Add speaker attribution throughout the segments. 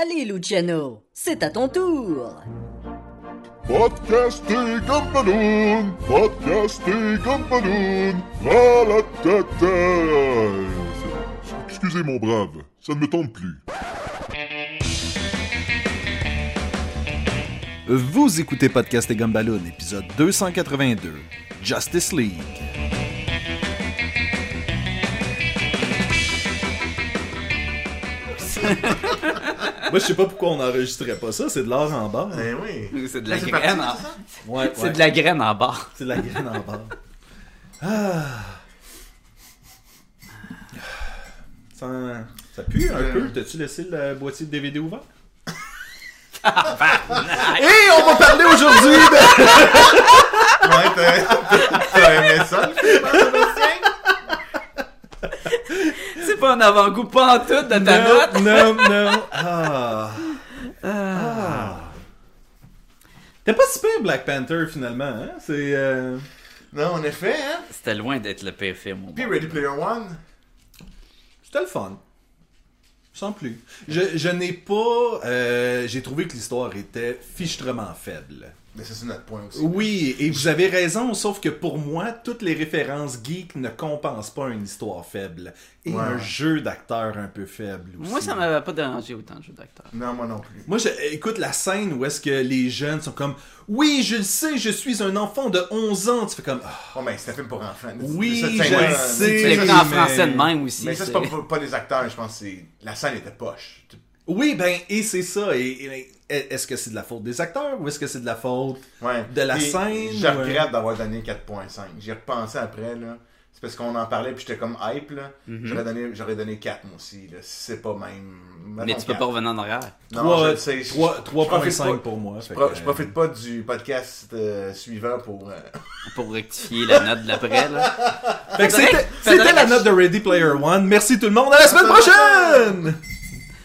Speaker 1: Allez Luciano, c'est à ton tour
Speaker 2: Podcasting Companoon, Podcasting Companoon, à la tête. Excusez mon brave, ça ne me tente plus.
Speaker 3: Vous écoutez Podcast et Gumballoon, épisode 282, Justice League. Moi, je sais pas pourquoi on enregistrait pas ça, c'est de l'or en barre.
Speaker 4: Ben oui.
Speaker 5: C'est de la
Speaker 4: Là, c'est
Speaker 5: graine
Speaker 4: parti,
Speaker 5: en...
Speaker 3: Ouais, ouais.
Speaker 5: C'est de la graine en barre.
Speaker 3: C'est de la graine en barre. Ah. Ça, ça pue
Speaker 5: Euh.
Speaker 3: un peu. T'as-tu laissé le boîtier de DVD ouvert?
Speaker 5: Ah, ben,
Speaker 3: Et on va parler aujourd'hui de...
Speaker 4: Ouais, t'as- t'as aimé ça? le film, hein, Sébastien?
Speaker 5: C'est pas un avant-goût pas en tout de ta note.
Speaker 3: Non, non, non. Ah. Ah. T'es pas si pire Black Panther finalement, hein? C'est... euh,
Speaker 4: Non, en effet, hein?
Speaker 5: C'était loin d'être le pire film. au
Speaker 4: Puis
Speaker 5: monde.
Speaker 4: Ready Player One.
Speaker 3: C'était le fun. Sans plus. Je, je n'ai pas... euh, J'ai trouvé que l'histoire était fichtrement faible.
Speaker 4: Mais ça, c'est notre point aussi.
Speaker 3: Oui, et vous avez raison, sauf que pour moi, toutes les références geeks ne compensent pas une histoire faible. Et
Speaker 4: Ouais.
Speaker 3: un jeu d'acteur un peu faible aussi.
Speaker 5: Moi, ça m'avait pas dérangé autant le jeu d'acteur.
Speaker 4: Non, moi non plus.
Speaker 3: Moi, je, écoute la scène où est-ce que les jeunes sont comme Oui, je le sais, je suis un enfant de 11 ans. Tu fais comme Ah,
Speaker 4: Oh, mais c'est un film pour enfants.
Speaker 3: Oui,
Speaker 4: Ça, c'est
Speaker 3: je
Speaker 4: incroyable.
Speaker 3: le sais.
Speaker 5: Tu
Speaker 3: Oui,
Speaker 5: l'écris en
Speaker 3: mais-
Speaker 5: français de même aussi.
Speaker 4: Mais ça, c'est pas, pas, pas des acteurs, je pense. que c'est- La scène était poche.
Speaker 3: Oui, ben, et c'est ça. Et, et- est-ce que c'est de la faute des acteurs ou est-ce que c'est de la faute
Speaker 4: Ouais.
Speaker 3: de la
Speaker 4: Et
Speaker 3: scène
Speaker 4: Je
Speaker 3: ouais.
Speaker 4: regrette d'avoir donné 4.5. J'y repensais après, là. C'est parce qu'on en parlait, puis j'étais comme hype, là.
Speaker 3: Mm-hmm.
Speaker 4: J'aurais donné, j'aurais donné 4, moi aussi, là. Si c'est pas même.
Speaker 5: Mais tu peux pas revenir en arrière.
Speaker 4: Non,
Speaker 3: Trois-
Speaker 4: je le sais. je-
Speaker 3: trois-
Speaker 4: je- je
Speaker 3: 3.5
Speaker 4: profite pas-
Speaker 3: pour moi,
Speaker 4: Je,
Speaker 3: fait
Speaker 4: pro-
Speaker 3: que-
Speaker 4: je profite pas du podcast euh, suivant pour. euh,
Speaker 5: Pour rectifier la note de l'après, là.
Speaker 3: Fait que
Speaker 5: Faudrait-
Speaker 3: c'était,
Speaker 5: faudrait
Speaker 3: c'était la
Speaker 5: que-
Speaker 3: note de Ready Player One. Merci tout le monde. À la semaine prochaine!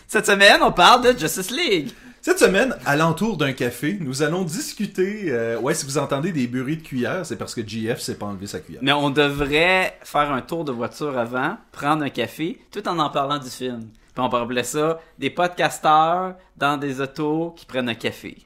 Speaker 5: Cette semaine, on parle de Justice League.
Speaker 3: Cette semaine, à l'entour d'un café, nous allons discuter. euh, ouais, si vous entendez des bruits de cuillère, c'est parce que GF s'est pas enlevé sa cuillère.
Speaker 5: Mais on devrait faire un tour de voiture avant, prendre un café, tout en en parlant du film. Puis on parlait ça, des podcasteurs dans des autos qui prennent un café.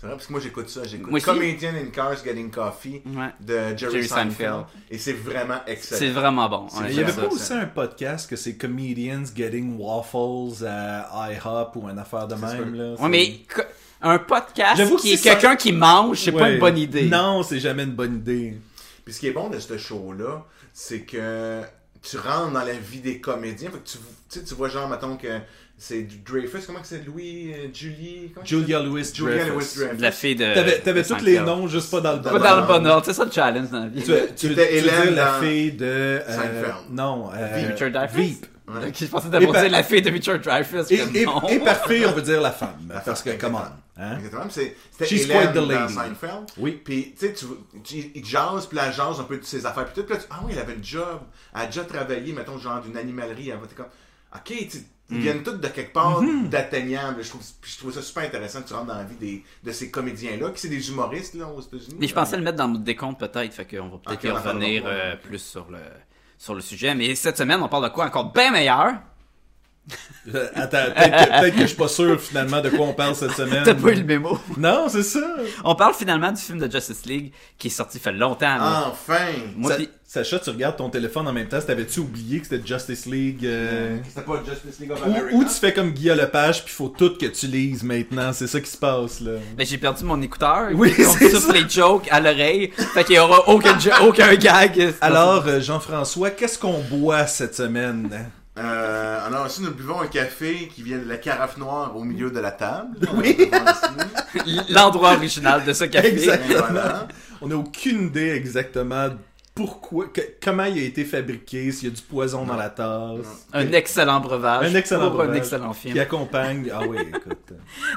Speaker 4: C'est vrai, parce que moi j'écoute ça. J'écoute
Speaker 5: Moi aussi.
Speaker 4: Comedian in Cars Getting Coffee
Speaker 5: Ouais.
Speaker 4: de Jerry,
Speaker 5: Jerry
Speaker 4: Seinfeld.
Speaker 5: Seinfeld.
Speaker 4: Et c'est vraiment
Speaker 5: C'est
Speaker 4: excellent.
Speaker 5: vraiment bon.
Speaker 4: C'est
Speaker 5: Ouais,
Speaker 3: Il y avait
Speaker 5: j'aime
Speaker 3: pas
Speaker 5: ça.
Speaker 3: aussi un podcast que c'est Comedians Getting Waffles à IHOP ou une affaire de même, là?
Speaker 5: Ouais,
Speaker 3: c'est-
Speaker 5: mais co- un podcast
Speaker 3: J'avoue
Speaker 5: qui
Speaker 3: que
Speaker 5: est
Speaker 3: si ça-
Speaker 5: quelqu'un qui mange, c'est pas
Speaker 3: Ouais.
Speaker 5: une bonne idée.
Speaker 3: Non, c'est jamais une bonne idée.
Speaker 4: Puis ce qui est bon de ce show-là, c'est que tu rentres dans la vie des comédiens. Fait que tu, tu sais, tu vois, genre, mettons que c'est du Dreyfus. Comment que c'est Louis, euh, Julie comment que
Speaker 3: Julia
Speaker 4: c'est?
Speaker 3: Louis
Speaker 4: Julia
Speaker 3: Dreyfus.
Speaker 4: Louis Dreyfus. Euh,
Speaker 5: La fille de.
Speaker 3: T'avais, t'avais
Speaker 5: de
Speaker 3: tous
Speaker 5: Sinclair.
Speaker 3: les noms, juste pas dans le
Speaker 5: Pas
Speaker 3: bon
Speaker 5: dans le
Speaker 3: ordre.
Speaker 5: bon ordre, c'est ça le challenge dans la vie.
Speaker 3: Tu, tu, tu veux
Speaker 4: était
Speaker 3: dire
Speaker 4: Hélène
Speaker 3: la
Speaker 4: dans
Speaker 3: fille de... euh,
Speaker 4: Seinfeld.
Speaker 3: non, euh,
Speaker 5: Richard Dreyfus.
Speaker 3: Veep.
Speaker 4: Ouais.
Speaker 5: Donc, je pensais d'abord
Speaker 3: Et par-
Speaker 5: dire la fille de Richard Dreyfus.
Speaker 3: Et,
Speaker 5: comme
Speaker 3: et,
Speaker 5: non.
Speaker 3: et par fille, on veut dire la femme.
Speaker 4: La
Speaker 3: parce que,
Speaker 4: femme,
Speaker 3: come
Speaker 4: exactement.
Speaker 3: on. hein?
Speaker 4: Exactement, mais c'est- c'était
Speaker 3: She's
Speaker 4: Hélène
Speaker 3: quite the
Speaker 4: dans
Speaker 3: lady.
Speaker 4: Seinfeld.
Speaker 3: Oui.
Speaker 4: Puis, tu sais, tu, tu- il jase, puis elle jase un peu de ses affaires. Puis tout, puis là, tu- ah oui, elle avait le job. Elle a déjà travaillé, mettons, genre d'une animalerie. Elle va t'es comme, ok, tu sais,
Speaker 3: Hmm.
Speaker 4: ils viennent tous de quelque part
Speaker 3: Mm-hmm.
Speaker 4: d'atteignable. Je trouve, puis je trouve ça super intéressant que tu rentres dans la vie des, de ces comédiens-là, qui c'est des humoristes, là, aux États-Unis.
Speaker 5: Mais je pensais le mettre dans le décompte peut-être, fait qu'on va peut-être
Speaker 4: Ok,
Speaker 5: y
Speaker 4: on en parlera
Speaker 5: revenir
Speaker 4: pas.
Speaker 5: euh, plus sur le, sur le sujet. Mais cette semaine, on parle de quoi encore bien meilleur.
Speaker 3: Euh, Attends, peut-être que, peut-être que je suis pas sûr finalement de quoi on parle cette semaine.
Speaker 5: T'as pas eu le mémo.
Speaker 3: Non, c'est ça.
Speaker 5: On parle finalement du film de Justice League qui est sorti fait
Speaker 3: Ah.
Speaker 5: longtemps. là.
Speaker 4: Enfin!
Speaker 5: Moi,
Speaker 3: Sa-
Speaker 5: pis-
Speaker 3: Sacha, tu regardes ton téléphone en même temps. si T'avais-tu oublié que c'était Justice League euh,
Speaker 4: C'était pas Justice League of America.
Speaker 3: ou, ou tu fais comme Guillaume Lepage, puis faut tout que tu lises maintenant. C'est ça qui se passe là.
Speaker 5: Ben, j'ai perdu mon écouteur.
Speaker 3: Oui,
Speaker 5: Ils ont
Speaker 3: c'est
Speaker 5: tous
Speaker 3: ça.
Speaker 5: les jokes à l'oreille. Fait qu'il y aura aucun, jo- aucun gag.
Speaker 3: Alors, euh, Jean-François, qu'est-ce qu'on boit cette semaine
Speaker 4: Euh, alors ici, nous buvons un café qui vient de la carafe noire au milieu de la table.
Speaker 3: Oui.
Speaker 5: l'endroit original de ce café.
Speaker 3: Exact.
Speaker 4: Et voilà.
Speaker 3: On n'a aucune idée exactement pourquoi, que- comment il a été fabriqué, s'il y a du poison dans la tasse.
Speaker 5: Un excellent breuvage.
Speaker 3: Un excellent,
Speaker 5: Pour un
Speaker 3: breuvage
Speaker 5: excellent
Speaker 3: qui
Speaker 5: film.
Speaker 3: accompagne. Ah oui, écoute.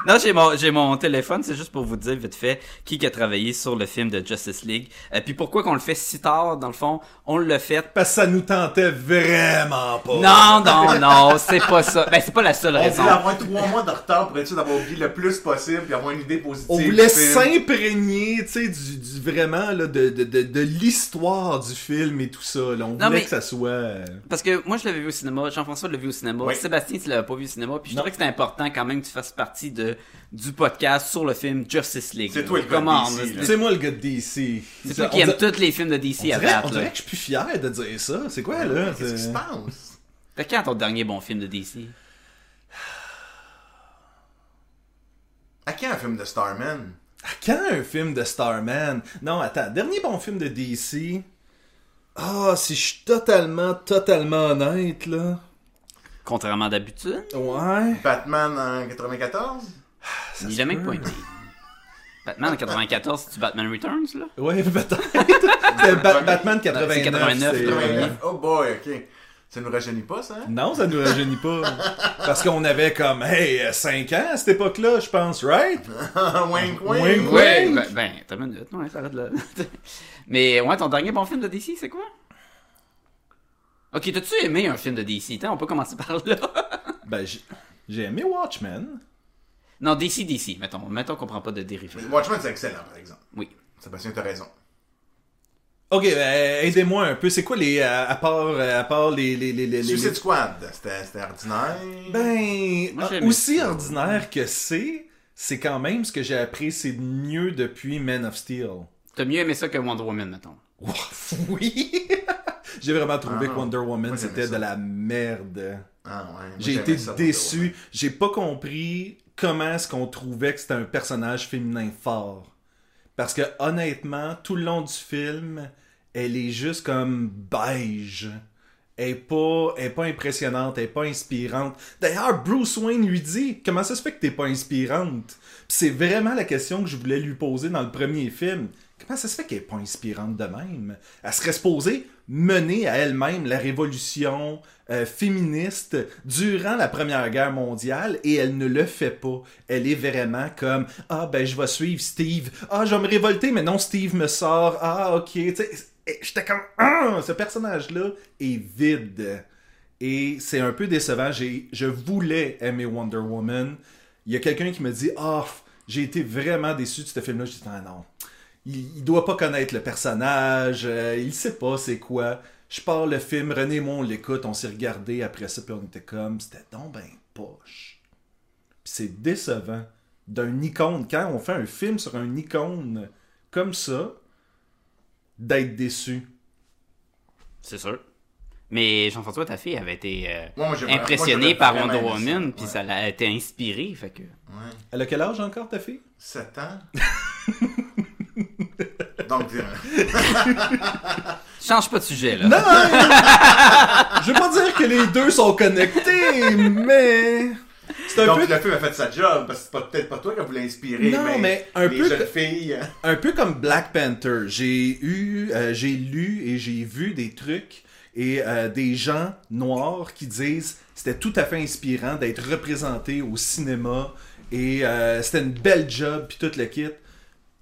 Speaker 5: Non, j'ai mon, j'ai mon téléphone, c'est juste pour vous dire vite fait qui qui a travaillé sur le film de Justice League. Et puis pourquoi qu'on le fait si tard, dans le fond, on le fait.
Speaker 3: Parce que ça nous tentait vraiment pas.
Speaker 5: Non, non, non, c'est pas ça. Ben, c'est pas la seule
Speaker 4: On
Speaker 5: raison.
Speaker 4: voulait avoir trois mois de retard pour être sûr d'avoir oublié le plus possible et avoir une idée positive.
Speaker 3: On voulait
Speaker 4: du film.
Speaker 3: s'imprégner, tu sais, du, du- vraiment là, de, de, de, de l'histoire l'art du film et tout ça. Là, on voulait
Speaker 5: mais-
Speaker 3: que ça soit. euh,
Speaker 5: Parce que moi, je l'avais vu au cinéma, Jean-François l'a vu au cinéma,
Speaker 4: Oui.
Speaker 5: Sébastien, tu l'avais pas vu au cinéma, puis je
Speaker 3: Non.
Speaker 5: trouvais que c'était important quand même que tu fasses partie de, du podcast sur le film Justice League.
Speaker 4: C'est
Speaker 5: là.
Speaker 4: toi le gars de
Speaker 5: Comment,
Speaker 4: DC,
Speaker 5: là,
Speaker 4: là.
Speaker 3: Tu sais, moi, le gars de DC.
Speaker 5: C'est toi
Speaker 3: On
Speaker 5: qui aimes
Speaker 3: dirait-
Speaker 5: tous les films de DC
Speaker 3: On
Speaker 5: à
Speaker 3: dirait,
Speaker 5: date.
Speaker 3: on
Speaker 5: là.
Speaker 3: dirait que je suis fier de dire ça. C'est quoi, là?
Speaker 4: Ah Qu'est-ce qui
Speaker 3: C'est-
Speaker 4: se passe?
Speaker 5: T'as quand ton dernier bon film de DC?
Speaker 4: À qui un film de Starman?
Speaker 3: À Ah, quand un film de Starman? Non, attends, dernier bon film de DC. Ah, si je suis totalement, totalement honnête, là.
Speaker 5: Contrairement d'habitude,
Speaker 3: Ouais.
Speaker 4: Batman en 94?
Speaker 5: il n'est jamais pointé. Batman en 94, c'est-tu Batman Returns, là?
Speaker 3: Ouais, peut-être. C'était Ba- Batman 89.
Speaker 5: C'est 89,
Speaker 3: c'est-
Speaker 5: ouais.
Speaker 4: Oh boy, ok. Ça nous rajeunit pas, ça? hein?
Speaker 3: Non, ça nous rajeunit pas. Parce qu'on avait comme, hey, 5 ans à cette époque-là, je pense, right?
Speaker 4: wink, wink.
Speaker 3: Mm. Wink, wink.
Speaker 5: Ouais, ben, ben t'as une minute, ouais, t'arrêtes là. Mais ouais, ton dernier bon film de DC, c'est quoi? Ok, t'as-tu aimé un film de DC? Attends, on peut commencer par là.
Speaker 3: Ben, j'ai- j'ai aimé Watchmen.
Speaker 5: Non, DC, DC, mettons. Mettons qu'on prend pas de dérivé.
Speaker 4: Mais Watchmen, c'est excellent, par exemple.
Speaker 5: Oui.
Speaker 4: Sébastien, t'as raison.
Speaker 3: Ok, ben, aidez-moi un peu. C'est quoi les, euh, à part, euh, à part les, les, les, les- les-
Speaker 4: Suicide Squad, c'était c'était ordinaire.
Speaker 3: Ben,
Speaker 5: Moi, j'ai aimé
Speaker 3: aussi
Speaker 5: ça.
Speaker 3: ordinaire que c'est, c'est quand même ce que j'ai appris, c'est de mieux depuis Man of Steel.
Speaker 5: T'as mieux aimé ça que Wonder Woman, mettons.
Speaker 3: Ouf, oui! j'ai vraiment trouvé
Speaker 4: Ah,
Speaker 3: que Wonder Woman,
Speaker 4: moi, j'aimais
Speaker 3: c'était
Speaker 4: ça.
Speaker 3: de la merde.
Speaker 4: Ah, ouais, moi,
Speaker 3: J'ai
Speaker 4: j'aimais
Speaker 3: été
Speaker 4: ça, Wonder Woman.
Speaker 3: déçu. J'ai pas compris comment est-ce qu'on trouvait que c'était un personnage féminin fort. Parce que honnêtement, tout le long du film, elle est juste comme beige. Elle est pas, elle est pas impressionnante, elle est pas inspirante. D'ailleurs, Bruce Wayne lui dit Comment ça se fait que t'es pas inspirante Puis c'est vraiment la question que je voulais lui poser dans le premier film. Comment ça se fait qu'elle est pas inspirante de même Elle serait supposée mener à elle-même la révolution euh, féministe durant la Première Guerre mondiale et elle ne le fait pas. Elle est vraiment comme Ah, ben je vais suivre Steve. Ah, je vais me révolter, mais non, Steve me sort. Ah, ok. Tu sais, et J'étais comme Ah, ce personnage-là est vide. Et c'est un peu décevant. J'ai, je voulais aimer Wonder Woman. Il y a quelqu'un qui me dit Ah, f- j'ai été vraiment déçu de ce film-là. Je dis Ah non. Il, il doit pas connaître le personnage. euh, il sait pas c'est quoi. Je pars le film. René et moi, on l'écoute. On s'est regardé après ça. Puis on était comme C'était donc ben poche. Puis c'est décevant d'un icône. Quand on fait un film sur un icône comme ça, d'être déçu.
Speaker 5: C'est sûr. Mais Jean-François, ta fille avait été euh,
Speaker 4: Ouais, moi, j'ai- moi,
Speaker 5: impressionnée
Speaker 4: j'aurais
Speaker 5: par
Speaker 4: vraiment
Speaker 5: Wonder
Speaker 4: aimé ça,
Speaker 5: Woman, puis
Speaker 4: ouais.
Speaker 5: ça l'a été inspirée, fait que...
Speaker 4: Ouais.
Speaker 3: Elle a quel âge encore, ta fille
Speaker 4: 7 ans. Donc, euh,
Speaker 5: Change pas de sujet, là.
Speaker 3: Non! Je veux pas dire que les deux sont connectés, mais. C'est un
Speaker 4: donc
Speaker 3: peu,
Speaker 4: le film a fait sa job, parce que c'est pas- peut-être pas toi qui voulais inspirer,
Speaker 3: Non,
Speaker 4: mais,
Speaker 3: mais un
Speaker 4: les
Speaker 3: peu
Speaker 4: jeunes
Speaker 3: que-
Speaker 4: filles. hein.
Speaker 3: un peu comme Black Panther. J'ai eu, euh, j'ai lu et j'ai vu des trucs et euh, des gens noirs qui disent c'était tout à fait inspirant d'être représenté au cinéma et euh, c'était une belle job puis tout le kit.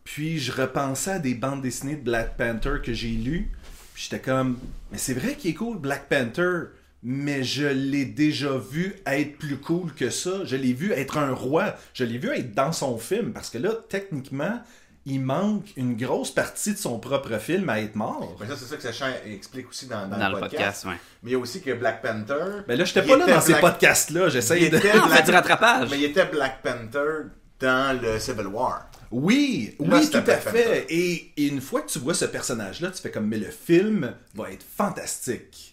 Speaker 3: Puis je repensais à des bandes dessinées de Black Panther que j'ai lues. Puis j'étais comme, mais c'est vrai qu'il est cool Black Panther, mais je l'ai déjà vu être plus cool que ça. Je l'ai vu être un roi. Je l'ai vu être dans son film. Parce que là, techniquement, il manque une grosse partie de son propre film à être mort.
Speaker 4: Mais ça, c'est ça que Sacha explique aussi dans, dans,
Speaker 5: Dans le podcast, ouais.
Speaker 4: Mais il y a aussi que Black Panther.
Speaker 3: Mais Ben là, j'étais
Speaker 4: il
Speaker 3: pas là
Speaker 4: était
Speaker 3: dans ces
Speaker 4: Black-
Speaker 3: podcasts-là.
Speaker 4: il
Speaker 3: J'essaye de.
Speaker 4: était
Speaker 5: Non, on fait
Speaker 4: Black-
Speaker 5: du rattrapage.
Speaker 4: Mais il était Black Panther dans le Civil War.
Speaker 3: Oui,
Speaker 4: Là,
Speaker 3: oui, tout
Speaker 4: c'était
Speaker 3: à
Speaker 4: Black
Speaker 3: fait.
Speaker 4: Panther.
Speaker 3: Et, et une fois que tu vois ce personnage-là, tu fais comme, mais le film va être fantastique.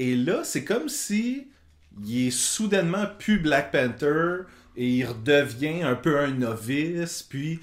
Speaker 3: Et là, c'est comme si il est soudainement plus Black Panther et il redevient un peu un novice. Puis,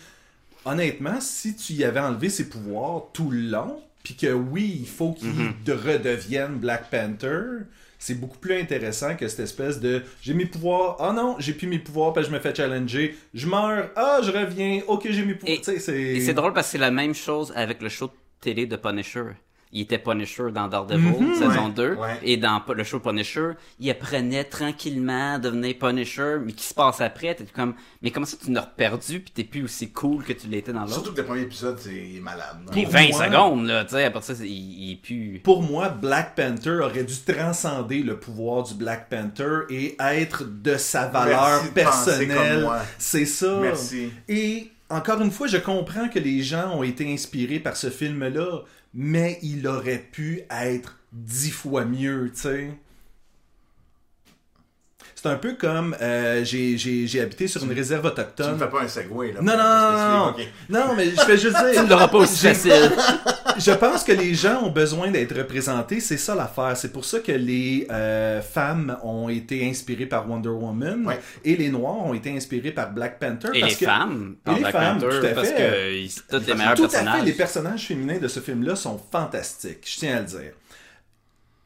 Speaker 3: honnêtement, si tu y avais enlevé ses pouvoirs tout le long, puis que oui, il faut qu'il
Speaker 5: Mhm.
Speaker 3: de- redevienne Black Panther, c'est beaucoup plus intéressant que cette espèce de j'ai mes pouvoirs, ah non, j'ai plus mes pouvoirs parce que je me fais challenger, je meurs, ah je reviens, ok j'ai mes pouvoirs.
Speaker 5: Et-
Speaker 3: Tu sais,
Speaker 5: Et c'est drôle parce que c'est la même chose avec le show de télé de Punisher. Il était Punisher dans Daredevil,
Speaker 3: Mhm.
Speaker 5: saison
Speaker 4: Ouais,
Speaker 5: 2.
Speaker 4: ouais.
Speaker 5: Et dans le show Punisher, il apprenait tranquillement à devenir Punisher. Mais qui se passe après? T'es comme, mais comment ça tu n'as perdu puis t'es plus aussi cool que tu l'étais dans l'autre?
Speaker 4: Surtout que le premier épisode, c'est il est malade. non?
Speaker 5: Les
Speaker 3: pour
Speaker 5: 20
Speaker 3: moi-
Speaker 5: secondes, là, tu sais, après ça, c'est- il, il est plus...
Speaker 3: Pour moi, Black Panther aurait dû transcender le pouvoir du Black Panther et être de sa valeur
Speaker 4: Merci de penser comme
Speaker 3: personnelle.
Speaker 4: moi.
Speaker 3: C'est ça.
Speaker 4: Merci.
Speaker 3: Et encore une fois, je comprends que les gens ont été inspirés par ce film-là, mais il aurait pu être dix fois mieux, tu sais. C'est un peu comme euh, j'ai- j'ai j'ai habité sur une réserve
Speaker 4: Tu me
Speaker 3: autochtone.
Speaker 4: fais pas un segway, là.
Speaker 3: Non, non, non, non,
Speaker 4: Ok.
Speaker 3: non, mais je fais juste dire.
Speaker 5: Tu l'auras pas aussi facile.
Speaker 3: Je pense que les gens ont besoin d'être représentés, c'est ça l'affaire. C'est pour ça que les euh, femmes ont été inspirées par Wonder Woman
Speaker 4: Ouais.
Speaker 3: et les Noirs ont été inspirés par Black Panther.
Speaker 5: Et
Speaker 3: parce
Speaker 5: les
Speaker 3: que-
Speaker 5: femmes,
Speaker 3: Et
Speaker 5: par
Speaker 3: les
Speaker 5: Black
Speaker 3: femmes,
Speaker 5: Panther,
Speaker 3: tout à
Speaker 5: parce
Speaker 3: fait.
Speaker 5: que ils- c'est tous les meilleurs
Speaker 3: Tout à
Speaker 5: personnages.
Speaker 3: fait, les personnages féminins de ce film-là sont fantastiques, je tiens à le dire.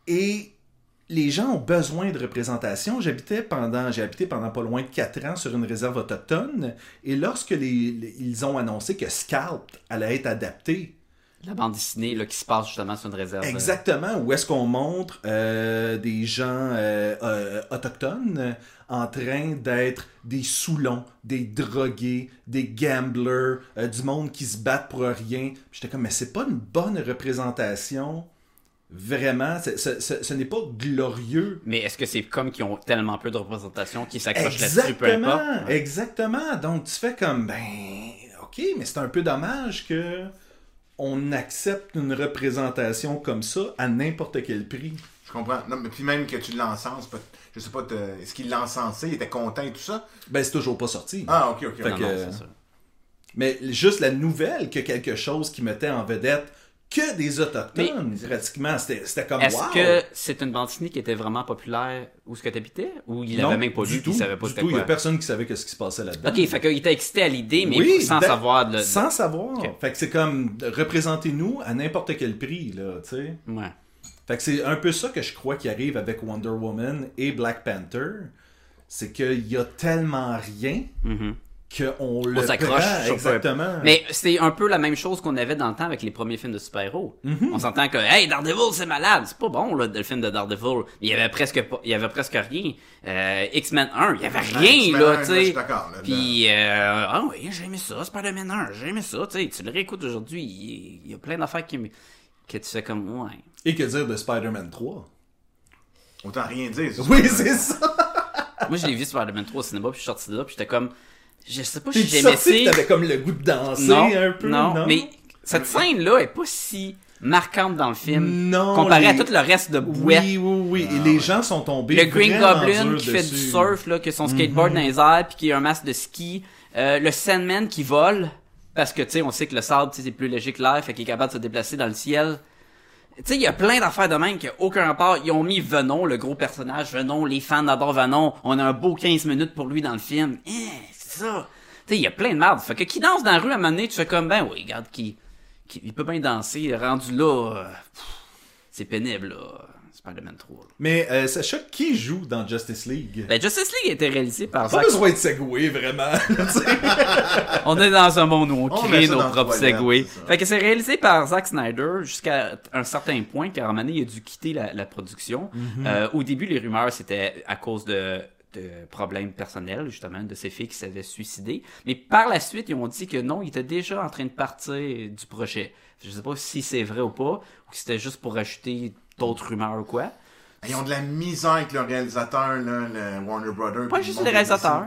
Speaker 3: Et les gens ont besoin de représentation. J'habitais pendant, j'ai habité pendant pas loin de 4 ans sur une réserve autochtone, et lorsque les, les- ils ont annoncé que Sculpt allait être adapté,
Speaker 5: La bande dessinée là, qui se passe justement sur une réserve.
Speaker 3: Exactement, où est-ce qu'on montre euh, des gens euh, euh, autochtones en train d'être des soulons, des drogués, des gamblers, euh, du monde qui se bat pour rien. Puis J'étais comme, mais c'est pas une bonne représentation. Vraiment, c'est- ce- ce- ce n'est pas glorieux.
Speaker 5: Mais est-ce que c'est comme qu'ils ont tellement peu de représentation qu'ils s'accrochent là-dessus, peu
Speaker 3: Exactement,
Speaker 5: importe?
Speaker 3: exactement. Donc tu fais comme ben ok, mais c'est un peu dommage que on accepte une représentation comme ça à n'importe quel prix.
Speaker 4: Je comprends. Non, mais puis même que tu l'encenses, peut- je sais pas, te- est-ce qu'il l'encensait, il était content et tout ça?
Speaker 3: Ben c'est toujours pas sorti.
Speaker 4: Ah, ok, ok.
Speaker 3: Fait
Speaker 5: Non,
Speaker 3: que-
Speaker 5: non, c'est ça.
Speaker 3: Mais juste la nouvelle que quelque chose qui mettait en vedette que des autochtones pratiquement, c'était c'était comme
Speaker 5: Est-ce
Speaker 3: wow.
Speaker 5: que c'est une bande dessinée qui était vraiment populaire où ce que t'habitais? Ou il
Speaker 3: Non,
Speaker 5: l'avait même pas
Speaker 3: du
Speaker 5: lu,
Speaker 3: tout,
Speaker 5: puis il savait pas
Speaker 3: du
Speaker 5: c'était
Speaker 3: tout, il y a
Speaker 5: quoi?
Speaker 3: personne qui savait que ce qui se passait là-dedans.
Speaker 5: Ok, fait qu'il était excité à l'idée, mais
Speaker 3: Oui,
Speaker 5: sans
Speaker 3: d'a-
Speaker 5: savoir de le...
Speaker 3: Sans savoir.
Speaker 5: Ok.
Speaker 3: Fait que c'est comme représentez-nous à n'importe quel prix là, tu sais.
Speaker 5: Ouais.
Speaker 3: Fait que c'est un peu ça que je crois qui arrive avec Wonder Woman et Black Panther. C'est qu'il y a tellement rien
Speaker 5: Mhm.
Speaker 3: qu'on le
Speaker 5: On s'accroche
Speaker 3: prend,
Speaker 5: sur peu-
Speaker 3: exactement.
Speaker 5: Mais c'est un peu la même chose qu'on avait dans le temps avec les premiers films de super-héros.
Speaker 4: Mm-hmm.
Speaker 5: On s'entend que Hey, Daredevil, c'est malade, c'est pas bon là, le film de Daredevil. Il y avait presque pas, il y avait presque rien. Euh, X-Men 1, il y avait rien
Speaker 4: Ben, X-Men
Speaker 5: là,
Speaker 4: 1, là,
Speaker 5: tu
Speaker 4: je
Speaker 5: sais.
Speaker 4: suis d'accord, là, là.
Speaker 5: Puis euh, ah oui, j'ai aimé ça, Spider-Man 1, j'ai aimé ça, tu sais, tu le réécoutes aujourd'hui, il il y a plein d'affaires qui me- que tu fais comme ouais.
Speaker 3: Et que dire de Spider-Man 3
Speaker 4: Autant rien dire.
Speaker 3: Oui, c'est ça.
Speaker 5: Moi, je l'ai vu Spider-Man 3 au cinéma, puis je suis sorti de là, puis j'étais comme je sais pas
Speaker 3: T'es
Speaker 5: si j'aimais
Speaker 3: sorti que
Speaker 5: ça.
Speaker 3: t'avais comme le goût de danser
Speaker 5: non,
Speaker 3: un peu. Non,
Speaker 5: non, mais cette scène-là est pas si marquante dans le film.
Speaker 3: Non,
Speaker 5: euh, Comparé à
Speaker 3: les-
Speaker 5: tout le reste de bouette.
Speaker 3: Oui, oui, oui. Et les gens sont tombés.
Speaker 5: Ah, le Green
Speaker 3: vraiment
Speaker 5: Goblin
Speaker 3: dur
Speaker 5: qui fait du
Speaker 3: dessus.
Speaker 5: surf, là, qui a son skateboard dans les airs, puis qui a un masque de ski. Euh, le Sandman qui vole, parce que, tu sais, on sait que le sable, tu sais, c'est plus léger que l'air, fait qu'il est capable de se déplacer dans le ciel. Tu sais, il y a plein d'affaires de même qui a aucun rapport. Ils ont mis Venon, le gros personnage, Venon, les fans adorent Venon. On a un beau 15 minutes pour lui dans le film. Hein, c'est ça. Tu sais, il y a plein de merde. Fait que qui danse dans la rue à un moment donné, tu fais comme, ben oui, regarde, qui, qui il peut bien danser, rendu là, euh, pff, c'est pénible, là. euh, Spider-Man 3, là.
Speaker 3: Mais euh, Sacha, qui joue dans Justice League
Speaker 5: Ben, Justice League a été réalisé par
Speaker 3: Pas
Speaker 5: Zack.
Speaker 3: besoin de segouer, vraiment. tu sais.
Speaker 5: On est dans un monde où on
Speaker 4: On met
Speaker 5: crée
Speaker 4: ça
Speaker 5: nos
Speaker 4: dans le
Speaker 5: propres
Speaker 4: toilette,
Speaker 5: segways.
Speaker 4: c'est ça.
Speaker 5: Fait que c'est réalisé par Zack Snyder jusqu'à un certain point, car à un moment donné, il a dû quitter la, la production.
Speaker 4: Mm-hmm.
Speaker 5: Euh, au début, les rumeurs, c'était à cause de, de problèmes personnels, justement, de ses filles qui s'avaient suicidées. Mais par la suite, ils ont dit que non, il était déjà en train de partir du projet. Je sais pas si c'est vrai ou pas, ou que c'était juste pour ajouter d'autres rumeurs ou quoi.
Speaker 4: Ils ont de la misère avec le réalisateur, là, le Warner Brother.
Speaker 5: Pas
Speaker 4: puis
Speaker 5: juste
Speaker 4: le
Speaker 5: les
Speaker 4: monde
Speaker 5: réalisateurs,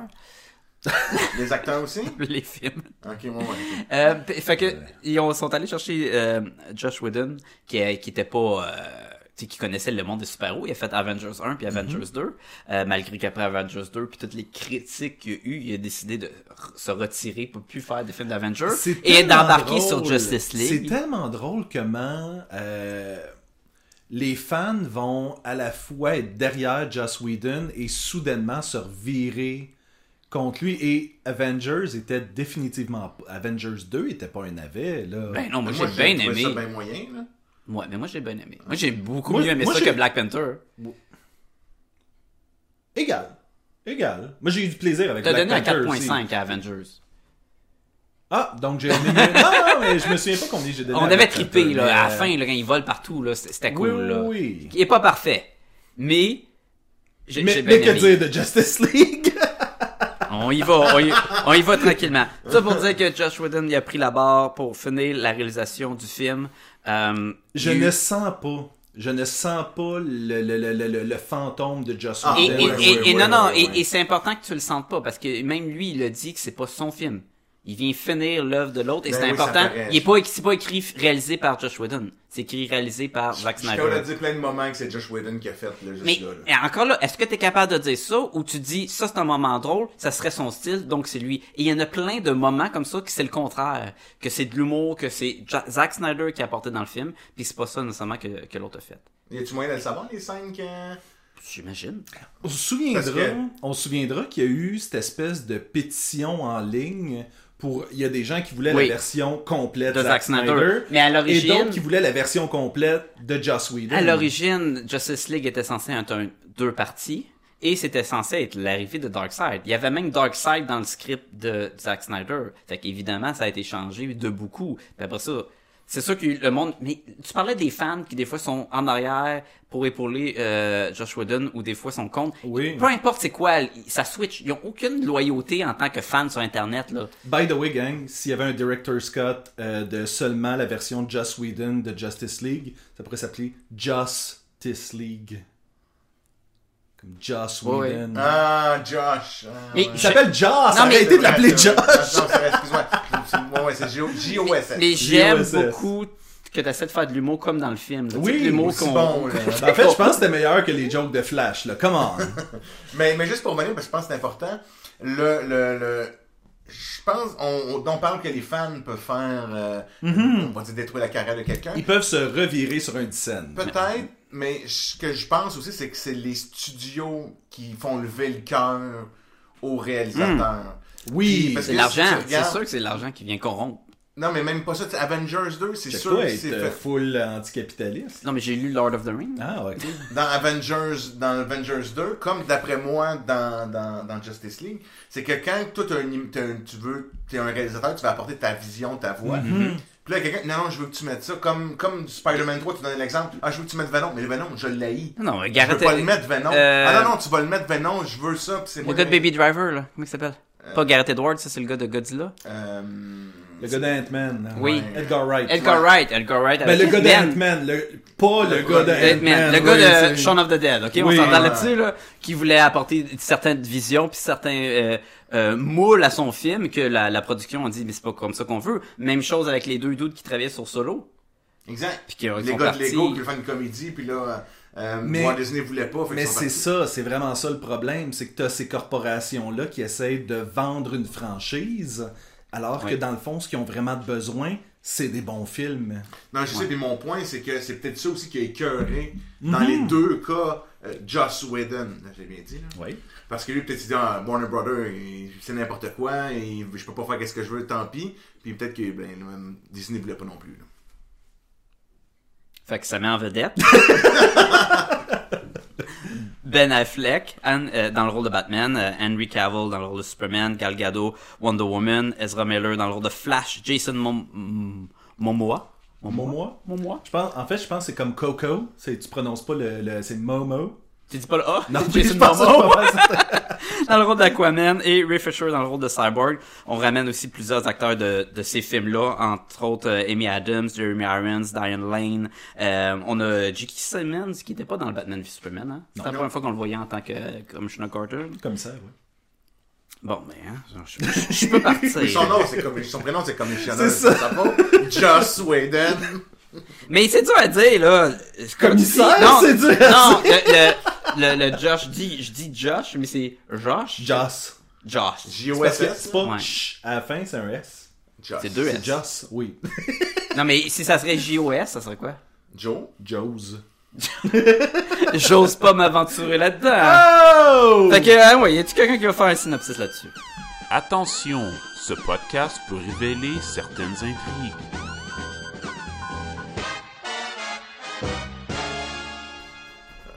Speaker 4: aussi. Les acteurs aussi? Ok,
Speaker 5: les films.
Speaker 4: ouais, ouais. ok.
Speaker 5: Euh, p- fait que ils ont- sont allés chercher euh, Josh Whedon qui euh, qui était pas euh, tu sais, qui connaissait le monde des super-héros, il a fait Avengers 1 puis Avengers
Speaker 3: Mhm.
Speaker 5: 2, euh, malgré qu'après Avengers 2 puis toutes les critiques qu'il y a eu, il a décidé de r- se retirer pour plus faire des films d'Avengers
Speaker 3: C'est
Speaker 5: et
Speaker 3: tellement
Speaker 5: d'embarquer sur
Speaker 3: drôle.
Speaker 5: Justice League.
Speaker 3: C'est tellement drôle comment euh, les fans vont à la fois être derrière Joss Whedon et soudainement se revirer contre lui. Et Avengers était définitivement... Avengers 2 était pas un navet, là.
Speaker 5: Ben non, moi,
Speaker 4: Moi,
Speaker 5: j'ai bien
Speaker 4: trouvé
Speaker 5: aimé.
Speaker 4: ça bien moyen, là.
Speaker 5: Ouais, mais moi j'ai bien aimé. Moi j'ai beaucoup
Speaker 3: Moi-
Speaker 5: mieux aimé
Speaker 3: moi,
Speaker 5: ça
Speaker 3: j'ai-
Speaker 5: que Black Panther.
Speaker 3: Égal. Égal. Moi, j'ai eu du plaisir avec
Speaker 5: T'as
Speaker 3: Black
Speaker 5: donné un
Speaker 3: Panther aussi.
Speaker 5: 4.5 à Avengers.
Speaker 3: Ah, donc j'ai aimé... mieux- non, non, mais je me souviens pas combien j'ai donné
Speaker 5: On
Speaker 3: à
Speaker 5: avait
Speaker 3: Black
Speaker 5: trippé
Speaker 3: Panther,
Speaker 5: là,
Speaker 3: mais,
Speaker 5: à la
Speaker 3: euh,
Speaker 5: fin là, quand ils volent partout là, c'était c'était
Speaker 3: Oui,
Speaker 5: cool là.
Speaker 3: oui, oui.
Speaker 5: qui est pas parfait. Mais j'ai
Speaker 3: Mais,
Speaker 5: j'ai
Speaker 3: mais
Speaker 5: bien
Speaker 3: que
Speaker 5: aimé.
Speaker 3: dire de Justice League?
Speaker 5: On y va, on y, on y va tranquillement. Ça pour dire que Josh Whedon il a pris la barre pour finir la réalisation du film. Euh,
Speaker 3: Je
Speaker 5: il y a
Speaker 3: ne
Speaker 5: eu-
Speaker 3: sens pas. Je ne sens pas le, le, le, le, le- le fantôme de Joss
Speaker 4: Ah,
Speaker 5: et,
Speaker 3: Whedon.
Speaker 5: et-
Speaker 4: ouais,
Speaker 5: et-
Speaker 4: ouais,
Speaker 5: et
Speaker 4: ouais,
Speaker 5: non non
Speaker 4: ouais,
Speaker 5: et,
Speaker 4: ouais.
Speaker 5: et c'est important que tu le sentes pas parce que même lui il a dit que c'est pas son film. Il vient finir l'œuvre de l'autre et
Speaker 4: Ben
Speaker 5: c'est
Speaker 4: oui, ça
Speaker 5: important.
Speaker 4: paraît.
Speaker 5: Il est pas, c'est pas écrit f- réalisé par Josh Whedon. C'est écrit réalisé par Zack
Speaker 4: Je t'aurais
Speaker 5: Snyder.
Speaker 4: dit plein de moments que c'est Josh Whedon qui a fait, là, juste
Speaker 5: Mais
Speaker 4: là. là.
Speaker 5: et encore là, est-ce que t'es capable de dire ça ou tu dis ça c'est un moment drôle, ça serait son style, donc c'est lui. Et il y en a plein de moments comme ça que c'est le contraire, que c'est de l'humour, que c'est Ja- Zack Snyder qui a apporté dans le film, puis c'est pas ça nécessairement que, que l'autre a fait.
Speaker 4: Y a-tu moyen de le savoir, les euh? scènes que.
Speaker 5: J'imagine.
Speaker 3: On se souviendra,
Speaker 4: Parce que-
Speaker 3: on se souviendra qu'il y a eu cette espèce de pétition en ligne pour il y a des gens qui voulaient
Speaker 5: Oui.
Speaker 3: la version complète
Speaker 5: De Zack Snyder. Mais à l'origine-
Speaker 3: et d'autres qui voulaient la version complète de Joss Whedon.
Speaker 5: À l'origine, Justice League était censé être un, deux parties et c'était censé être l'arrivée de Darkseid. Il y avait même Darkseid dans le script de Zack Snyder. Fait qu'évidemment, ça a été changé de beaucoup. Puis après ça, c'est sûr que le monde... Mais tu parlais des fans qui des fois sont en arrière pour épauler euh, Josh Whedon ou des fois sont contre.
Speaker 3: Oui.
Speaker 5: Peu importe c'est quoi, ça switch. Ils ont aucune loyauté en tant que fan sur Internet. là.
Speaker 3: By the way, gang, s'il y avait un director's cut euh, de seulement la version Joss Whedon de Justice League, ça pourrait s'appeler Justice League. Comme Joss
Speaker 5: Ouais,
Speaker 3: Whedon.
Speaker 4: Ah, Josh. Ah,
Speaker 5: Mais
Speaker 4: ouais.
Speaker 3: Il s'appelle Joss.
Speaker 5: mais-
Speaker 3: Arrêtez de l'appeler Josh.
Speaker 4: Non, c'est vrai, excuse-moi. C'est- Ouais, ouais, c'est J-O- J-O-S-S.
Speaker 5: Mais j'aime
Speaker 3: JOSS.
Speaker 5: beaucoup que tu essaies de faire de l'humour comme dans le film. là. Tu
Speaker 3: Oui,
Speaker 5: sais, l'humour
Speaker 4: C'est
Speaker 5: qu'on-
Speaker 4: bon, là.
Speaker 3: En fait, je pense que c'était meilleur que les jokes de Flash. Là. Come on.
Speaker 4: Mais, mais juste pour revenir, parce que je pense que c'est important, le, le, le- je pense, on, on, on parle que les fans peuvent faire, euh, on va dire détruire la carrière de quelqu'un.
Speaker 3: Ils peuvent se revirer sur une scène.
Speaker 4: Peut-être, mais ce que je pense aussi, c'est que c'est les studios qui font lever le cœur aux réalisateurs.
Speaker 3: Oui.
Speaker 4: Puis, parce
Speaker 5: C'est
Speaker 4: que
Speaker 5: l'argent,
Speaker 4: si tu
Speaker 5: c'est
Speaker 4: regardes-
Speaker 5: sûr que c'est l'argent qui vient corrompre.
Speaker 4: Non, mais même pas ça, tu sais, Avengers 2, c'est sûr
Speaker 3: Toi,
Speaker 4: que
Speaker 3: être
Speaker 4: c'est
Speaker 3: euh,
Speaker 4: fait.
Speaker 3: full anticapitaliste.
Speaker 5: Non, mais j'ai lu Lord of the Rings.
Speaker 3: Ah, ouais.
Speaker 4: dans Avengers, dans Avengers 2, comme d'après moi dans, dans, dans Justice League, c'est que quand toi t'as une im- t'as une- tu veux, t'es un réalisateur, tu vas apporter ta vision, ta voix.
Speaker 3: Mm-hmm.
Speaker 5: Mm-hmm.
Speaker 4: Puis là, quelqu'un, non, non, je veux que tu mettes ça, comme, comme Spider-Man 3, tu donnais l'exemple, ah, je veux que tu mettes Venom, mais le Venom, je l'ai.
Speaker 5: Ah Non, non,
Speaker 4: Je veux
Speaker 5: Gareth.
Speaker 4: pas le mettre Venom.
Speaker 5: euh,
Speaker 4: Ah non, non, tu vas le mettre Venom, je veux ça, pis c'est
Speaker 5: Le
Speaker 4: moi.
Speaker 5: gars de Baby Driver, là. Comment il s'appelle Pas Gareth Edwards, ça c'est le gars de Godzilla.
Speaker 4: Euh,
Speaker 3: Le gars d'Ant-Man.
Speaker 5: Oui.
Speaker 3: Ouais. Edgar Wright.
Speaker 5: Edgar Wright, Edgar Wright.
Speaker 3: Ben,
Speaker 5: avec
Speaker 3: le gars
Speaker 5: Ant-Man.
Speaker 3: d'Ant-Man. le- Pas le,
Speaker 4: Le
Speaker 3: gars
Speaker 4: gars
Speaker 5: Ant-Man,
Speaker 3: d'Ant-Man.
Speaker 5: le
Speaker 3: ouais,
Speaker 5: gars de
Speaker 3: c'est-
Speaker 5: Shaun of the Dead, ok? On
Speaker 3: Oui.
Speaker 5: s'entend là-dessus, là, qui voulait apporter certaines visions puis certains euh, euh, moules à son film que la, la production a dit, mais c'est pas comme ça qu'on veut. Même chose avec les deux doutes qui travaillaient sur Solo.
Speaker 4: exact.
Speaker 5: Puis qui euh,
Speaker 4: Les
Speaker 5: sont
Speaker 4: gars de
Speaker 5: partis.
Speaker 4: Lego qui veulent faire une comédie, puis là, euh,
Speaker 3: Mais-
Speaker 4: Walt Disney voulait pas, fait
Speaker 3: Mais
Speaker 4: qu'ils sont
Speaker 3: c'est
Speaker 4: partis.
Speaker 3: ça, c'est vraiment ça le problème, c'est que tu as ces corporations-là qui essayent de vendre une franchise, alors que
Speaker 5: Ouais.
Speaker 3: dans le fond, ce qu'ils ont vraiment besoin, c'est des bons films.
Speaker 4: Non, je sais, puis mon point, c'est que c'est peut-être ça aussi qui a écœuré dans
Speaker 3: Mhm.
Speaker 4: les deux cas euh, Joss Whedon. J'ai bien dit, là.
Speaker 3: Oui.
Speaker 4: Parce que lui, peut-être, il dit, ah, Warner Brother, il- c'est n'importe quoi, et je peux pas faire qu'est-ce que je veux, tant pis. Puis peut-être que ben, le même Disney voulait pas non plus. là.
Speaker 5: Fait que ça met en vedette. ben Affleck Anne, euh, dans le rôle de Batman, euh, Henry Cavill dans le rôle de Superman, Gal Gadot, Wonder Woman, Ezra Miller dans le rôle de Flash, Jason Mom- Mom- Momoa.
Speaker 3: Momoa?
Speaker 5: Momoa.
Speaker 3: Je pense, en fait, je pense que c'est comme Coco, c'est, tu prononces pas le, le- c'est Momo.
Speaker 5: Tu dis pas le A?
Speaker 3: mais
Speaker 5: Jason
Speaker 3: je pense que
Speaker 5: Momoa
Speaker 3: c'est pas mal ça.
Speaker 5: dans le rôle d'Aquaman et Ray Fisher dans le rôle de Cyborg. On ramène aussi plusieurs acteurs de, de ces films-là, entre autres euh, Amy Adams, Jeremy Irons, Diane Lane. Euh, on a J.K. Simmons qui n'était pas dans le Batman v Superman. Hein? C'était la première fois qu'on le voyait en tant que euh, commissioner Carter.
Speaker 3: comme ça, ouais.
Speaker 5: Bon, ben, hein, je, je- je peux partir.
Speaker 4: Son nom, c'est comme, son prénom, c'est comme Commissioner.
Speaker 3: C'est ça.
Speaker 4: Joss Whedon.
Speaker 5: Mais c'est dur à dire, là. Comme tu dis-
Speaker 3: Commissaire,
Speaker 5: non,
Speaker 3: c'est dur à
Speaker 5: Non, le, le, le, le Josh dit, je dis Josh, mais c'est Josh?
Speaker 3: Joss.
Speaker 5: Josh.
Speaker 3: Parce que
Speaker 4: J-O-S-S.
Speaker 3: c'est pas
Speaker 5: Ouais.
Speaker 3: ch à la fin, c'est un S.
Speaker 4: Joss.
Speaker 5: C'est deux
Speaker 3: C'est
Speaker 5: S.
Speaker 3: Joss, oui.
Speaker 5: Non, mais si ça serait J-O-S, ça serait quoi?
Speaker 4: Joe.
Speaker 3: Joe's.
Speaker 5: J'ose pas m'aventurer là-dedans.
Speaker 3: Oh!
Speaker 5: Fait que, hein, ouais, y a-tu quelqu'un qui va faire un synopsis là-dessus?
Speaker 6: Attention, ce podcast peut révéler certaines intrigues.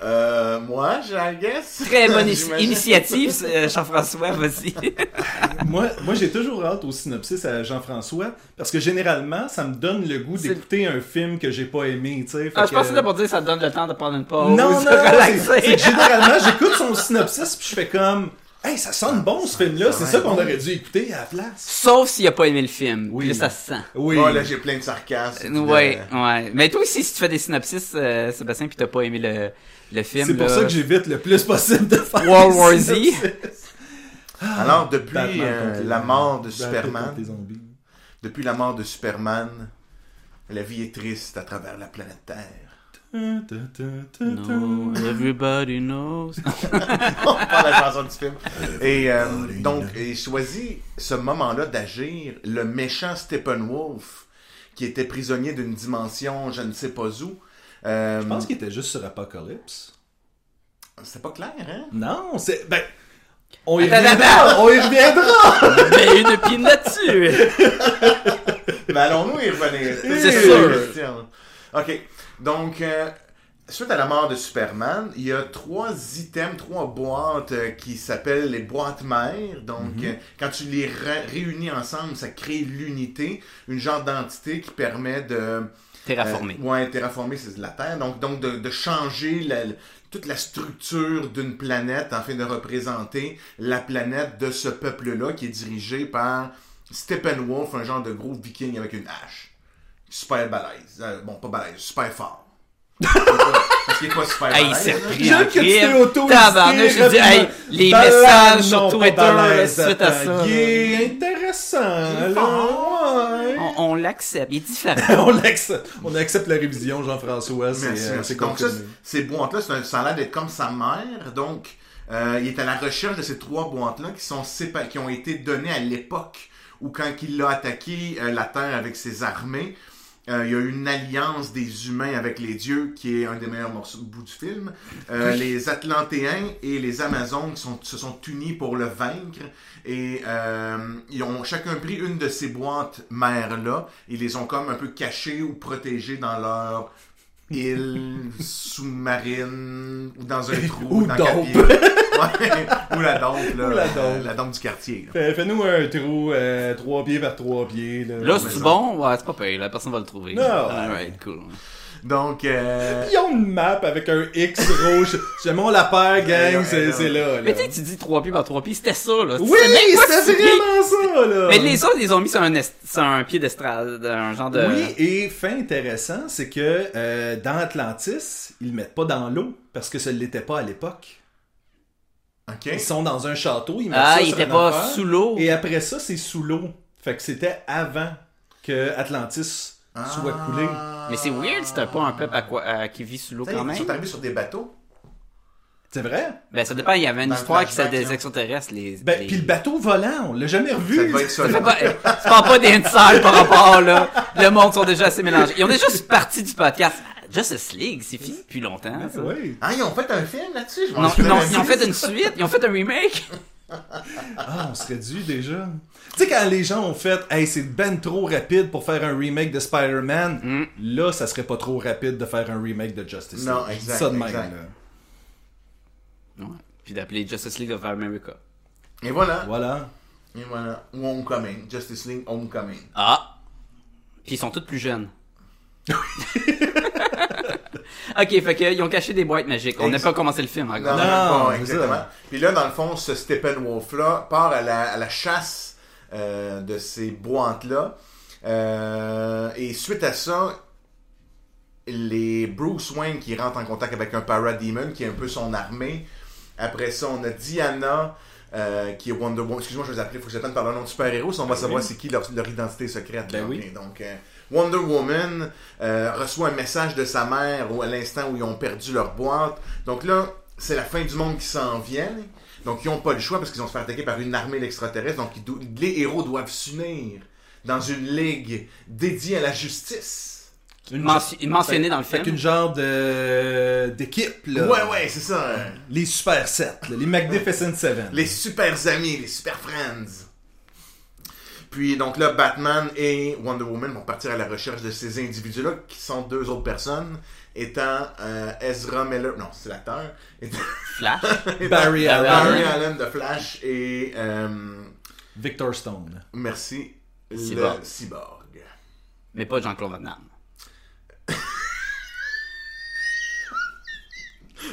Speaker 4: Euh, moi, I guess.
Speaker 5: Très bonne i-
Speaker 4: J'imagine.
Speaker 5: initiative, euh, Jean-François, vas-y.
Speaker 3: Moi, moi j'ai toujours hâte au synopsis à Jean-François, parce que généralement, ça me donne le goût
Speaker 5: C'est-
Speaker 3: d'écouter un film que j'ai pas aimé, tu sais. fait
Speaker 5: ah, je
Speaker 3: que-
Speaker 5: pensais d'abord dire ça te donne le temps de prendre une pause.
Speaker 3: Non, non, non,
Speaker 5: de
Speaker 3: c'est- c'est
Speaker 5: relaxer.
Speaker 3: que généralement, j'écoute son synopsis puis je fais comme, hey, ça sonne bon ce film-là, c'est ça qu'on aurait dû écouter à la place.
Speaker 5: Sauf s'il a pas aimé le film.
Speaker 3: Oui.
Speaker 5: Oui. Là, ça se sent.
Speaker 3: Oui.
Speaker 4: Oh, là, j'ai plein de sarcasmes. puis de-
Speaker 5: Euh, Ouais, ouais. Mais toi aussi, si tu fais des synopsis, euh, Sébastien, pis t'as pas aimé le, le film,
Speaker 3: c'est pour
Speaker 5: là,
Speaker 3: ça que j'évite le plus possible de faire.
Speaker 5: World
Speaker 3: des
Speaker 5: War Z.
Speaker 3: synopsis.
Speaker 4: Alors, depuis
Speaker 3: Batman
Speaker 4: euh,
Speaker 3: contre les-
Speaker 4: la mort
Speaker 3: Batman
Speaker 4: de
Speaker 3: contre les
Speaker 4: Superman,
Speaker 3: zombies.
Speaker 4: depuis la mort de Superman, la vie est triste à travers la planète Terre.
Speaker 5: No, everybody knows.
Speaker 4: On parle de la chanson du film. Et euh, donc, il choisit ce moment-là d'agir. Le méchant Steppenwolf, qui était prisonnier d'une dimension, je ne sais pas où. Euh,
Speaker 3: Je pense qu'il était juste sur Apocalypse.
Speaker 4: C'est pas clair, hein?
Speaker 3: Non, c'est. Ben. On y
Speaker 5: Attends,
Speaker 3: reviendra! On y reviendra!
Speaker 5: Mais une pine là-dessus.
Speaker 4: Mais Ben, allons-nous y revenir?
Speaker 5: C'est
Speaker 4: une
Speaker 5: sûr.
Speaker 4: question. OK. Donc, euh, suite à la mort de Superman, il y a trois items, trois boîtes euh, qui s'appellent les boîtes mères. Donc,
Speaker 5: Mhm.
Speaker 4: euh, quand tu les ra- réunis ensemble, ça crée l'unité, une genre d'entité qui permet de...
Speaker 5: Terraformé.
Speaker 4: Euh, ouais, terraformer, c'est de la Terre. Donc, donc de, de changer la- toute la structure d'une planète afin de représenter la planète de ce peuple-là qui est dirigé par Steppenwolf, un genre de gros viking avec une hache. Super balèze. Euh, bon, pas balèze, super fort. Parce qu'il est pas super
Speaker 5: Hey, il
Speaker 4: balèze,
Speaker 5: s'est
Speaker 4: là.
Speaker 5: repris en
Speaker 3: J'aime que tu t'es
Speaker 5: crime.
Speaker 3: auto-listé
Speaker 5: Tabarnak, j'ai dit, hey,
Speaker 3: rapidement.
Speaker 5: les
Speaker 3: Balade,
Speaker 5: messages sur
Speaker 3: non, pas
Speaker 5: Twitter, là,
Speaker 3: balade,
Speaker 5: suite à
Speaker 3: attends,
Speaker 5: ça.
Speaker 3: Il est intéressant, là. ouais.
Speaker 5: On, on l'accepte. Il est différent.
Speaker 3: On accepte, on accepte la révision, Jean-François. C'est
Speaker 4: Merci,
Speaker 3: euh,
Speaker 4: merci.
Speaker 3: c'est
Speaker 4: Donc ça,
Speaker 3: confirmé.
Speaker 4: c'est- ces boîtes-là, c'est un- ça a l'air d'être comme sa mère. Donc, euh, il est à la recherche de ces trois boîtes-là qui sont sépa- qui ont été données à l'époque où quand il a attaqué euh, la Terre avec ses armées, euh, il y a eu une alliance des humains avec les dieux qui est un des meilleurs morceaux bouts du film. Euh, les Atlantéens et les Amazones qui sont- se sont unis pour le vaincre et euh, ils ont chacun pris une de ces boîtes mères-là. Ils les ont comme un peu cachées ou protégées dans leur île sous-marine ou dans un trou
Speaker 3: Ou
Speaker 4: dans le
Speaker 3: dompe.
Speaker 4: capier. Ouais. ou la dompe là,
Speaker 3: Ou la
Speaker 4: euh,
Speaker 3: dompe.
Speaker 4: la dompe du quartier. là.
Speaker 3: Fais- Fais-nous un trou, euh, trois pieds par trois pieds. Là,
Speaker 5: Là,
Speaker 3: Ouais.
Speaker 5: c'est bon? Ouais, c'est pas payé. La personne va le trouver.
Speaker 3: Non.
Speaker 5: Alright, cool.
Speaker 4: Donc euh,
Speaker 3: Ils ont une map avec un X rouge. Si jamais on la perd, gang, c'est c'est là. là.
Speaker 5: Mais tu sais, tu dis 3 pieds par 3 pieds, c'était ça, là.
Speaker 3: oui,
Speaker 5: C'est même pas
Speaker 3: c'est
Speaker 5: si pire.
Speaker 3: vraiment ça, là.
Speaker 5: Mais les euh, autres, ils les ont mis sur un, est- sur un pied d'estrade, un genre de...
Speaker 3: Oui, et fait intéressant, c'est que euh, dans Atlantis, ils le mettent pas dans l'eau parce que ça ne l'était pas à l'époque.
Speaker 4: OK.
Speaker 3: Ils sont dans un château, ils mettent
Speaker 5: Hein? Ah,
Speaker 3: ça
Speaker 5: il
Speaker 3: sur
Speaker 5: était
Speaker 3: une
Speaker 5: pas
Speaker 3: affaire,
Speaker 5: sous l'eau.
Speaker 3: Et après ça, c'est sous l'eau. Fait que c'était avant que Atlantis soit
Speaker 4: Ah.
Speaker 3: coulé.
Speaker 5: Mais c'est weird, c'est un peu un peuple aqua- euh, qui vit sous l'eau
Speaker 4: T'sais,
Speaker 5: quand
Speaker 4: Ils sont
Speaker 5: même.
Speaker 4: arrivés sur des bateaux.
Speaker 3: C'est vrai?
Speaker 5: Ben, ça dépend, il y avait une
Speaker 4: Dans le
Speaker 5: histoire qui c'était
Speaker 4: flashback,
Speaker 5: des
Speaker 4: là.
Speaker 5: extraterrestres, les...
Speaker 3: Ben,
Speaker 5: les-
Speaker 3: puis le bateau volant, on l'a jamais revu.
Speaker 4: Ça devait être ça.
Speaker 5: Fais
Speaker 4: là.
Speaker 5: pas- euh, Tu parles pas des insiders par rapport, là. Le monde sont déjà assez mélangés. Ils ont déjà juste parti du podcast. Justice League, c'est fini depuis longtemps, ça.
Speaker 3: Oui.
Speaker 4: Ah, ils ont fait un film là-dessus? Je m'en
Speaker 5: Non,
Speaker 4: souviens
Speaker 5: non,
Speaker 4: même
Speaker 5: ils ont
Speaker 4: plus.
Speaker 5: fait une suite, ils ont fait un remake.
Speaker 3: Ah, on serait dû déjà. Tu sais, quand les gens ont fait, hey, c'est ben trop rapide pour faire un remake de Spider-Man, là, ça serait pas trop rapide de faire un remake de Justice
Speaker 4: Mm.
Speaker 3: League.
Speaker 4: Non,
Speaker 3: Je dis
Speaker 4: exact,
Speaker 3: ça de même,
Speaker 4: exact.
Speaker 3: là.
Speaker 5: Ouais. Puis d'appeler Justice League of America.
Speaker 4: Et voilà.
Speaker 3: Voilà.
Speaker 4: Et voilà. Ou Homecoming. Justice League Homecoming.
Speaker 5: Ah! Puis ils sont tous plus jeunes. ok, fait qu'ils ont caché des boîtes magiques. On n'a pas commencé le film
Speaker 4: Non,
Speaker 5: encore.
Speaker 3: Non,
Speaker 4: non,
Speaker 3: c'est
Speaker 4: exactement.
Speaker 3: ça.
Speaker 4: Puis là, dans le fond, ce Steppenwolf-là part à la, à la chasse euh, de ces boîtes-là. Euh, et suite à ça, les Bruce Wayne qui rentre en contact avec un Parademon, qui est un peu son armée. Après ça, on a Diana, euh, qui est Wonder Woman. Excuse-moi, je vais les appeler, faut que j'attende par le nom de super-héros, si on va savoir c'est qui leur, leur identité secrète.
Speaker 3: Ben
Speaker 4: là.
Speaker 3: oui.
Speaker 4: Ok, donc, euh, Wonder Woman euh, reçoit un message de sa mère au- à l'instant où ils ont perdu leur boîte. Donc là, c'est la fin du monde qui s'en vient. Donc, ils n'ont pas le choix parce qu'ils vont se faire attaquer par une armée d'extraterrestres. Donc, ils do- les héros doivent s'unir dans une ligue dédiée à la justice.
Speaker 3: Une
Speaker 5: Mention- mentionné dans le
Speaker 3: Fait
Speaker 5: film.
Speaker 3: qu'une genre de d'équipe, là.
Speaker 4: Ouais, ouais, c'est ça. euh,
Speaker 3: Les Super 7, là, les Magnificent 7.
Speaker 4: Les super amis, les super friends. Puis donc là, Batman et Wonder Woman vont partir à la recherche de ces individus-là, qui sont deux autres personnes, étant euh, Ezra Miller, non, c'est l'acteur, étant
Speaker 5: Flash.
Speaker 3: Barry Allen.
Speaker 4: Barry Allen de Flash et, euh,
Speaker 3: Victor Stone.
Speaker 4: merci,
Speaker 5: Cyborg.
Speaker 4: le cyborg.
Speaker 5: Mais pas Jean-Claude Van Damme.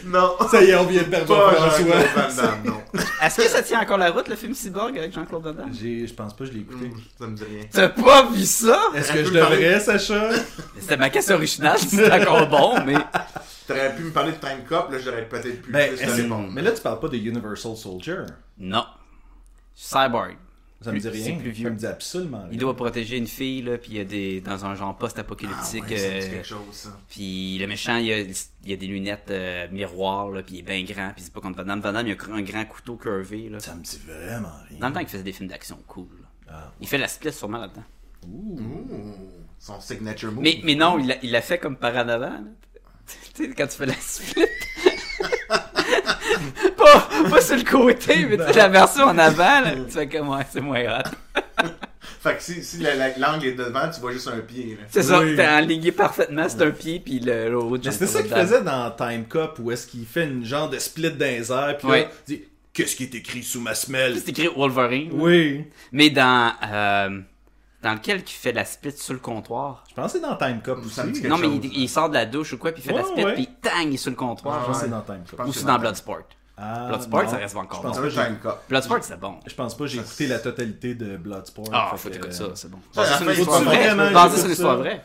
Speaker 4: Non,
Speaker 3: Ça y est, on vient de perdre
Speaker 4: pas Jean-Claude
Speaker 3: François.
Speaker 4: Van Damme, non.
Speaker 5: Est-ce que ça tient encore la route, le film Cyborg avec Jean-Claude Van Damme?
Speaker 3: J'ai- Je pense pas que je l'ai écouté.
Speaker 4: Hum, Ça me dit rien.
Speaker 5: T'as pas vu ça?
Speaker 3: Est-ce
Speaker 4: Elle
Speaker 3: que
Speaker 4: peut
Speaker 3: je
Speaker 4: me parler.
Speaker 3: devrais, Sacha?
Speaker 5: C'était ma casse originale, c'est encore bon, mais...
Speaker 4: T'aurais pu me parler de Time Cop, là, j'aurais peut-être pu
Speaker 3: Ben,
Speaker 4: plus te
Speaker 3: est-ce-
Speaker 4: répondre.
Speaker 3: Mais là, tu parles pas de Universal Soldier.
Speaker 5: Non. Cyborg.
Speaker 3: Ça me dit
Speaker 5: Plus-
Speaker 3: rien.
Speaker 5: c'est plus vieux.
Speaker 3: Ça me dit absolument rien.
Speaker 5: Il doit protéger une fille, là, puis il y a des. dans un genre
Speaker 4: Ah,
Speaker 5: post-apocalyptique.
Speaker 4: ouais, ça me dit
Speaker 5: euh,
Speaker 4: quelque chose, ça.
Speaker 5: Puis le méchant, il a, il a des lunettes euh, miroirs, là, puis il est bien grand, puis c'est pas contre Van Damme. Van Damme, il a un grand couteau curvé, là.
Speaker 3: Ça me dit vraiment rien.
Speaker 5: Dans le temps qu'il faisait des films d'action cool. là.
Speaker 3: Ah.
Speaker 5: Il fait la split sûrement là-dedans.
Speaker 4: Ouh, son signature move.
Speaker 5: Mais, mais non, il l'a, il l'a fait comme par en avant. là. Tu sais, quand tu fais la split. pas, pas sur le côté, mais tu sais, la version en avant, là, tu fais comme, ouais, c'est moins hot.
Speaker 4: Fait que si, si la- la- l'angle est devant, tu vois juste un pied. Là.
Speaker 5: C'est ça,
Speaker 3: Oui.
Speaker 5: t'es enligné parfaitement, c'est un pied, puis le- l'autre.
Speaker 3: Mais c'était ça qu'il faisait dans Time Cop où est-ce qu'il fait une genre de split dans les airs puis
Speaker 5: Ouais.
Speaker 3: là, il dit qu'est-ce qui est écrit sous ma semelle
Speaker 5: C'est écrit Wolverine.
Speaker 3: Oui.
Speaker 5: Mais dans. euh, dans lequel qui fait la split sur le comptoir.
Speaker 3: Je pense que c'est dans Time Cop aussi.
Speaker 4: Ça me dit quelque
Speaker 5: Non, mais il,
Speaker 4: chose.
Speaker 5: il sort de la douche ou quoi, puis il fait la
Speaker 3: Ouais,
Speaker 5: split,
Speaker 3: ouais.
Speaker 5: puis tang, il est sur le comptoir.
Speaker 3: Je pense que
Speaker 5: genre.
Speaker 3: c'est dans Time Cop.
Speaker 4: pense
Speaker 5: Ou
Speaker 4: que
Speaker 5: c'est
Speaker 4: c'est
Speaker 5: dans
Speaker 4: dans-
Speaker 5: Bloodsport.
Speaker 3: Ah,
Speaker 5: Bloodsport,
Speaker 3: non.
Speaker 5: ça reste encore
Speaker 3: Je pense
Speaker 5: bon.
Speaker 4: C'est
Speaker 3: pas
Speaker 4: un
Speaker 3: que j'ai-
Speaker 4: time cop.
Speaker 5: Bloodsport, c'est bon.
Speaker 3: Je pense pas, j'ai écouté la totalité de Bloodsport.
Speaker 5: Ah,
Speaker 3: fait
Speaker 5: faut
Speaker 3: que- euh,
Speaker 5: t'écouter ça, c'est bon.
Speaker 4: Ça,
Speaker 5: Basé
Speaker 4: la
Speaker 5: sur
Speaker 4: fin,
Speaker 5: une histoire
Speaker 4: faut
Speaker 5: vraie.
Speaker 4: vraiment
Speaker 5: Basé sur
Speaker 3: écouter
Speaker 5: une histoire
Speaker 3: ça.
Speaker 5: vraie.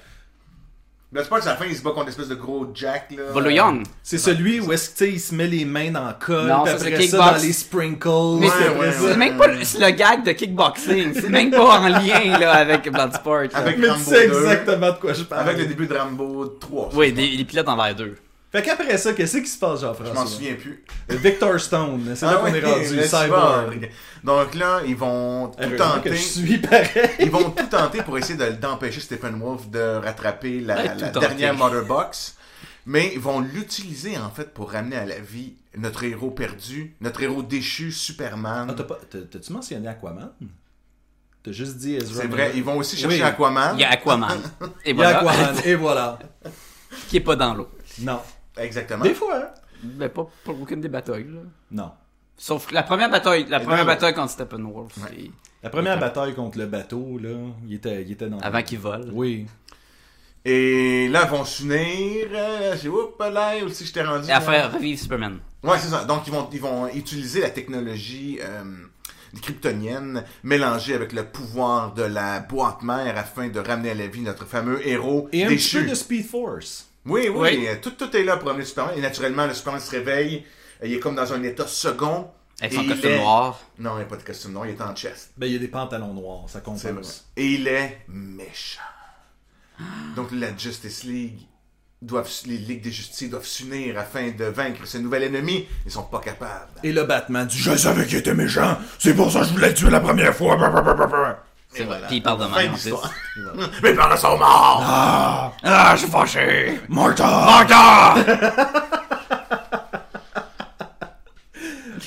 Speaker 4: Le sport, c'est la fin, il se bat contre une espèce de gros jack. là.
Speaker 5: Volo Young.
Speaker 3: C'est celui où est-ce que, tu sais, il se met les mains dans le col,
Speaker 5: Non,
Speaker 3: puis
Speaker 5: ça, c'est
Speaker 3: après ça,
Speaker 5: kickbox.
Speaker 3: dans les sprinkles.
Speaker 5: Mais
Speaker 4: Ouais,
Speaker 3: puis
Speaker 5: c'est-
Speaker 3: après
Speaker 4: ouais,
Speaker 3: ça-
Speaker 5: c'est
Speaker 4: ouais.
Speaker 5: même pas le, c'est le gag de kickboxing. C'est même pas en lien là, avec Bloodsport. là.
Speaker 4: Avec-
Speaker 3: Mais tu
Speaker 4: Rambo
Speaker 3: sais
Speaker 4: 2.
Speaker 3: exactement de quoi je parle.
Speaker 4: Avec le début de Rambo 3.
Speaker 5: Oui, des, les pilotes envers deux.
Speaker 3: Fait qu'après ça, qu'est-ce qui se passe,
Speaker 4: Je
Speaker 3: Jean-François?
Speaker 4: m'en souviens plus.
Speaker 3: Victor Stone, c'est là
Speaker 4: Ah
Speaker 3: qu'on
Speaker 4: ouais,
Speaker 3: Ah est rendu,
Speaker 4: le
Speaker 3: Cyborg.
Speaker 4: cyborg. Donc là, ils vont tout
Speaker 3: Heureusement que je
Speaker 4: tenter.
Speaker 3: suis pareil.
Speaker 4: Ils vont tout tenter pour essayer de- d'empêcher Stephen Wolf de rattraper la,
Speaker 5: Ouais, tout
Speaker 4: la
Speaker 5: tenter.
Speaker 4: dernière Mother Box. Mais ils vont l'utiliser en fait pour ramener à la vie notre héros perdu, notre héros déchu, Superman.
Speaker 3: Ah, t'as pas- t'as- T'as-tu mentionné Aquaman? T'as juste dit Ezra
Speaker 4: C'est vrai,
Speaker 3: Miller.
Speaker 4: ils vont aussi chercher
Speaker 3: Oui.
Speaker 4: Aquaman.
Speaker 5: Il y a Aquaman. Et
Speaker 3: Il y a
Speaker 5: voilà.
Speaker 3: Aquaman, et voilà.
Speaker 5: qui est pas dans l'eau.
Speaker 3: Non.
Speaker 4: Exactement.
Speaker 3: Des fois, hein?
Speaker 5: Mais pas pour aucune des batailles. là.
Speaker 3: Non.
Speaker 5: Sauf que la première bataille, la
Speaker 4: Et
Speaker 5: première
Speaker 4: dans l'eau.
Speaker 5: bataille contre Steppenwolf, c'est
Speaker 3: La première bataille contre le bateau, là, il était, il était dans...
Speaker 5: avant qu'il vole.
Speaker 3: Oui.
Speaker 4: Et là, ils vont s'unir. euh, J'ai oups là aussi, je t'ai rendu.
Speaker 5: Et à
Speaker 4: là.
Speaker 5: faire revivre Superman.
Speaker 4: Ouais, c'est ça. Donc, ils vont, ils vont utiliser la technologie euh, kryptonienne mélangée avec le pouvoir de la boîte mère afin de ramener à la vie notre fameux héros
Speaker 3: Et un
Speaker 4: déchu.
Speaker 3: petit peu de Speed Force.
Speaker 4: Oui, oui,
Speaker 5: Oui.
Speaker 4: euh, Tout, tout est là pour amener Superman. Et naturellement, le Superman se réveille. euh, Il est comme dans un état second.
Speaker 5: Avec
Speaker 4: Et
Speaker 5: son
Speaker 4: il
Speaker 5: costume
Speaker 4: est-
Speaker 5: noir.
Speaker 4: Non, il n'y a pas de costume noir, il est en chest.
Speaker 3: Ben, il y a des pantalons noirs, ça compte
Speaker 4: C'est vrai. Et il est méchant. Donc, la Justice League doivent, s- les Ligues des Justices doivent s'unir afin de vaincre ce nouvel ennemi. Ils sont pas capables.
Speaker 3: Et le Batman du
Speaker 2: Je savais qu'il était méchant, c'est pour ça que je voulais le tuer la première fois.
Speaker 3: Bah,
Speaker 5: C'est vrai. Puis il parle de
Speaker 4: Fin
Speaker 5: même. en
Speaker 4: de
Speaker 5: plus.
Speaker 4: l'histoire. Mes parents sont morts!
Speaker 5: Ah, je suis fâché!
Speaker 2: Martha!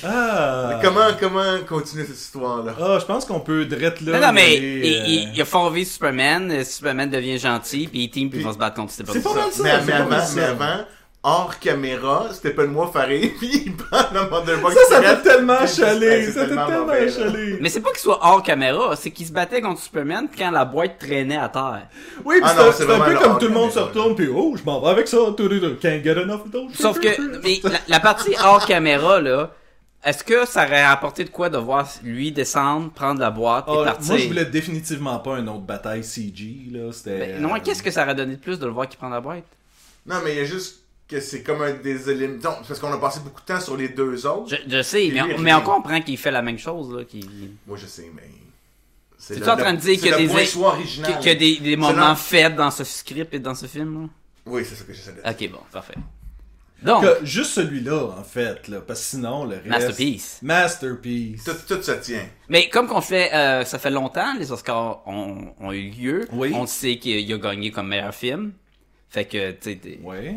Speaker 3: Ah!
Speaker 4: Comment, comment continuer cette histoire-là?
Speaker 3: Ah, je pense qu'on peut drette là.
Speaker 5: Non, non, mais
Speaker 3: aller,
Speaker 5: il,
Speaker 3: euh,
Speaker 5: il, il a fort vivre Superman, euh, Superman devient gentil, puis il team, puis ils vont se battre contre Steppenwolf.
Speaker 3: C'est pas mal ça.
Speaker 4: mais,
Speaker 3: c'est
Speaker 4: mais
Speaker 3: pas mal
Speaker 4: avant,
Speaker 3: ça.
Speaker 4: mais avant, hors caméra, Steppenwolf arrive, puis il prend la Motherbox.
Speaker 3: Ça, ça t'a tellement
Speaker 4: Ouais,
Speaker 3: chalé.
Speaker 4: Ben, c'est
Speaker 3: Ben, Ça t'a
Speaker 4: tellement
Speaker 3: tellement
Speaker 4: mauvais, là.
Speaker 3: chalé.
Speaker 5: Mais c'est pas qu'il soit hors caméra, c'est qu'il se battait contre Superman quand la boîte traînait à terre.
Speaker 3: Oui,
Speaker 4: Ah
Speaker 3: puis
Speaker 4: non,
Speaker 3: c'est-
Speaker 4: c'est
Speaker 3: c'est un
Speaker 4: vraiment
Speaker 3: peu
Speaker 4: le
Speaker 3: comme
Speaker 4: hard
Speaker 3: tout le monde se
Speaker 4: caméra,
Speaker 3: retourne, puis oh, je m'en vais avec ça. tout, tout, tout. Can't get enough of those.
Speaker 5: Sauf que mais la, la partie hors caméra, là, est-ce que ça aurait apporté de quoi de voir lui descendre, prendre la boîte
Speaker 3: Ah,
Speaker 5: et partir?
Speaker 3: moi, je voulais définitivement pas une autre bataille CG, là. C'était. euh,
Speaker 5: Ben, non, qu'est-ce que ça aurait donné de plus de le voir qui prend la boîte?
Speaker 4: Non, mais il y a juste que c'est comme un des éléments. Non, c'est parce qu'on a passé beaucoup de temps sur les deux autres.
Speaker 5: Je, je sais,
Speaker 4: Puis
Speaker 5: mais,
Speaker 4: lui,
Speaker 5: on-
Speaker 4: il
Speaker 5: mais on
Speaker 4: revient.
Speaker 5: comprend qu'il fait la même chose, là, qu'il...
Speaker 4: Moi, je sais, mais. C'est
Speaker 5: T'es-tu
Speaker 4: le-
Speaker 5: en train
Speaker 4: le-
Speaker 5: de dire
Speaker 4: c'est
Speaker 5: qu'il y a
Speaker 4: le
Speaker 5: des-
Speaker 4: point de choix
Speaker 5: qu'il
Speaker 4: original.
Speaker 5: qu'il y a des, des
Speaker 4: C'est
Speaker 5: moments
Speaker 4: dans-
Speaker 5: faibles dans ce script et dans ce film,
Speaker 4: Oui, c'est ça que j'essaie de dire.
Speaker 5: là? Ok, bon, parfait. Donc,
Speaker 3: Que juste celui-là, en fait, là. Parce que sinon, le reste.
Speaker 5: Masterpiece.
Speaker 3: Masterpiece.
Speaker 4: Tout, tout se tient.
Speaker 5: Mais comme qu'on fait, euh, ça fait longtemps, les Oscars ont, ont eu lieu.
Speaker 3: Oui.
Speaker 5: On sait qu'il a gagné comme meilleur film. Fait que, tu sais, t'es-
Speaker 3: Ouais.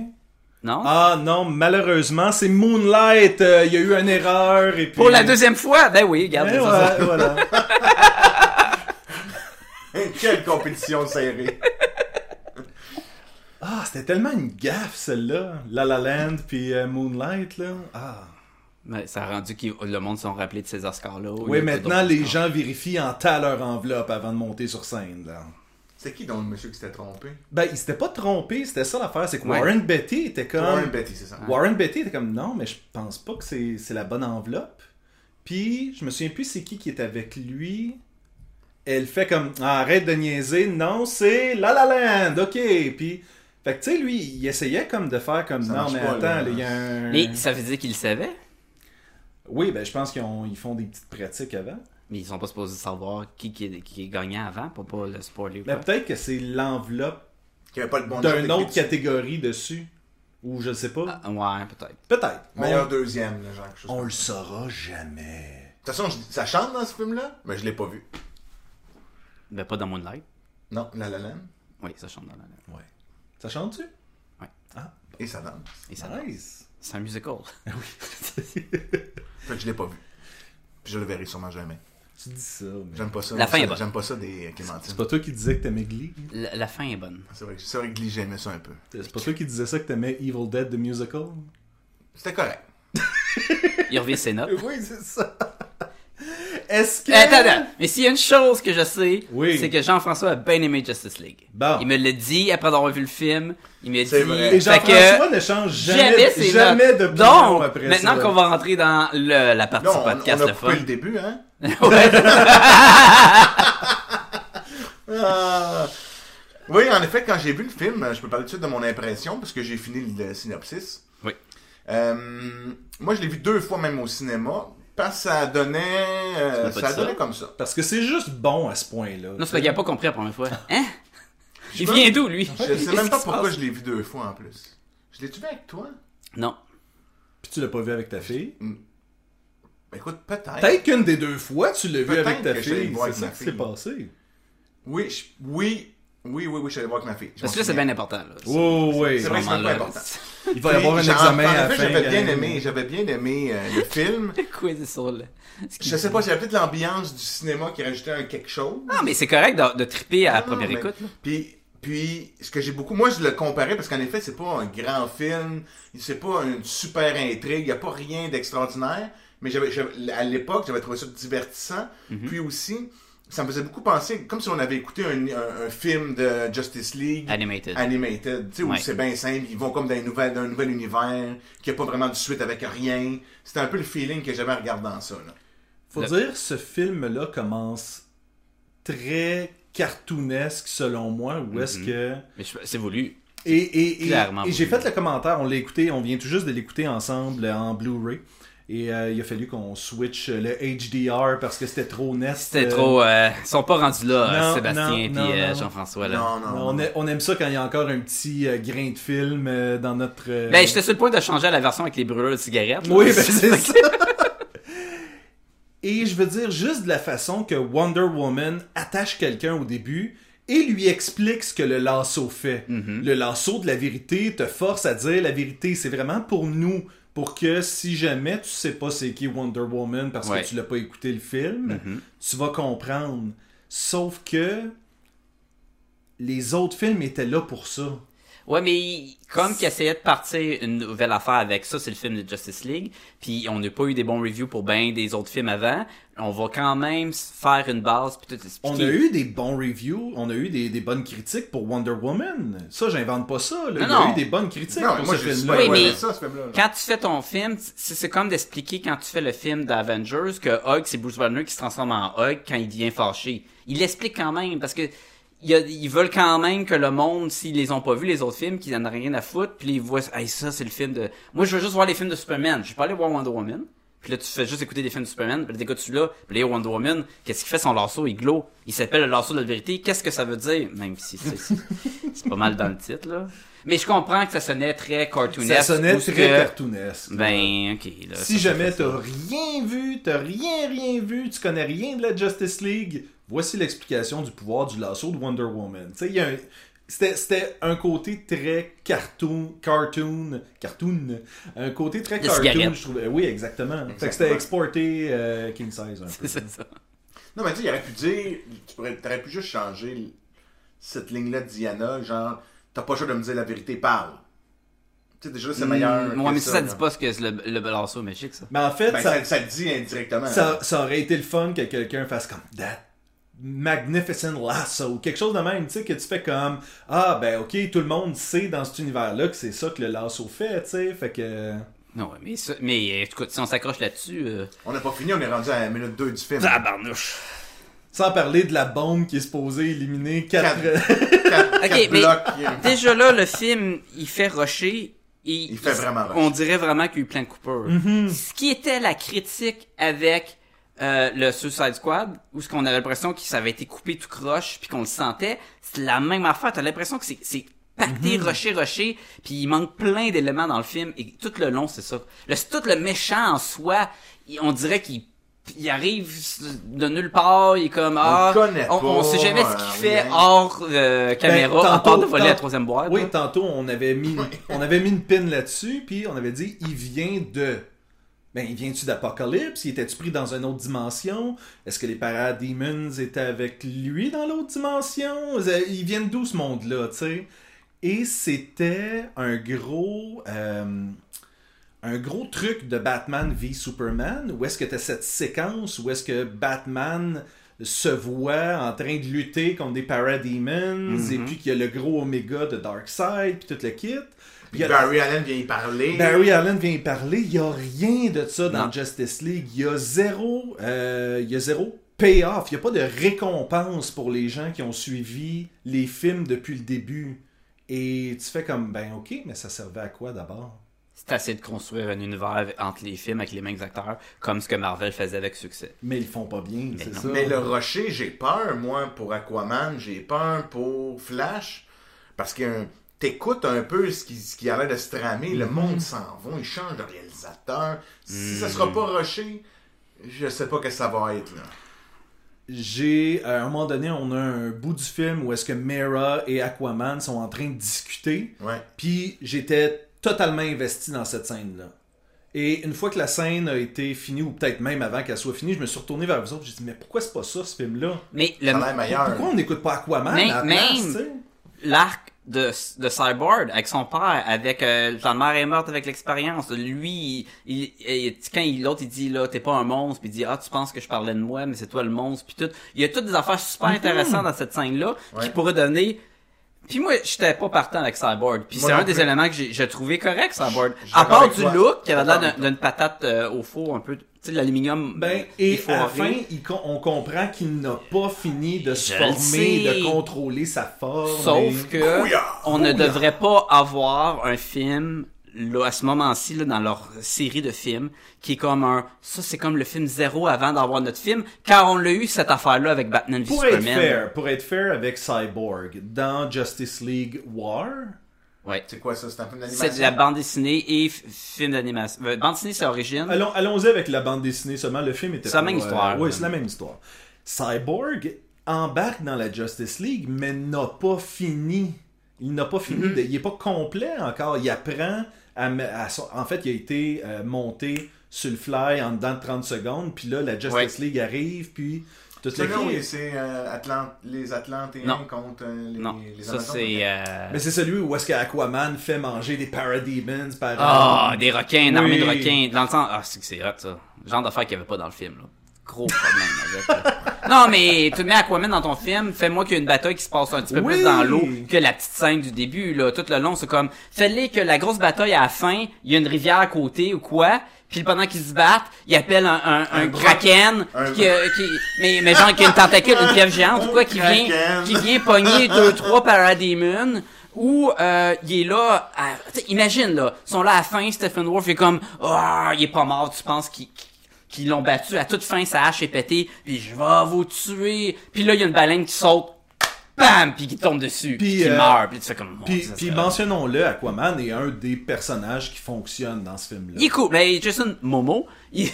Speaker 5: non?
Speaker 3: Ah non, malheureusement, c'est Moonlight. euh, Il y a eu une erreur et puis.
Speaker 5: Pour la deuxième fois, ben oui, regarde.
Speaker 3: Eh
Speaker 5: c'est
Speaker 3: ouais,
Speaker 5: ça, ça.
Speaker 3: voilà.
Speaker 4: Quelle compétition serrée.
Speaker 3: Ah, c'était tellement une gaffe celle-là. La La Land puis euh, Moonlight là. Ah.
Speaker 5: Mais Ben, ça a rendu que le monde s'en rappelé de ces Oscars-là. au
Speaker 3: Oui,
Speaker 5: lieu de
Speaker 3: maintenant
Speaker 5: d'autres
Speaker 3: les
Speaker 5: Oscars.
Speaker 3: gens vérifient en tas leur enveloppe avant de monter sur scène là.
Speaker 4: C'est qui donc le monsieur qui s'était trompé?
Speaker 3: Ben, il s'était pas trompé, c'était ça l'affaire, c'est que
Speaker 5: Ouais.
Speaker 3: Warren Betty était comme
Speaker 4: Warren Betty, c'est ça.
Speaker 3: Warren Beatty était comme non, mais je pense pas que c'est c'est la bonne enveloppe. Puis je me souviens plus c'est qui qui est avec lui. Elle fait comme Ah, arrête de niaiser, non, c'est La La Land. OK, puis fait que tu sais lui, il essayait comme de faire comme
Speaker 4: Ça
Speaker 3: non,
Speaker 4: marche
Speaker 3: mais
Speaker 4: pas,
Speaker 3: attends,
Speaker 4: là.
Speaker 3: là, il y a un
Speaker 5: Mais ça veut dire qu'ils le savaient?
Speaker 3: Oui, ben je pense qu'ils ont- ils font des petites pratiques avant.
Speaker 5: Mais ils sont pas supposés savoir qui, qui, est- qui est gagnant avant pour pas le spoiler. ou
Speaker 3: Mais
Speaker 5: quoi.
Speaker 3: Ben, peut-être que c'est l'enveloppe
Speaker 4: Qu'il n'y avait pas le bon job
Speaker 3: d'une
Speaker 4: d'équipe
Speaker 3: autre
Speaker 4: du-
Speaker 3: catégorie dessus. Ou je sais pas.
Speaker 5: Ah, ouais, peut-être.
Speaker 3: Peut-être. Mais
Speaker 4: Meilleur deuxième, là, genre quelque chose.
Speaker 3: on, on
Speaker 4: comme
Speaker 3: le
Speaker 4: ça.
Speaker 3: saura jamais.
Speaker 4: De toute façon, je- ça chante dans ce film-là, mais je l'ai pas vu.
Speaker 5: Mais pas dans Moonlight.
Speaker 4: Non, La La Land.
Speaker 5: Oui, ça chante dans la langue.
Speaker 3: Ouais. Ça chante-tu?
Speaker 4: Et ça danse.
Speaker 5: Et ça,
Speaker 3: Nice.
Speaker 5: c'est un musical.
Speaker 4: Fait que je l'ai pas vu. Puis je le verrai sûrement jamais.
Speaker 3: Tu dis ça, mais.
Speaker 4: J'aime pas ça.
Speaker 5: La
Speaker 4: moi,
Speaker 5: fin
Speaker 4: ça-
Speaker 5: est bonne.
Speaker 4: J'aime pas ça des
Speaker 3: C'est
Speaker 4: clémentines.
Speaker 3: pas toi qui disais que t'aimais Glee.
Speaker 5: La, la fin est bonne.
Speaker 4: C'est vrai, que- c'est vrai que Glee, j'aimais ça un peu.
Speaker 3: C'est pas toi qui disais ça que t'aimais Evil Dead the Musical.
Speaker 4: C'était correct.
Speaker 5: Il revient ses notes.
Speaker 3: Oui, c'est ça. Est-ce que.
Speaker 5: Eh, Attends, attends. Mais s'il y a une chose que je sais,
Speaker 3: Oui.
Speaker 5: c'est que Jean-François a bien aimé Justice League.
Speaker 3: Bon.
Speaker 5: Il me l'a dit après avoir vu le film. Il m'a dit.
Speaker 4: C'est vrai.
Speaker 3: Et
Speaker 5: Fait que-
Speaker 3: Jean-François ne change jamais,
Speaker 5: Jamais, c'est
Speaker 3: jamais, de
Speaker 5: Donc,
Speaker 3: après
Speaker 5: maintenant
Speaker 3: ça.
Speaker 5: qu'on va rentrer dans le, la partie
Speaker 4: Là, on,
Speaker 5: Ah, podcast,
Speaker 4: on a
Speaker 5: le
Speaker 4: coupé
Speaker 5: fun.
Speaker 4: le début, hein? Ah. Oui, en effet, quand j'ai vu le film, euh, je peux parler tout de suite de mon impression, parce que j'ai fini le le synopsis.
Speaker 5: Oui.
Speaker 4: Euh, moi, je l'ai vu deux fois même au cinéma, parce que ça donnait... euh,
Speaker 5: Tu m'as pas
Speaker 4: ça
Speaker 5: dit ça?
Speaker 4: donnait comme ça.
Speaker 3: Parce que c'est juste bon à ce point-là.
Speaker 5: Non, c'est parce qu'il a pas compris la première fois. Hein? Il
Speaker 4: Je
Speaker 5: vient d'où, lui?
Speaker 4: Je sais même
Speaker 5: Qu'est-ce
Speaker 4: pas
Speaker 5: qui se
Speaker 4: pourquoi
Speaker 5: passe?
Speaker 4: je l'ai vu deux fois en plus. Je l'ai-tu vu avec toi?
Speaker 5: Non.
Speaker 3: Puis tu l'as pas vu avec ta fille.
Speaker 4: Ben, écoute, peut-être.
Speaker 3: Peut-être qu'une des deux fois, tu l'as vu
Speaker 4: Peut-être
Speaker 3: avec ta
Speaker 4: que je l'ai
Speaker 3: fille.
Speaker 4: vu
Speaker 3: C'est
Speaker 4: avec
Speaker 3: ça
Speaker 4: ma
Speaker 3: qui s'est
Speaker 4: fille.
Speaker 3: passé.
Speaker 4: Oui, je- oui, oui, oui, oui, je suis allé voir avec ma fille. Je
Speaker 5: Parce
Speaker 4: m'en
Speaker 5: que là, c'est
Speaker 4: souviens.
Speaker 5: bien important. Là.
Speaker 3: Oh, oui.
Speaker 4: C'est vrai que
Speaker 5: Vraiment,
Speaker 4: c'est pas
Speaker 5: là.
Speaker 4: important.
Speaker 3: Il va y avoir un
Speaker 4: J'en-
Speaker 3: examen
Speaker 4: en
Speaker 3: à la
Speaker 4: fait,
Speaker 3: fin. euh,
Speaker 4: J'avais bien
Speaker 3: gang.
Speaker 4: aimé, j'avais bien aimé euh, le film.
Speaker 5: Le quiz sur le. ce qui-
Speaker 4: Je sais pas, j'avais peut-être l'ambiance du cinéma qui rajoutait un quelque chose.
Speaker 5: Non, mais c'est correct de, de triper à la
Speaker 4: Non,
Speaker 5: première
Speaker 4: Ah, mais-
Speaker 5: écoute. là.
Speaker 4: Puis, puis, ce que j'ai beaucoup, moi je le comparais parce qu'en effet c'est pas un grand film, c'est pas une super intrigue, y a pas rien d'extraordinaire, mais j'avais, j'avais- à l'époque j'avais trouvé ça divertissant.
Speaker 5: Mm-hmm.
Speaker 4: Puis aussi, ça me faisait beaucoup penser, comme si on avait écouté un, un- un film de Justice League
Speaker 5: Animated.
Speaker 4: animated, tu sais, où
Speaker 5: Ouais.
Speaker 4: c'est bien simple, ils vont comme dans, une nouvelle, dans un nouvel univers, qui a pas vraiment de suite avec rien. C'était un peu le feeling que j'avais en regardant ça. Là.
Speaker 3: Faut
Speaker 5: Le-
Speaker 3: dire, ce film-là commence très cartoonesque, selon moi, où est-ce
Speaker 4: Mm-hmm.
Speaker 3: que...
Speaker 5: Mais je- c'est voulu.
Speaker 3: Et, et, et,
Speaker 5: Clairement
Speaker 3: et j'ai
Speaker 5: voulu.
Speaker 3: fait le commentaire, on l'a écouté, on vient tout juste de l'écouter ensemble euh, en Blu-ray. Et euh, il a fallu qu'on switch euh, le HDR parce que c'était trop nest.
Speaker 5: C'était
Speaker 3: euh,
Speaker 5: trop. euh, ils sont pas rendus là, euh,
Speaker 3: non,
Speaker 5: Sébastien
Speaker 3: non,
Speaker 5: et
Speaker 3: non, non.
Speaker 5: Jean-François. là.
Speaker 4: Non, non, non.
Speaker 3: On, a- on aime ça quand il y a encore un petit euh, grain de film euh, dans notre... euh,
Speaker 5: Ben, j'étais sur le point de changer à la version avec les brûleurs de cigarettes. là.
Speaker 3: Oui, ben c'est ça. Et je veux dire juste de la façon que Wonder Woman attache quelqu'un au début et lui explique ce que le lasso fait. Le lasso de la vérité te force à dire la vérité. C'est vraiment pour nous, pour que si jamais tu sais pas c'est qui Wonder Woman parce
Speaker 5: Ouais.
Speaker 3: que tu l'as pas écouté le film, tu vas comprendre. Sauf que les autres films étaient là pour ça.
Speaker 5: Ouais, mais il- comme qu'il essayait de partir une nouvelle affaire avec ça, c'est le film de Justice League, puis on n'a pas eu des bons reviews pour bien des autres films avant, on va quand même s- faire une base puis tout expliquer.
Speaker 3: On a eu des bons reviews, on a eu des, des bonnes critiques pour Wonder Woman. Ça, j'invente pas ça. là. Il
Speaker 5: Non,
Speaker 3: y a
Speaker 5: non.
Speaker 3: eu des bonnes critiques
Speaker 4: Non, mais
Speaker 3: pour
Speaker 4: moi
Speaker 3: ce
Speaker 4: je suis
Speaker 3: film-là.
Speaker 4: pas
Speaker 5: Oui, mais-
Speaker 4: ça, ce film-là. là.
Speaker 5: Quand tu fais ton film, t- c'est c'est comme d'expliquer quand tu fais le film d'Avengers que Hulk, c'est Bruce Banner qui se transforme en Hulk quand il devient fâché. Il l'explique quand même, parce que il y a- ils veulent quand même que le monde, s'ils les ont pas vus, les autres films, qu'ils en ont rien à foutre, puis ils voient, hey, ça, c'est le film de... Moi, je veux juste voir les films de Superman. Je vais pas aller voir Wonder Woman. Puis là, tu fais juste écouter des films de Superman, puis là, t'écoutes celui-là, puis là, Wonder Woman, qu'est-ce qu'il fait son lasso? Il glow. Il s'appelle le lasso de la vérité. Qu'est-ce que ça veut dire? Même si c'est, c'est- c'est pas mal dans le titre, là. Mais je comprends que ça sonnait très cartoonesque.
Speaker 3: Ça sonnait
Speaker 5: ou ce
Speaker 3: très
Speaker 5: que-
Speaker 3: cartoonesque.
Speaker 4: Euh,
Speaker 5: Ben, ok. Là,
Speaker 3: si
Speaker 5: ça, ça
Speaker 3: jamais
Speaker 5: fait ça.
Speaker 3: t'as rien vu, t'as rien rien vu, tu connais rien de la Justice League, voici l'explication du pouvoir du lasso de Wonder Woman. Tu sais, il y a un- C'était, c'était un côté très cartoon, cartoon, cartoon, un côté très
Speaker 5: De
Speaker 3: cartoon,
Speaker 5: cigarette.
Speaker 3: je trouvais. Oui, exactement. Fait que c'était exporté euh, king size un peu.
Speaker 5: C'est ça.
Speaker 4: Non, mais tu sais, il aurait pu dire, tu pourrais, t'aurais pu juste changer l- cette ligne-là de Diana, genre, t'as pas le choix de me dire la vérité, parle. Tu sais, déjà, là, c'est meilleur.
Speaker 5: Hmm, Ouais,
Speaker 4: que
Speaker 5: mais ça, ça
Speaker 4: là.
Speaker 5: dit pas ce que c'est le, le lasso magique, ça.
Speaker 3: Mais en fait,
Speaker 4: Ben,
Speaker 3: ça,
Speaker 4: ça, ça le dit indirectement.
Speaker 3: ça, ça aurait été le fun que quelqu'un fasse comme That Magnificent Lasso, quelque chose de même, tu sais, que tu fais comme Ah, ben ok, tout le monde sait dans cet univers-là que c'est ça que le lasso fait, tu sais, fait que.
Speaker 5: Non, ouais, mais, ça, mais euh, écoute, si on s'accroche là-dessus. Euh...
Speaker 4: On n'a pas fini, on est rendu à la minute 2 du film.
Speaker 3: Ah, bah,
Speaker 5: Tabarnouche!
Speaker 3: Sans parler de la bombe qui est supposée éliminer quatre.
Speaker 4: Quatre-
Speaker 5: Ok,
Speaker 4: quatre
Speaker 5: mais
Speaker 4: blocs, euh,
Speaker 5: déjà là, le film, il fait rocher. Il,
Speaker 4: Il fait vraiment rusher.
Speaker 5: On dirait vraiment qu'il y a eu plein de coupures. Ce qui était la critique avec euh, le Suicide Squad, où ce qu'on avait l'impression que ça avait été coupé tout croche, puis qu'on le sentait, c'est la même affaire. T'as l'impression que c'est- c'est pacté, rocher, rocher, puis il manque plein d'éléments dans le film, et tout le long, c'est ça. Le, c'est tout le méchant en soi, il- on dirait qu'il il arrive de nulle part, il est comme, ah,
Speaker 4: le connaît
Speaker 5: on,
Speaker 4: pas,
Speaker 5: on sait jamais ce
Speaker 4: euh,
Speaker 5: qu'il fait Ah,
Speaker 4: rien.
Speaker 5: hors euh, caméra,
Speaker 3: Ben,
Speaker 5: à part de
Speaker 3: tantôt-
Speaker 5: voler la
Speaker 3: tant-
Speaker 5: troisième boîte.
Speaker 3: Oui,
Speaker 5: là.
Speaker 3: tantôt, on avait mis, on avait mis une pin là-dessus, puis on avait dit, il vient de... Ben, il vient-tu d'Apocalypse? Il était-tu pris dans une autre dimension? Est-ce que les Parademons étaient avec lui dans l'autre dimension? Euh, Ils viennent d'où ce monde-là, tu sais? Et c'était un gros... euh, un gros truc de Batman v Superman, où est-ce que tu cette séquence où est-ce que Batman se voit en train de lutter contre des Parademons, et puis qu'il y a le gros Omega de Darkseid, puis tout le kit. Puis il y a-
Speaker 4: Barry Allen vient y parler.
Speaker 3: Barry Allen vient y parler, il n'y a rien de ça dans
Speaker 5: Non.
Speaker 3: Justice League. Il y a zéro, euh, il y a zéro payoff, il n'y a pas de récompense pour les gens qui ont suivi les films depuis le début. Et tu fais comme, ben ok, mais ça servait à quoi d'abord?
Speaker 5: C'est assez de construire un univers avec- entre les films avec les mêmes acteurs, comme ce que Marvel faisait avec succès.
Speaker 3: Mais ils font pas bien, c'est
Speaker 5: non.
Speaker 3: ça.
Speaker 4: Mais le rocher, j'ai peur, moi, pour Aquaman, j'ai peur pour Flash, parce que euh, t'écoutes un peu ce qui, ce qui a l'air de se tramer, le monde s'en va, il change de réalisateur. Si ça sera pas rocher, je sais pas que ça va être, là.
Speaker 3: J'ai, euh, à un moment donné, on a un bout du film où est-ce que Mera et Aquaman sont en train de discuter.
Speaker 4: Ouais.
Speaker 3: Puis j'étais totalement investi dans cette scène-là. Et une fois que la scène a été finie, ou peut-être même avant qu'elle soit finie, je me suis retourné vers vous autres. J'ai dit, mais pourquoi c'est pas ça, ce film-là?
Speaker 5: Mais le,
Speaker 4: Ça a l'air meilleur.
Speaker 3: Pourquoi on n'écoute pas Aquaman
Speaker 5: Mais-
Speaker 3: à la
Speaker 5: même-
Speaker 3: place, tu sais?
Speaker 5: l'arc de, de Cyborg avec son père, avec euh, sa mère est morte avec l'expérience. Lui, il, il- il- quand il- l'autre il dit là t'es pas un monstre, puis il dit ah tu penses que je parlais de moi, mais c'est toi le monstre, puis tout. Il y a toutes des affaires super intéressantes dans cette scène là qui
Speaker 4: Mhm. Ouais.
Speaker 5: pourraient donner. Puis moi j'étais pas partant avec Cyborg. Puis
Speaker 4: Moi
Speaker 5: c'est
Speaker 4: non
Speaker 5: un des
Speaker 4: plus.
Speaker 5: éléments que j'ai j'ai trouvé correct Cyborg.
Speaker 4: Je- je suis
Speaker 5: À
Speaker 4: d'accord
Speaker 5: part
Speaker 4: avec
Speaker 5: du
Speaker 4: toi.
Speaker 5: look qui avait l'air
Speaker 4: D'accord avec
Speaker 5: d'un- d'une patate euh, au four un peu, tu sais l'aluminium.
Speaker 3: Ben,
Speaker 4: euh,
Speaker 3: et
Speaker 5: effoiré.
Speaker 3: à la fin, il com- on comprend qu'il n'a pas fini de se
Speaker 5: Je le
Speaker 3: former,
Speaker 5: sais.
Speaker 3: de contrôler sa forme.
Speaker 5: Sauf
Speaker 3: et-
Speaker 5: que
Speaker 4: Brouillard,
Speaker 5: on ne devrait pas avoir un film là à ce moment-ci là dans leur série de films qui est comme un ça c'est comme le film zéro avant d'avoir notre film car on l'a eu cette affaire là avec Batman v
Speaker 3: Pour être,
Speaker 5: Superman.
Speaker 3: fair, pour être fair avec Cyborg, dans Justice League War,
Speaker 5: Ouais.
Speaker 4: C'est quoi ça? C'est un peu d'animation?
Speaker 5: C'est de la bande dessinée et f- film d'animation. Euh, bande dessinée c'est origine.
Speaker 3: Allons- Allons-y avec la bande dessinée seulement. Le film était
Speaker 5: C'est la
Speaker 3: pas, euh,
Speaker 5: même histoire.
Speaker 3: oui, c'est la même histoire. Cyborg embarque dans la Justice League, mais n'a pas fini. Il n'a pas fini.
Speaker 5: Mm-hmm.
Speaker 3: de- il n'est pas complet encore. Il apprend à. me- à son- en fait, il a été euh, monté sur le fly en dedans de 30 secondes. Puis là, la Justice League arrive. Puis. Tout
Speaker 4: C'est là où
Speaker 3: le
Speaker 4: c'est euh, Atlant- les Atlantéens
Speaker 5: Non.
Speaker 4: contre euh, les,
Speaker 5: non,
Speaker 4: les
Speaker 5: ça
Speaker 4: Amazones.
Speaker 5: c'est euh,
Speaker 3: mais c'est celui où est-ce qu'Aquaman fait manger des Parademons par
Speaker 5: ah des requins, une armée de
Speaker 3: Oui.
Speaker 5: requins dans le sens ah c'est que c'est hot ça. Genre d'affaire qu'il y avait pas dans le film là. Gros problème avec. là. Non mais tu mets Aquaman dans ton film, fais-moi qu'il y ait une bataille qui se passe un petit peu
Speaker 3: Oui.
Speaker 5: plus dans l'eau que la petite scène du début là, tout le long c'est comme fais-les que la grosse bataille à la fin, il y a une rivière à côté ou quoi, puis pendant qu'ils se battent, ils appellent un, un, un kraken
Speaker 4: un-
Speaker 5: qui, euh, qui- mais mais genre qui a une tentacule, une pieuvre géante ou quoi qui vient
Speaker 4: kraken.
Speaker 5: qui vient pogner deux trois parademons ou euh, il est là à- tu sais, imagine là, ils sont là à la fin, Stephen Wolf est comme ah, il est pas mort, tu penses qu'il qui l'ont battu à toute fin, sa hache est pétée, puis je vais vous tuer. Puis là, il y a une baleine qui saute, bam, puis qui tombe dessus, puis,
Speaker 3: Puis,
Speaker 5: qui
Speaker 3: euh,
Speaker 5: meurt, puis tu fais comme. Mon
Speaker 3: Puis,
Speaker 5: Dieu, ça
Speaker 3: puis
Speaker 5: serait-
Speaker 3: mentionnons-le, Aquaman est un des personnages qui fonctionne dans ce film-là.
Speaker 5: Il est cool, mais Jason Momo, il, il-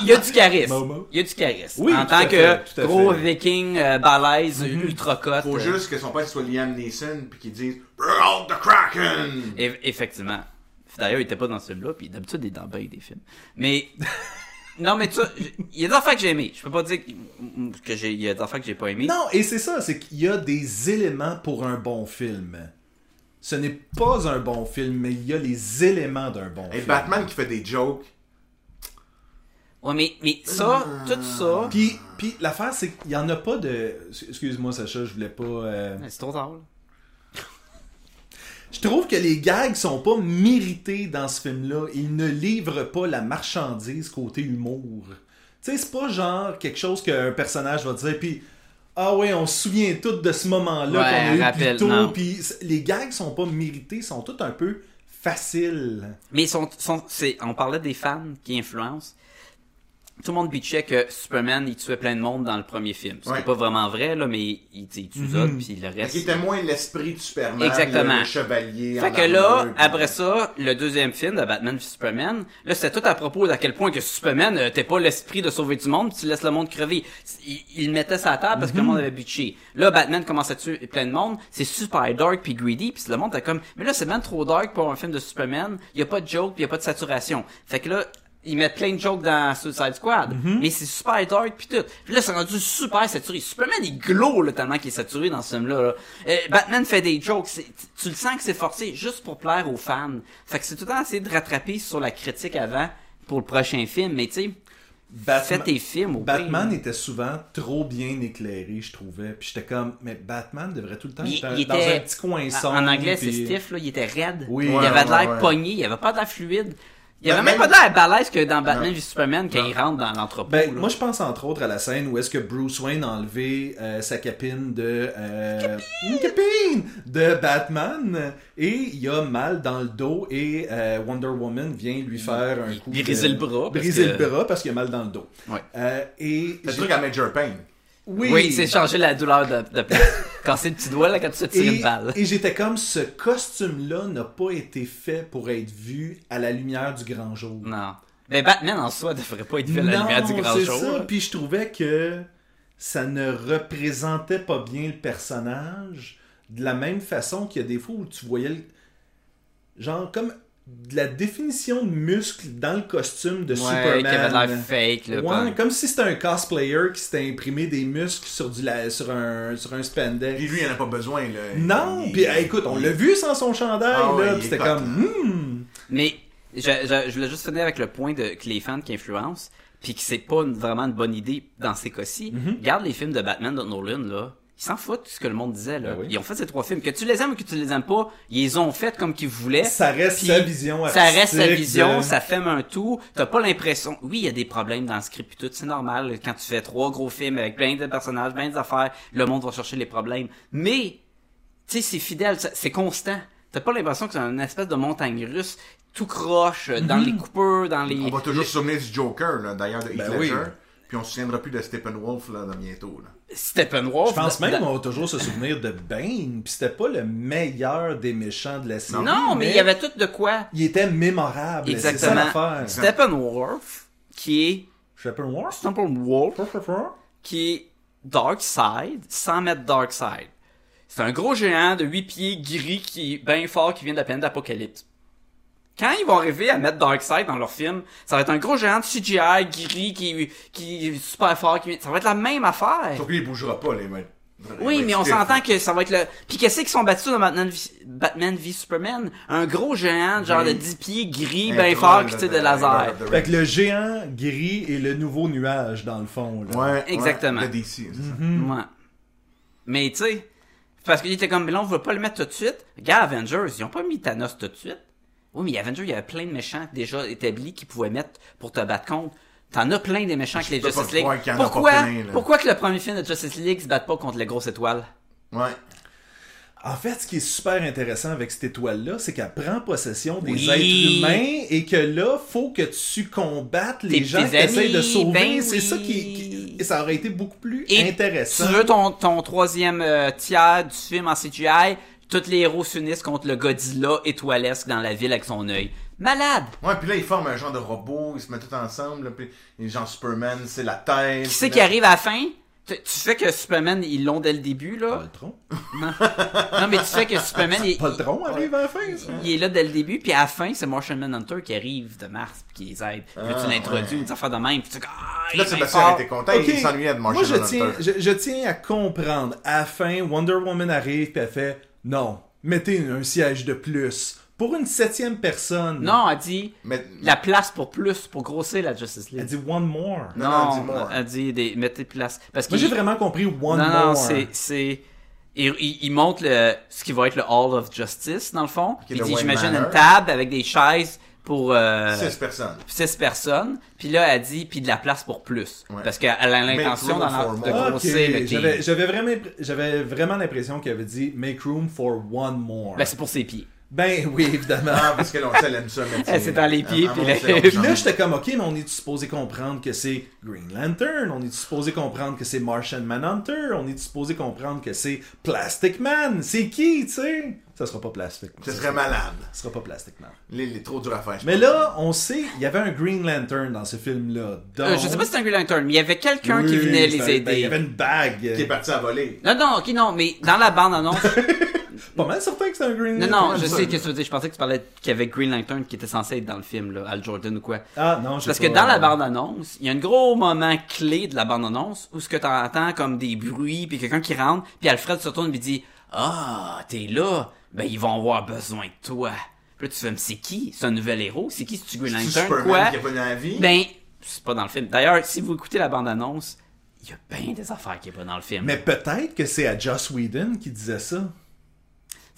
Speaker 5: il y a du charisme.
Speaker 3: Momo.
Speaker 5: Il y a du charisme.
Speaker 3: Oui,
Speaker 5: en
Speaker 3: tout à
Speaker 5: tant
Speaker 3: fait,
Speaker 5: que
Speaker 3: tout à
Speaker 5: gros
Speaker 3: fait.
Speaker 5: viking euh, balèze, euh, ultra cote.
Speaker 4: Mm-hmm. Faut juste que son père soit Liam Neeson puis qu'il dise Roll the Kraken!
Speaker 5: effectivement. D'ailleurs, il était pas dans ce film-là, puis d'habitude, il est dans bien des films. Mais. Non, mais tu il y a des affaires que j'ai aimé. Je peux pas dire que- que j'ai, il y a des affaires que j'ai pas aimé.
Speaker 3: Non, et c'est ça, c'est qu'il y a des éléments pour un bon film. Ce n'est pas un bon film, mais il y a les éléments d'un bon
Speaker 4: Et
Speaker 3: film.
Speaker 4: Batman qui fait des jokes.
Speaker 5: Ouais, mais, mais ça, tout ça.
Speaker 3: Puis, puis l'affaire, c'est qu'il n'y en a pas de... Excuse-moi, Sacha, je voulais pas... euh,
Speaker 5: C'est trop tard, là.
Speaker 3: Je trouve que les gags sont pas mérités dans ce film-là. Ils ne livrent pas la marchandise côté humour. Tu sais, c'est pas genre quelque chose qu'un personnage va dire, puis ah ouais, on se souvient tous de ce moment-là
Speaker 5: Ouais,
Speaker 3: qu'on a eu plus
Speaker 5: rappelle,
Speaker 3: tôt.
Speaker 5: non.
Speaker 3: Puis c- les gags sont pas mérités, sont tous un peu faciles.
Speaker 5: Mais ils sont, sont- c'est, on parlait des fans qui influencent. tout le monde bitchait que Superman, il tuait plein de monde dans le premier film. C'est
Speaker 4: Ouais.
Speaker 5: pas vraiment vrai, là, mais il, il- il tue ça, puis le
Speaker 4: Fait
Speaker 5: reste.
Speaker 4: qu'il était moins l'esprit de Superman,
Speaker 5: Exactement.
Speaker 4: le, le chevalier.
Speaker 5: Fait
Speaker 4: en
Speaker 5: que là,
Speaker 4: armure, puis-
Speaker 5: après ça, le deuxième film de Batman v Superman, là, c'était tout à propos d'à quel point que Superman, euh, t'es pas l'esprit de sauver du monde, tu laisses le monde crever. Il, il le mettait sa table parce que le
Speaker 4: Mhm.
Speaker 5: monde avait butché. Là, Batman commence à tuer plein de monde, c'est super dark puis greedy, puis le monde est comme, mais là, c'est même trop dark pour un film de Superman, y a pas de joke, pis y a pas de saturation. Fait que là, ils mettent plein de jokes dans Suicide Squad,
Speaker 3: Mhm.
Speaker 5: mais c'est super dark puis tout. Puis là, c'est rendu super saturé. Superman, il glow là, tellement qu'il est saturé dans ce film-là. là. Euh, Batman fait des jokes, c'est- tu- tu le sens que c'est forcé juste pour plaire aux fans. Fait que c'est tout le temps essayer de rattraper sur la critique avant pour le prochain film, mais tu sais, fais
Speaker 3: Batman,
Speaker 5: tes films au
Speaker 3: Batman
Speaker 5: pire.
Speaker 3: était souvent trop bien éclairé, je trouvais. Puis j'étais comme, mais Batman devrait tout le temps
Speaker 5: Il,
Speaker 3: être dans,
Speaker 5: il
Speaker 3: dans
Speaker 5: était-
Speaker 3: un petit coin
Speaker 5: en-
Speaker 3: sombre.
Speaker 5: En anglais, c'est
Speaker 3: puis-
Speaker 5: stiff, là, il était raide.
Speaker 3: Oui.
Speaker 5: il
Speaker 3: Ouais,
Speaker 5: avait de
Speaker 4: ouais,
Speaker 5: l'air
Speaker 4: ouais.
Speaker 5: pogné, il avait pas de l'air fluide. Il avait
Speaker 4: Ben,
Speaker 5: même pas
Speaker 4: même-
Speaker 5: de l'air balèze que dans Batman v Superman quand il rentre dans l'entrepôt.
Speaker 3: Ben,
Speaker 5: là.
Speaker 3: moi, je pense entre autres à la scène où est-ce que Bruce Wayne a enlevé euh, sa capine de... Euh, une capine! De Batman. Et il a mal dans le dos et euh, Wonder Woman vient lui faire un
Speaker 5: il-
Speaker 3: coup
Speaker 5: briser
Speaker 3: de-
Speaker 5: le bras parce
Speaker 3: Briser
Speaker 5: que-
Speaker 3: le bras parce qu'il a mal dans le dos.
Speaker 5: Ouais.
Speaker 3: Euh, et...
Speaker 4: C'est le
Speaker 3: j'ai-
Speaker 4: truc à Major Payne.
Speaker 3: Oui,
Speaker 5: Oui, c'est changer la douleur de, de place. Casser le petit doigt là quand tu te tires
Speaker 3: Et,
Speaker 5: une balle.
Speaker 3: et j'étais comme, ce costume-là n'a pas été fait pour être vu à la lumière du grand jour.
Speaker 5: Non. Mais Batman en soi devrait pas être fait à la lumière du grand
Speaker 3: c'est
Speaker 5: jour.
Speaker 3: ça.
Speaker 5: là.
Speaker 3: Puis je trouvais que ça ne représentait pas bien le personnage de la même façon qu'il y a des fois où tu voyais le- genre comme de la définition de muscle dans le costume de
Speaker 5: Ouais,
Speaker 3: Superman.
Speaker 5: qui avait de l'air fake là.
Speaker 3: Ouais,
Speaker 5: pas-
Speaker 3: comme si c'était un cosplayer qui s'était imprimé des muscles sur du la- sur un sur un spandex.
Speaker 4: Puis lui, il en a pas besoin, là.
Speaker 3: Non,
Speaker 4: Il-
Speaker 3: puis hey, écoute, on l'a vu sans son chandail
Speaker 4: Ah ouais,
Speaker 3: là,
Speaker 4: il
Speaker 3: puis
Speaker 4: est
Speaker 3: c'était
Speaker 4: hot,
Speaker 3: comme
Speaker 4: là.
Speaker 3: hmm.
Speaker 5: Mais je, je, je voulais juste finir avec le point de que les fans qui influencent, puis que c'est pas une- vraiment une bonne idée dans ces cas-ci.
Speaker 3: Mhm.
Speaker 5: Regarde les films de Batman de Nolan là. Ils s'en foutent de ce que le monde disait là.
Speaker 3: Ben oui.
Speaker 5: Ils ont fait ces trois films. Que tu les aimes ou que tu les aimes pas, ils les ont fait comme qu'ils voulaient.
Speaker 3: Ça reste
Speaker 5: Puis
Speaker 3: sa vision
Speaker 5: Ça reste sa
Speaker 3: artistique
Speaker 5: vision,
Speaker 3: de-
Speaker 5: ça fait un tout. T'as pas l'impression. Oui, il y a des problèmes dans le script et tout, c'est normal. Quand tu fais trois gros films avec plein de personnages, plein d'affaires, le monde va chercher les problèmes. Mais, tu sais, c'est fidèle, ça- c'est constant. T'as pas l'impression que c'est une espèce de montagne russe, tout croche, euh,
Speaker 3: Mhm.
Speaker 5: dans les coupeurs, dans les.
Speaker 4: On va toujours se souvenir du Joker, là, d'ailleurs, de Heath
Speaker 3: Ben
Speaker 4: Ledger.
Speaker 3: oui.
Speaker 4: Puis on se souviendra plus de Steppenwolf, là, dans bientôt, là.
Speaker 5: Steppenwolf.
Speaker 3: Je pense
Speaker 5: dans-
Speaker 3: même
Speaker 5: dans-
Speaker 3: qu'on va toujours se souvenir de Bane, puis c'était pas le meilleur des méchants de la série.
Speaker 5: Non, mais il y avait tout de quoi.
Speaker 3: Il était mémorable, c'est ça
Speaker 5: Exactement.
Speaker 3: l'affaire.
Speaker 5: Steppenwolf, qui est.
Speaker 3: Steppenwolf?
Speaker 5: Steppenwolf.
Speaker 3: Steppenwolf?
Speaker 5: qui est Darkseid sans mettre Darkseid. C'est un gros géant de 8 pieds gris qui est bien fort qui vient de la planète d'Apocalypse. Quand ils vont arriver à mettre Darkseid dans leur film, ça va être un gros géant de CGI gris qui, qui est super fort. Qui... vient- Ça va être la même affaire.
Speaker 4: Sauf que lui, il bougera pas, les mecs.
Speaker 5: Ben Oui, mais on s'entend que ça va être le... Puis qu'est-ce qu'ils sont battus dans Batman v... Batman v Superman? Un gros géant, genre de 10 pieds gris, bien fort, qui tire des lasers.
Speaker 3: Fait que le géant gris et le nouveau nuage, dans le fond. Là.
Speaker 4: Ouais,
Speaker 5: Exactement.
Speaker 4: Ouais, de DC, c'est ça.
Speaker 5: Ouais. Mais tu sais, parce qu'il était comme, mais là, on veut pas le mettre tout de suite. Regarde, Avengers, ils ont pas mis Thanos tout de suite. Oui, mais Avengers, il y avait plein de méchants déjà établis qu'ils pouvaient mettre pour te battre contre. T'en as plein des méchants que les
Speaker 4: peux pas
Speaker 5: Justice League.
Speaker 4: croire qu'il y en a pas
Speaker 5: Pourquoi,
Speaker 4: plein, là.
Speaker 5: pourquoi que le premier film de Justice League se batte pas contre les grosses étoiles?
Speaker 4: Ouais.
Speaker 3: En fait, ce qui est super intéressant avec cette étoile-là, c'est qu'elle prend possession des
Speaker 5: Oui.
Speaker 3: êtres humains et que là, faut que tu combattes les
Speaker 5: Tes-
Speaker 3: gens
Speaker 5: tes
Speaker 3: qui essayent de
Speaker 5: amis,
Speaker 3: sauver.
Speaker 5: ben
Speaker 3: c'est ça qui,
Speaker 5: oui.
Speaker 3: qui- Ça aurait été beaucoup plus
Speaker 5: Et
Speaker 3: intéressant.
Speaker 5: Tu veux ton, ton troisième euh, tiers du film en CGI? Tous les héros s'unissent contre le Godzilla étoilesque dans la ville avec son œil. Malade!
Speaker 4: Ouais, puis là, ils forment un genre de robot, ils se mettent tout ensemble, là, puis les gens Superman, c'est la tête.
Speaker 5: Qui c'est qui arrive à la fin? Tu, tu sais que Superman, ils l'ont dès le début, là.
Speaker 3: Poltron?
Speaker 5: Non, mais tu sais que Superman, il,
Speaker 3: Poltron arrive à la fin, ça?
Speaker 5: il- il est là dès le début, puis à la fin, c'est Martian Manhunter qui arrive de Mars, puis qui les aide. Puis là, tu l'introduis, une affaire de même, puis tu dis, ah, il
Speaker 4: Là,
Speaker 5: est
Speaker 4: Sébastien
Speaker 5: fort.
Speaker 4: était content,
Speaker 3: Ok,
Speaker 4: il s'ennuyait de manger
Speaker 3: Moi, je tiens, je, je tiens à comprendre. À la fin, Wonder Woman arrive puis elle fait non, mettez un siège de plus pour une septième personne.
Speaker 5: Non, elle dit,
Speaker 4: Mais-
Speaker 5: la place pour plus, pour grossir la Justice
Speaker 3: elle
Speaker 5: League.
Speaker 3: dit one more.
Speaker 4: Non, non, elle dit more.
Speaker 5: elle dit, des, mettez place. Parce que
Speaker 3: Moi, j'ai vraiment compris one
Speaker 5: non,
Speaker 3: more.
Speaker 5: non, c'est, c'est, il, il- il montre le, ce qui va être le Hall of Justice, dans le fond. Puis il
Speaker 4: le
Speaker 5: dit,
Speaker 4: Wayne
Speaker 5: j'imagine
Speaker 4: Manor.
Speaker 5: une table avec des chaises pour, euh,
Speaker 4: 6 personnes.
Speaker 5: six personnes, puis là, elle dit, puis de la place pour plus.
Speaker 4: Ouais.
Speaker 5: Parce qu'elle a l'intention
Speaker 4: room
Speaker 5: d'en-
Speaker 4: for
Speaker 5: de
Speaker 4: more.
Speaker 3: Ok,
Speaker 5: grossir le team.
Speaker 3: J'avais j'avais vraiment, impr- j'avais vraiment l'impression qu'elle avait dit make room for one more.
Speaker 5: Ben, c'est pour ses pieds.
Speaker 3: Ben oui, évidemment.
Speaker 4: Ah, parce que là, on sait, elle aime ça, mais
Speaker 5: Elle s'est dans les pieds, puis là-
Speaker 3: Puis là, j'étais comme, ok, mais on est supposé comprendre que c'est Green Lantern, on est supposé comprendre que c'est Martian Manhunter, on est supposé comprendre que c'est Plastic Man. C'est qui, tu sais? Ça sera pas Plastic Man.
Speaker 4: Ce serait malade.
Speaker 3: Ça sera pas Plastic Man.
Speaker 4: Les, les trop dur à faire. je
Speaker 3: Mais là, on sait, il y avait un Green Lantern dans ce film-là.
Speaker 5: Euh,
Speaker 3: donc-
Speaker 5: je sais pas si c'est un Green Lantern, mais il y avait quelqu'un qui
Speaker 3: Ah, Oui,
Speaker 5: venait
Speaker 3: c'est
Speaker 5: les
Speaker 3: un- ben, Il y avait
Speaker 5: aider.
Speaker 3: une bague.
Speaker 4: pense, qui est parti à voler.
Speaker 5: Non, non, ok, non, mais dans la bande annonce.
Speaker 3: Pas mal certain que c'est un Green
Speaker 5: non,
Speaker 3: Lantern.
Speaker 5: non, je
Speaker 4: ça.
Speaker 5: sais que tu veux dire. Je pensais que tu parlais qu'il y avait Green Lantern qui était censé être dans le film, là, Al Jordan ou quoi.
Speaker 3: Ah, non, je
Speaker 5: Parce que
Speaker 3: sais pas.
Speaker 5: dans la bande-annonce, il y a un gros moment clé de la bande-annonce où ce que t'entends comme des bruits, puis quelqu'un qui rentre, puis Alfred se tourne et dit « Ah, t'es là? Ben, ils vont avoir besoin de toi. » Puis là, tu fais « Mais c'est qui? C'est un nouvel héros? C'est qui? C'est-tu Green
Speaker 4: C'est
Speaker 5: Lantern?
Speaker 4: Superman
Speaker 5: Quoi?
Speaker 4: qui a pas dans la vie. »
Speaker 5: Ben, c'est pas dans le film. D'ailleurs, si vous écoutez la bande-annonce, il y a bien des affaires qui est pas dans le film.
Speaker 3: Mais peut-être que c'est à Joss Whedon qui disait ça.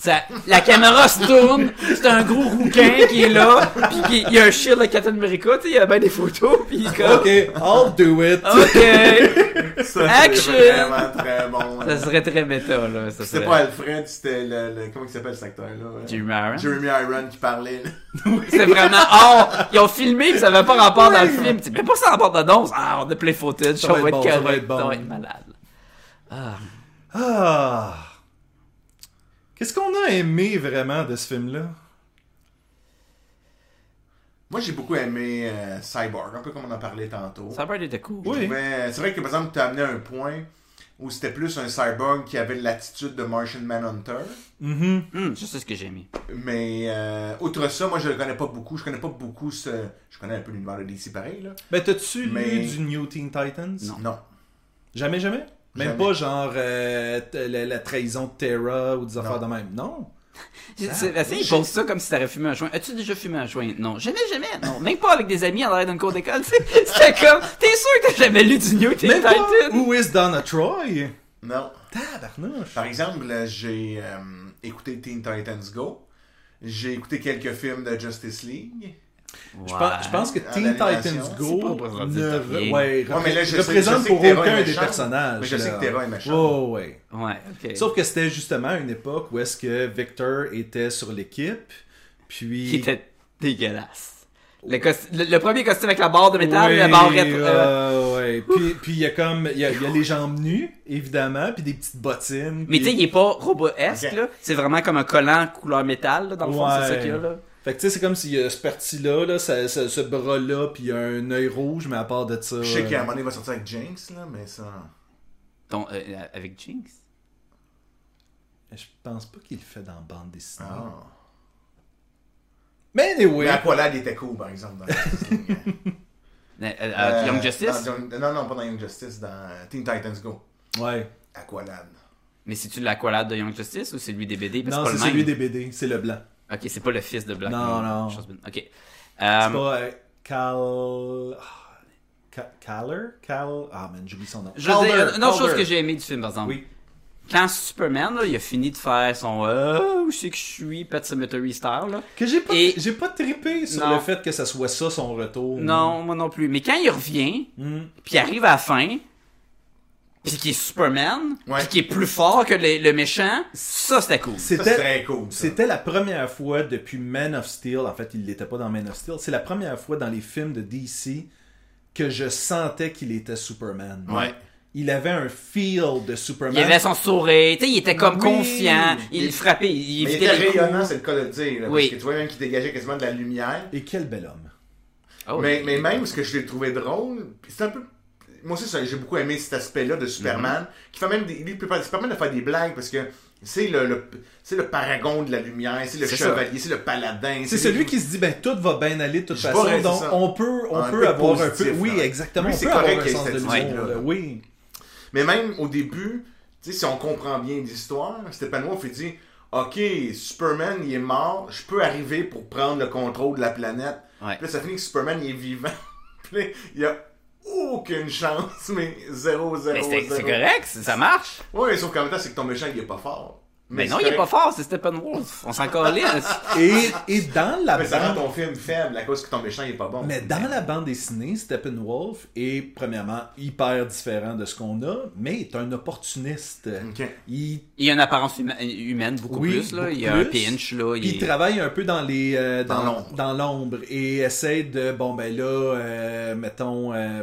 Speaker 5: Ça- la caméra se tourne, c'est un gros rouquin qui est là, puis qui- il y a un shield de Captain America, tu sais, il y a bien des photos, puis il est comme...
Speaker 3: Ok, I'll do it.
Speaker 5: Oh, OK!
Speaker 4: Ça, c'est
Speaker 5: Action!
Speaker 4: vraiment très bon.
Speaker 5: Ça serait très méta, là. Ça
Speaker 4: C'était
Speaker 5: serait...
Speaker 4: pas Alfred, c'était le, le- Comment il s'appelle cet acteur-là euh,
Speaker 5: Jeremy Irons.
Speaker 4: Jeremy Iron qui parlait. là.
Speaker 5: C'est vraiment. Oh! Ils ont filmé, pis ça avait pas rapport dans le film. Tu mets pas ça en bande d'annonce. Ah, on a plein footage.
Speaker 3: Ça va
Speaker 5: on
Speaker 3: être bon, ça
Speaker 5: correct,
Speaker 3: va être bon.
Speaker 5: Ça va être malade. Ah.
Speaker 3: Ah. Qu'est-ce qu'on a aimé vraiment de ce film-là?
Speaker 4: Moi, j'ai beaucoup aimé euh, Cyborg, un peu comme on en parlait tantôt.
Speaker 5: Ça va être des coups.
Speaker 3: Oui.
Speaker 4: Mais c'est vrai que par exemple, tu as amené un point où c'était plus un cyborg qui avait l'attitude de Martian Manhunter.
Speaker 5: Hum, je sais ce que j'ai mis.
Speaker 4: Mais euh, outre ça, moi je le connais pas beaucoup. Je connais pas beaucoup ce. Je connais un peu l'univers de DC pareil là.
Speaker 3: Ben, t'as-tu
Speaker 4: Mais-
Speaker 3: lu du New Teen Titans?
Speaker 5: Non.
Speaker 4: Non.
Speaker 3: Jamais, jamais? Même
Speaker 4: Jamais.
Speaker 3: pas genre euh, t- la, la trahison de Terra ou des affaires de même. Non.
Speaker 5: C'est- c'est- c'est- Ils posent ça comme si t'aurais fumé un joint. As-tu déjà fumé un joint? Non. Jamais, jamais. Non. Même pas avec des amis en arrière d'une cour d'école. tu sais. C'était comme. T'es sûr que t'as jamais lu du New Teen
Speaker 3: Même pas
Speaker 5: Titan?
Speaker 3: Who is Donna Troy?
Speaker 4: Non.
Speaker 3: Tabarnouche.
Speaker 4: Par exemple, là, j'ai euh, écouté Teen Titans Go. J'ai écouté quelques films de Justice League.
Speaker 3: Je pense, je pense que
Speaker 4: En
Speaker 3: Teen
Speaker 4: animation,
Speaker 3: Titans
Speaker 5: c'est
Speaker 3: Go
Speaker 5: pas
Speaker 3: ne
Speaker 5: représentatif.
Speaker 3: re- ouais,
Speaker 4: Ouais, mais là, je sais- je
Speaker 3: représente
Speaker 4: sais que
Speaker 3: pour
Speaker 4: Terra est
Speaker 3: aucun des
Speaker 4: méchante,
Speaker 3: personnages.
Speaker 4: mais je sais
Speaker 3: là.
Speaker 4: que Terra est méchante.
Speaker 3: Ouais, ouais.
Speaker 5: Ouais, ok.
Speaker 3: Sauf que c'était justement à une époque où est-ce que Victor était sur l'équipe, puis...
Speaker 5: qui était dégueulasse. Le, cos- le- le premier costume avec la barre de métal,
Speaker 3: Oui,
Speaker 5: la barrette. euh,
Speaker 3: euh, ouais. Puis puis il y a comme il y a, il y a les jambes nues évidemment, puis des petites bottines.
Speaker 5: Mais
Speaker 3: puis-
Speaker 5: tu sais, il est pas robot-esque,
Speaker 4: Ok.
Speaker 5: là. C'est vraiment comme un collant couleur métal, là, dans le fond,
Speaker 3: Ouais.
Speaker 5: c'est ça qu'il y a, là.
Speaker 3: Fait que tu sais c'est comme s'il y a ce parti là, là ça- ça- ce bras là, puis il y a un œil rouge, mais à part de ça.
Speaker 4: Je sais
Speaker 3: euh,
Speaker 4: qu'à un moment donné, il va sortir avec Jinx, là, mais ça.
Speaker 5: Ton- euh, avec Jinx.
Speaker 3: euh, Je pense pas qu'il le fait dans bande dessinée.
Speaker 4: Ah.
Speaker 3: Mais anyway,
Speaker 4: Mais Aqualad était cool, par exemple. Dans Justice League.
Speaker 5: Euh, euh,
Speaker 4: Euh,
Speaker 5: Young Justice.
Speaker 4: dans Young- Non, non, pas dans Young Justice, dans euh, Teen Titans Go.
Speaker 3: ouais.
Speaker 4: Aqualad.
Speaker 5: Mais c'est-tu l'aqualade de Young Justice ou c'est lui des BD? Parce
Speaker 3: Non,
Speaker 5: que
Speaker 3: c'est
Speaker 5: pas le
Speaker 3: celui
Speaker 5: même.
Speaker 3: des BD, c'est le blanc.
Speaker 5: Ok, c'est pas le fils de Black.
Speaker 3: Non,
Speaker 5: Moon,
Speaker 3: non.
Speaker 5: chose bonne. Ok. Euh,
Speaker 3: C'est pas euh, Cal ah, Ca- Caller, Cal Ah man, j'oublie son nom.
Speaker 5: Je veux dire,
Speaker 3: Calder,
Speaker 5: une autre chose
Speaker 3: Calder.
Speaker 5: que j'ai aimé du film, par exemple.
Speaker 3: Oui.
Speaker 5: Quand Superman, là, il a fini de faire son euh, où c'est que je suis, Pet Cemetery style, là.
Speaker 3: Que j'ai pas,
Speaker 5: Et-
Speaker 3: j'ai pas trippé sur
Speaker 5: Non.
Speaker 3: le fait que ça soit ça son retour.
Speaker 5: Non, moi non plus. Mais quand il revient,
Speaker 3: Hmm.
Speaker 5: puis il arrive à la fin, puis qu'il est Superman,
Speaker 4: Ouais.
Speaker 5: puis qu'il est plus fort que le, le méchant, ça c'était cool.
Speaker 4: Ça, c'est
Speaker 3: C'était,
Speaker 4: très cool. ça.
Speaker 3: c'était la première fois depuis Man of Steel, en fait, il l'était pas dans Man of Steel, c'est la première fois dans les films de DC que je sentais qu'il était Superman.
Speaker 4: Ouais.
Speaker 3: Il avait un feel de
Speaker 5: Il
Speaker 3: Superman.
Speaker 5: avait son sourire, tu sais, il était comme
Speaker 3: Oui.
Speaker 5: confiant, il, frappait, il
Speaker 4: Mais il
Speaker 5: évitait
Speaker 4: était
Speaker 5: les coups.
Speaker 4: rayonnant, c'est le cas de le dire. là,
Speaker 5: Oui.
Speaker 4: Parce que tu vois même qu'il dégageait quasiment de la lumière.
Speaker 3: Et quel bel homme.
Speaker 5: Ah oui.
Speaker 4: Mais, mais même ce que je l'ai trouvé drôle, pis c'est un peu. Moi aussi, ça- j'ai beaucoup aimé cet aspect-là de
Speaker 5: Mhm.
Speaker 4: Superman, qui fait même des, lui, peut pas- se permet de faire des blagues parce que c'est le, le- c'est le paragon de la lumière, c'est le
Speaker 5: C'est
Speaker 4: chevalier, c'est le paladin.
Speaker 3: C'est celui qui se dit, ben, tout va bien aller de toute
Speaker 4: Je
Speaker 3: façon,
Speaker 4: vois, c'est
Speaker 3: donc
Speaker 4: ça.
Speaker 3: on peut, on
Speaker 4: Un
Speaker 3: peut
Speaker 4: peu
Speaker 3: avoir un
Speaker 4: positif,
Speaker 3: peu. Oui,
Speaker 4: là.
Speaker 3: exactement.
Speaker 4: Lui,
Speaker 3: on
Speaker 4: c'est
Speaker 3: peut avoir
Speaker 4: correct
Speaker 3: un
Speaker 4: qu'il y ait
Speaker 3: sens de
Speaker 4: cette
Speaker 3: l'humour.
Speaker 4: vibe-là,
Speaker 3: là.
Speaker 4: là.
Speaker 3: Oui.
Speaker 4: Mais même au début, tu sais, si on comprend bien l'histoire, Stephen Wolf, il dit Ok, Superman, il est mort, je peux arriver pour prendre le contrôle de la planète.
Speaker 5: Ouais.
Speaker 4: Puis là, ça finit que Superman, il est vivant. Puis là, il y a aucune chance, mais zéro, zéro,
Speaker 5: Mais c'était-
Speaker 4: zéro.
Speaker 5: c'est correct, c'est- ça marche.
Speaker 4: Ouais, sauf qu'en même temps, c'est que ton méchant, il est pas fort.
Speaker 5: Mais non,
Speaker 4: c'est
Speaker 5: il est pas
Speaker 4: correct.
Speaker 5: fort, c'est Steppenwolf. On s'en calisse.
Speaker 3: Et, et dans la
Speaker 4: Mais ça rend
Speaker 3: bande...
Speaker 4: ton film faible à cause que ton méchant il est pas bon.
Speaker 3: Mais dans la bande dessinée, Steppenwolf est premièrement hyper différent de ce qu'on a, mais est un opportuniste.
Speaker 4: Ok.
Speaker 3: Il
Speaker 5: Il y a une apparence huma- humaine beaucoup
Speaker 3: Oui,
Speaker 5: plus, là.
Speaker 3: beaucoup
Speaker 5: il y a un
Speaker 3: plus.
Speaker 5: pinch, là.
Speaker 3: Puis
Speaker 5: Il...
Speaker 3: il travaille un peu dans les euh,
Speaker 4: Dans
Speaker 3: dans,
Speaker 4: l'ombre.
Speaker 3: dans l'ombre et essaie de bon ben là euh, mettons euh,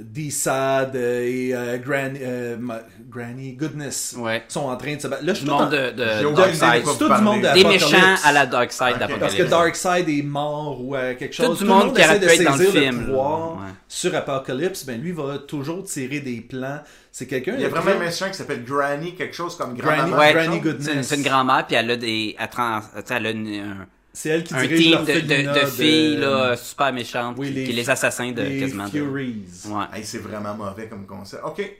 Speaker 3: D-Sad euh, et euh, Granny, euh, ma- Granny Goodness
Speaker 5: Ouais.
Speaker 3: sont en train de se battre. Là je
Speaker 5: Du
Speaker 3: suis tout en-
Speaker 5: monde de, de
Speaker 4: J'ai aucune
Speaker 5: Dark
Speaker 4: idée de
Speaker 5: Side.
Speaker 4: quoi
Speaker 3: tout
Speaker 4: vous
Speaker 3: du monde
Speaker 4: parlez.
Speaker 5: Des
Speaker 3: Apocalypse.
Speaker 5: méchants à la Dark Side
Speaker 4: Ok.
Speaker 3: parce
Speaker 5: d'Apocalypse.
Speaker 3: que Darkseid est mort ou euh, quelque
Speaker 5: Tout
Speaker 3: chose.
Speaker 5: du monde qui aurait
Speaker 3: essaie de
Speaker 5: pu être dans le
Speaker 3: saisir
Speaker 5: film, là.
Speaker 3: pouvoir
Speaker 5: Ouais.
Speaker 3: sur Apocalypse, ben lui va toujours tirer des plans. C'est quelqu'un.
Speaker 4: Il y a
Speaker 3: de
Speaker 4: vraiment un
Speaker 3: très-
Speaker 4: méchant qui s'appelle Granny, quelque chose comme
Speaker 3: Granny,
Speaker 4: grand-maman.
Speaker 5: Ouais,
Speaker 3: Granny
Speaker 4: quelque chose.
Speaker 3: Goodness.
Speaker 5: C'est une, c'est une grand-mère, puis elle a des. Elle, trans- tu sais, elle a une- un-
Speaker 3: C'est elle qui
Speaker 5: un
Speaker 3: dirige
Speaker 5: team de,
Speaker 3: l'orphelinat
Speaker 5: de- de filles là, super méchantes
Speaker 3: Oui,
Speaker 5: qui,
Speaker 3: les-
Speaker 5: qui les assassins de
Speaker 3: les
Speaker 5: quasiment. de-
Speaker 3: Furies.
Speaker 5: Ouais.
Speaker 4: Hey, c'est vraiment mauvais comme concept. Ok.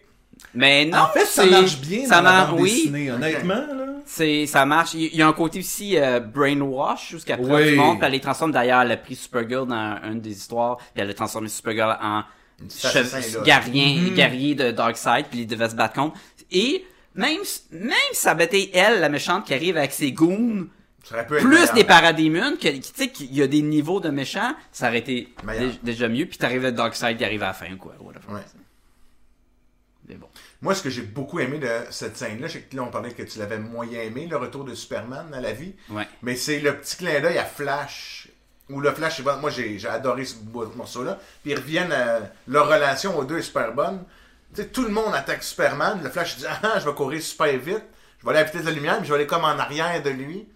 Speaker 5: Mais non,
Speaker 3: en fait, ça
Speaker 5: c'est-
Speaker 3: marche bien
Speaker 5: ça
Speaker 3: dans la
Speaker 5: marche,
Speaker 3: bande
Speaker 5: oui,
Speaker 3: dessinée, honnêtement. Là.
Speaker 5: c'est ça marche. Il il y a un côté aussi euh, brainwash jusqu'à prendre
Speaker 3: Oui.
Speaker 5: du monde, puis elle les transforme d'ailleurs, elle a pris Supergirl dans une des histoires, puis elle a transformé Supergirl en
Speaker 4: petite assassin,
Speaker 5: che-
Speaker 4: là.
Speaker 5: guerrier,
Speaker 3: Mm-hmm.
Speaker 5: guerrier de Darkseid, puis ils devaient se battre contre. Et même s- même si ça battait elle, la méchante qui arrive avec ses goons,
Speaker 4: Ça aurait pu être
Speaker 5: plus
Speaker 4: meilleur.
Speaker 5: des paradémons que tu sais qu'il y a des niveaux de méchants, ça aurait été
Speaker 4: Meilleur.
Speaker 5: dé- déjà mieux. Puis t'arrives à Darkseid qui arrive à la fin quoi. whatever.
Speaker 4: Ouais.
Speaker 5: Mais bon.
Speaker 4: Moi, ce que j'ai beaucoup aimé de cette scène-là, c'est que là, on parlait que tu l'avais moyen aimé, le retour de Superman à la vie.
Speaker 5: Ouais.
Speaker 4: Mais c'est le petit clin d'œil à Flash. Où le Flash, c'est vraiment- moi, j'ai j'ai adoré ce bo- morceau-là. Puis ils reviennent à. Leur relation aux deux est super bonne. Tu sais, tout le monde attaque Superman. Le Flash dit Ah, je vais courir super vite. Je vais aller à la vitesse de la lumière, mais je vais aller comme en arrière de lui.